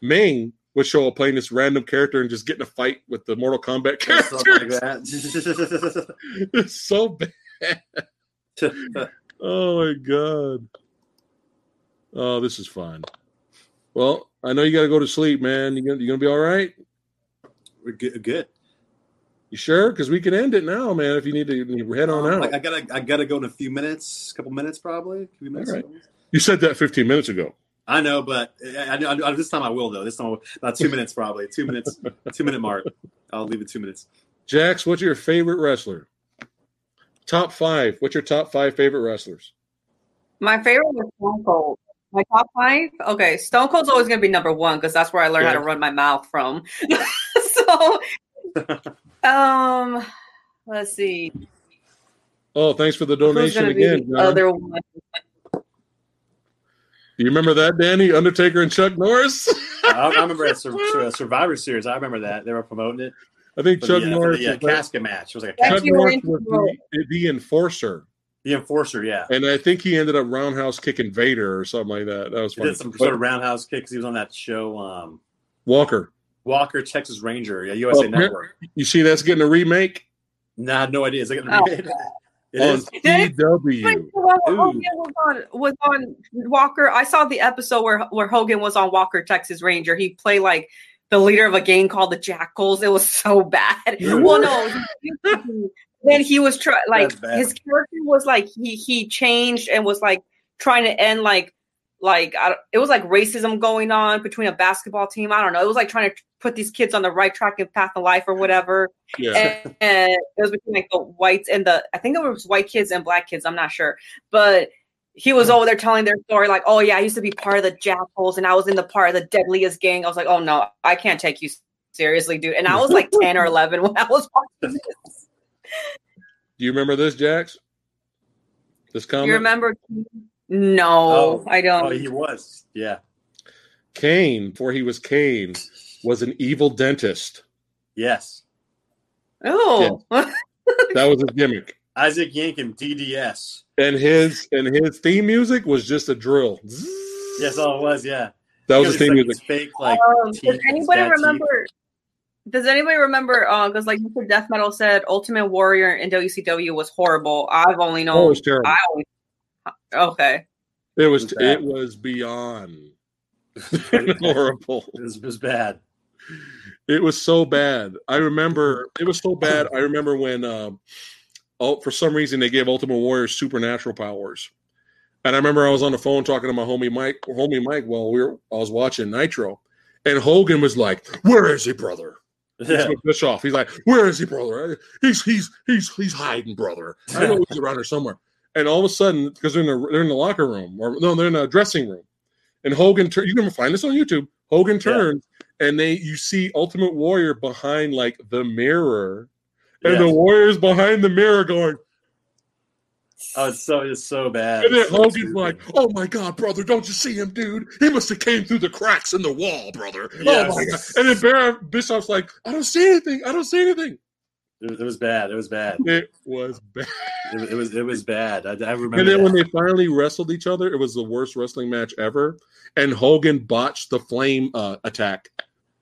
Ming would show up playing this random character and just get in a fight with the Mortal Kombat character.
Something like that.
it's so bad. Oh my god. Oh, this is fun. Well, I know you got to go to sleep, man. You gonna, you gonna be all right?
We're good. good.
You sure? Because we can end it now, man. If you need to you head on out.
Oh, I, I gotta, I gotta go in a few minutes, couple minutes probably. A few minutes.
All right. You said that 15 minutes ago.
I know, but I, I, I, this time I will though. This time, I will- about two minutes probably. Two minutes, two minute mark. I'll leave it two minutes.
Jax, what's your favorite wrestler? Top five. What's your top five favorite wrestlers?
my favorite was Stone Cold My top five? Okay. Stone Cold's always going to be number one because that's where I learned how to run my mouth from. so, um, let's see.
Oh, thanks for the
Who's
donation
going to be
again.
the
John.
other one?
Do you remember that, Danny? Undertaker and Chuck Norris?
I, I remember that sur- sur- Survivor Series. I remember that they were promoting it.
I think
For
Chuck
the, uh, for
Norris.
the, uh,
was like-
casket match. It was like a
That's
Chuck
casket.
your
Norris
intro.
was the, the enforcer,
the enforcer. Yeah,
and I think he ended up roundhouse kicking Vader or something like that. That was
he
funny.
did some sort of roundhouse kick because he was on that show. Um,
Walker,
Walker, Texas Ranger, yeah, USA
Oh,
Network.
you see that's getting a remake
Nah, no idea. Is it gonna
Oh.
be made? It
on
is.
Did
CW.
Oh,
Ooh.
yeah, was on was on Walker. I saw the episode where where Hogan was on Walker Texas Ranger. He played like the leader of a gang called the Jackals. It was so bad.
Ooh.
Well, no. then he was try- like
That's bad.
his character was like he he changed and was like trying to end like like I, don't- it was like racism going on between a basketball team. I don't know. It was like trying to put these kids on the right track and path of life or whatever
Yeah,
and, and it was between like the whites and the I think it was white kids and black kids. I'm not sure, but he
Hmm.
was over there telling their story like, "Oh yeah, I used to be part of the jackals and I was in the part of the deadliest gang." I was like, "Oh no, I can't take you seriously, dude." And I was like 10 or 11 when I was watching this.
do you remember this, Jax? This comment.
You remember? No,
Um, Oh.
I don't.
Oh, he was. Yeah,
Kane, before he was Kane, was an evil dentist.
yes.
Oh,
That was his gimmick.
Isaac Yankem, DDS.
And his and his theme music was just a drill.
Yes, all it was. Yeah,
that was his
It
theme
like
music.
these Fake like
Um,
teeth,
does anybody
bad teeth.
remember? Does anybody remember? Because like Mr. Death Metal said, Ultimate Warrior in WCW was horrible. I've only known
Oh, it was terrible.
I always, okay.
It was
Bad.
it was beyond
it,
horrible.
was, it was bad.
It was so bad. I remember it was so bad. I remember when um oh for some reason they gave Ultimate Warrior supernatural powers. And I remember I was on the phone talking to my homie Mike, homie Mike while we were I was watching Nitro. And Hogan was like, Where is he, brother?
Yeah.
Bischoff. Bischoff. He's like, "Where is he, brother? He's he's he's he's hiding, brother. I know he's around here somewhere." And all of a sudden, because they're in the they're in the locker room, or no, they're in a dressing room, and Hogan turns. You can find this on YouTube. Hogan turns, and they you see Ultimate Warrior behind like the mirror, and
Yes.
the Warriors behind the mirror going.
Oh, it's so it's so bad.
And then
It's so
Hogan's
stupid.
like, "Oh my God, brother! Don't you see him, dude? He must have came through the cracks in the wall, brother.
Yes.
Oh my God!" And then Baron Bischoff's like, "I don't see anything. I don't see anything."
it, was- it was bad. It was bad.
It was bad.
It, was- it was it was bad. I, I remember.
And then
that.
when they finally wrestled each other, it was the worst wrestling match ever. And Hogan botched the flame uh, attack.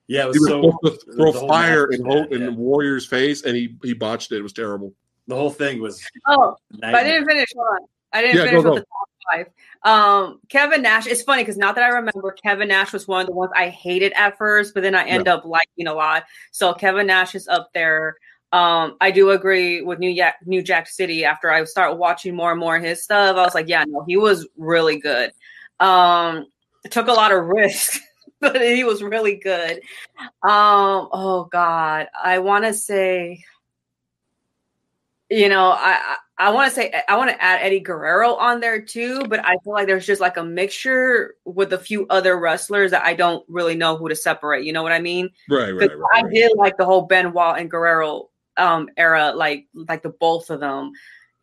yeah, it
He
was
was
so
supposed to
the
throw
whole
fire
match
in,
was
Ho-
bad,
in
yeah.
Warrior's face, and he, he botched it. It was terrible.
the whole thing was.
Oh, but I
nightmare.
didn't finish. Hold on. I didn't
Yeah,
finish
go,
with the top five. Um, Kevin Nash. It's funny because not that I remember, Kevin Nash was one of the ones I hated at first, but then I end up liking a lot. So Kevin Nash is up there. Um, I do agree with New Jack, New Jack City. After I start watching more and more of his stuff, I was like, yeah, no, he was really good. Um, took a lot of risks, but he was really good. Um, oh God, I want to say, you know, I I, I want to say I want to add Eddie Guerrero on there too, but I feel like there's just like a mixture with a few other wrestlers that I don't really know who to separate. You know what I mean?
Right, right,
Because
right.
I
right.
did like the whole Benoit and Guerrero um era, like like the both of them,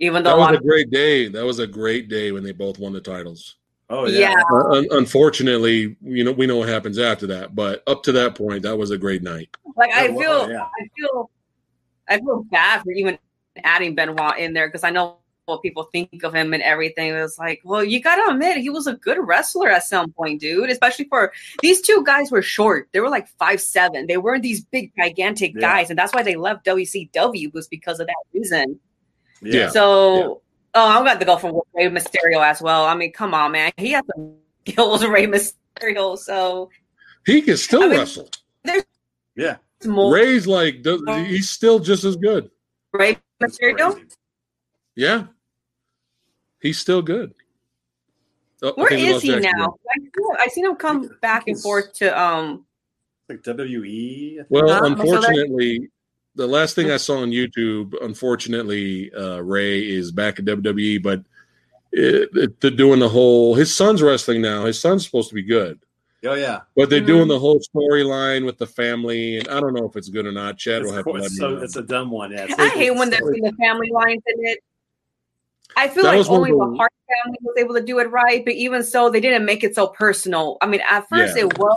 even though
That
a lot
was a
of
great day. That was a great day when they both won the titles.
Oh yeah.
yeah.
Uh, un- unfortunately, you know we know what happens after that, but up to that point, that was a great night.
Like I
Oh,
feel,
yeah.
I feel, I feel bad for even adding Benoit in there because I know what people think of him and everything. It's like, well, you gotta admit he was a good wrestler at some point, dude. Especially for these two guys were short; they were like five seven. They weren't these big, gigantic
Yeah.
guys, and that's why they left WCW was because of that reason.
Yeah.
So, oh, I'm about to go for Rey Mysterio as well. I mean, come on, man, he has some skills, Rey Mysterio. So
He can still
I mean-
wrestle.
Yeah.
it's more
Ray's like does, he's still just as good.
Rey
It's
Mysterio.
crazy.
Yeah, he's still good. Oh, I
Where
think we
is
lost
he
Jackson.
now? I seen him, I seen him come
think
back and
he's-
forth to um.
Like E. WWE.
Well,
Huh?
unfortunately, the last thing I saw on YouTube, unfortunately, uh, Ray is back at WWE, but it, it, they're doing the whole. His son's wrestling now. His son's supposed to be good,
Oh yeah,
but they're
Mhm.
doing the whole storyline with the family, and I don't know if it's good or not. Chad
it's,
will have
cool.
to let
It's
me
so,
know.
it's a dumb one. Yeah, it's
I
like-
hate when
it's-
there's in the family lines in it. I feel
That
like
was one
only
of
the
the-
Hart family was able to do it right, but even so, they didn't make it so personal. I mean, at first
Yeah.
it was,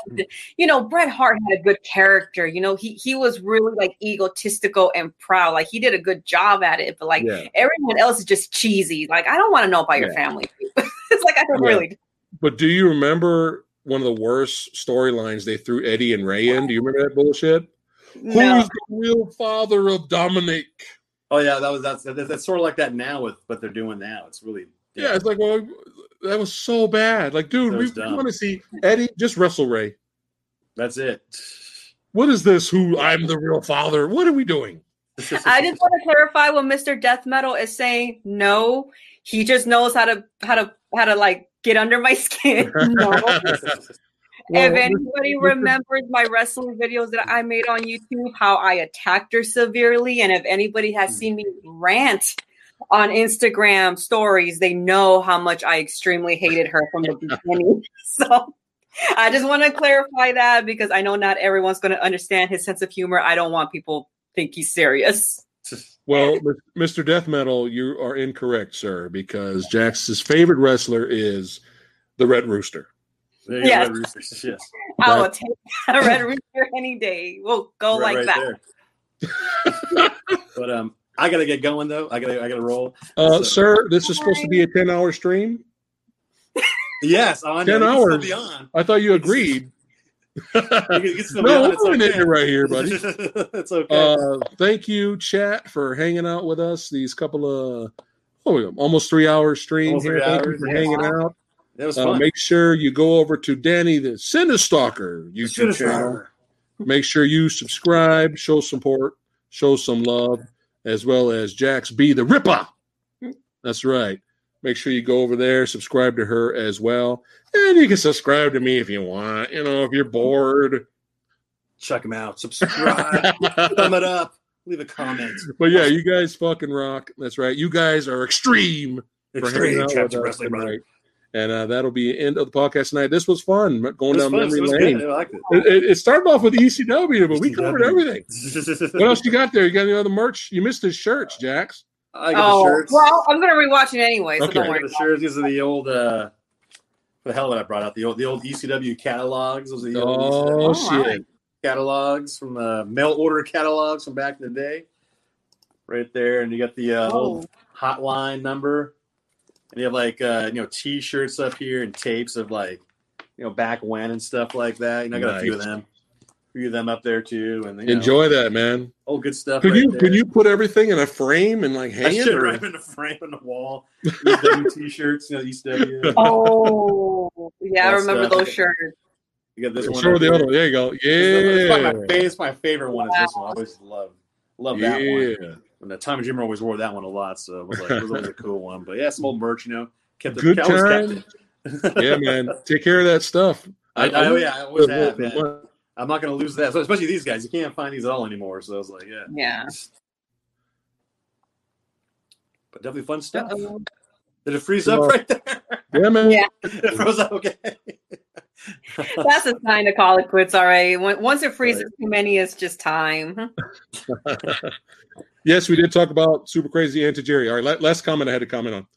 you know, Bret Hart had a good character. You know, he he was really like egotistical and proud. Like he did a good job at it, but like
yeah.
everyone else is just cheesy. Like I don't want to know about your
Yeah.
family. it's like I don't
Yeah.
really.
But do you remember one of the worst storylines they threw Eddie and Ray in? Do you remember that bullshit?
No.
Who's the real father of Dominic?
Oh yeah, that was that's that's, that's sort of like that now with what they're doing now. It's really
Yeah, it's like, well, that was so bad. Like, dude,
That
we,
was dumb.
want to see Eddie just wrestle Ray.
that's it.
What is this? Who I'm the real father? What are we doing?
I just want to clarify when Mr. Death Metal is saying no. He just knows how to how to how to like get under my skin. No. if anybody remembers my wrestling videos that I made on YouTube, how I attacked her severely, and if anybody has seen me rant on Instagram stories, they know how much I extremely hated her from the beginning. So I just want to clarify that because I know not everyone's going to understand his sense of humor. I don't want people to think he's serious.
well, Mr. Death Metal, you are incorrect, sir, because Jax's favorite wrestler is the Red Rooster.
There you go,
Yes.
Red Roosters, yes.
I will
Right.
take a red rooster any day. We'll go like that.
there. but um, I gotta get going though. I gotta I gotta roll.
Uh,
So-
sir, this is supposed to be a 10 hour stream.
Yes, on
10 hours.
Be on.
I thought you agreed.
You can, you can still be
no,
on.
we're
It's
doing
okay.
it right here, buddy.
it's okay.
Uh, thank you, chat, for hanging out with us these couple of oh, almost three hour stream
Almost
here.
three
thank you
hours,
for
yeah.
hanging out.
it was
Uh,
fun.
make sure you go over to Danny the Cinestalker YouTube
Shoot us
channel.
fire.
Make sure you subscribe, show support, show some love, as well as Jax B the Ripper. That's right. Make sure you go over there, subscribe to her as well. And you can subscribe to me if you want. You know, if you're bored.
Check them out. Subscribe. Thumb it up. Leave a comment.
But yeah, you guys fucking rock. That's right. You guys are extreme. for hanging
Extreme
out
chapter
with us
wrestling, brother.
tonight. And uh, that'll be the end of the podcast tonight. This was fun
It
going
was
down
fun. It
memory
was
lane.
good. E I liked it.
It, it- it started off with ECW, but we covered everything. What else you got there? You got any other merch? You missed his shirts, Jax.
I got the
Oh,
shirts.
well, I'm going to rewatch it anyway, so
Okay.
don't
I
worry.
got the shirts. These are the old. Uh, what the hell did I brought out? The old, the old ECW catalogs. Those are the old E
Oh,
Oh,
shit.
catalogs from uh, mail order catalogs from back in the day, right there. And you got the uh,
Oh.
old hotline number, and you have like uh, you know T-shirts up here and tapes of like you know back when and stuff like that. You know, I got a few of
Nice.
them, a few of them up there too, and you know,
Enjoy that, man.
all good stuff.
Could
right
you
there.
could you put everything in a frame and like
I
hang it?
should
or-
wrap in a frame on the wall. ECW T-shirts, you know, E ECW.
Oh, yeah, I
That's,
remember
uh,
those shirts.
You got this one.
Show
up
the
here.
other one. There you go.
It's
Yeah.
probably my, fa- it's my favorite one. Is this one? I always love love that one.
Yeah.
And the Tommy Dreamer always wore that one a lot, so it was like it was always a cool one. But yeah, some old merch, you know, kept it.
Good
I always
time.
Kept it.
Yeah, man. Take care of that stuff.
I, I, oh yeah, I always have. Man.
What?
I'm not gonna lose that, so, especially these guys. You can't find these at all anymore. So I was like, yeah,
Yeah.
but definitely fun stuff.
Uh-oh.
Did it freeze up
Well-
right there?
Yeah, man.
Yeah.
it froze up. Okay.
That's a sign to call it quits already. When, once it freezes too many, it's just time.
Yes, we did talk about Super Crazy and to Jerry. All right, la- last comment I had to comment on.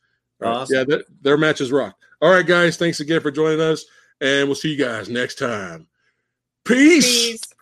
All right,
Awesome.
Yeah, th- their matches rock. All right, guys, thanks again for joining us, and we'll see you guys next time. Peace.
Peace.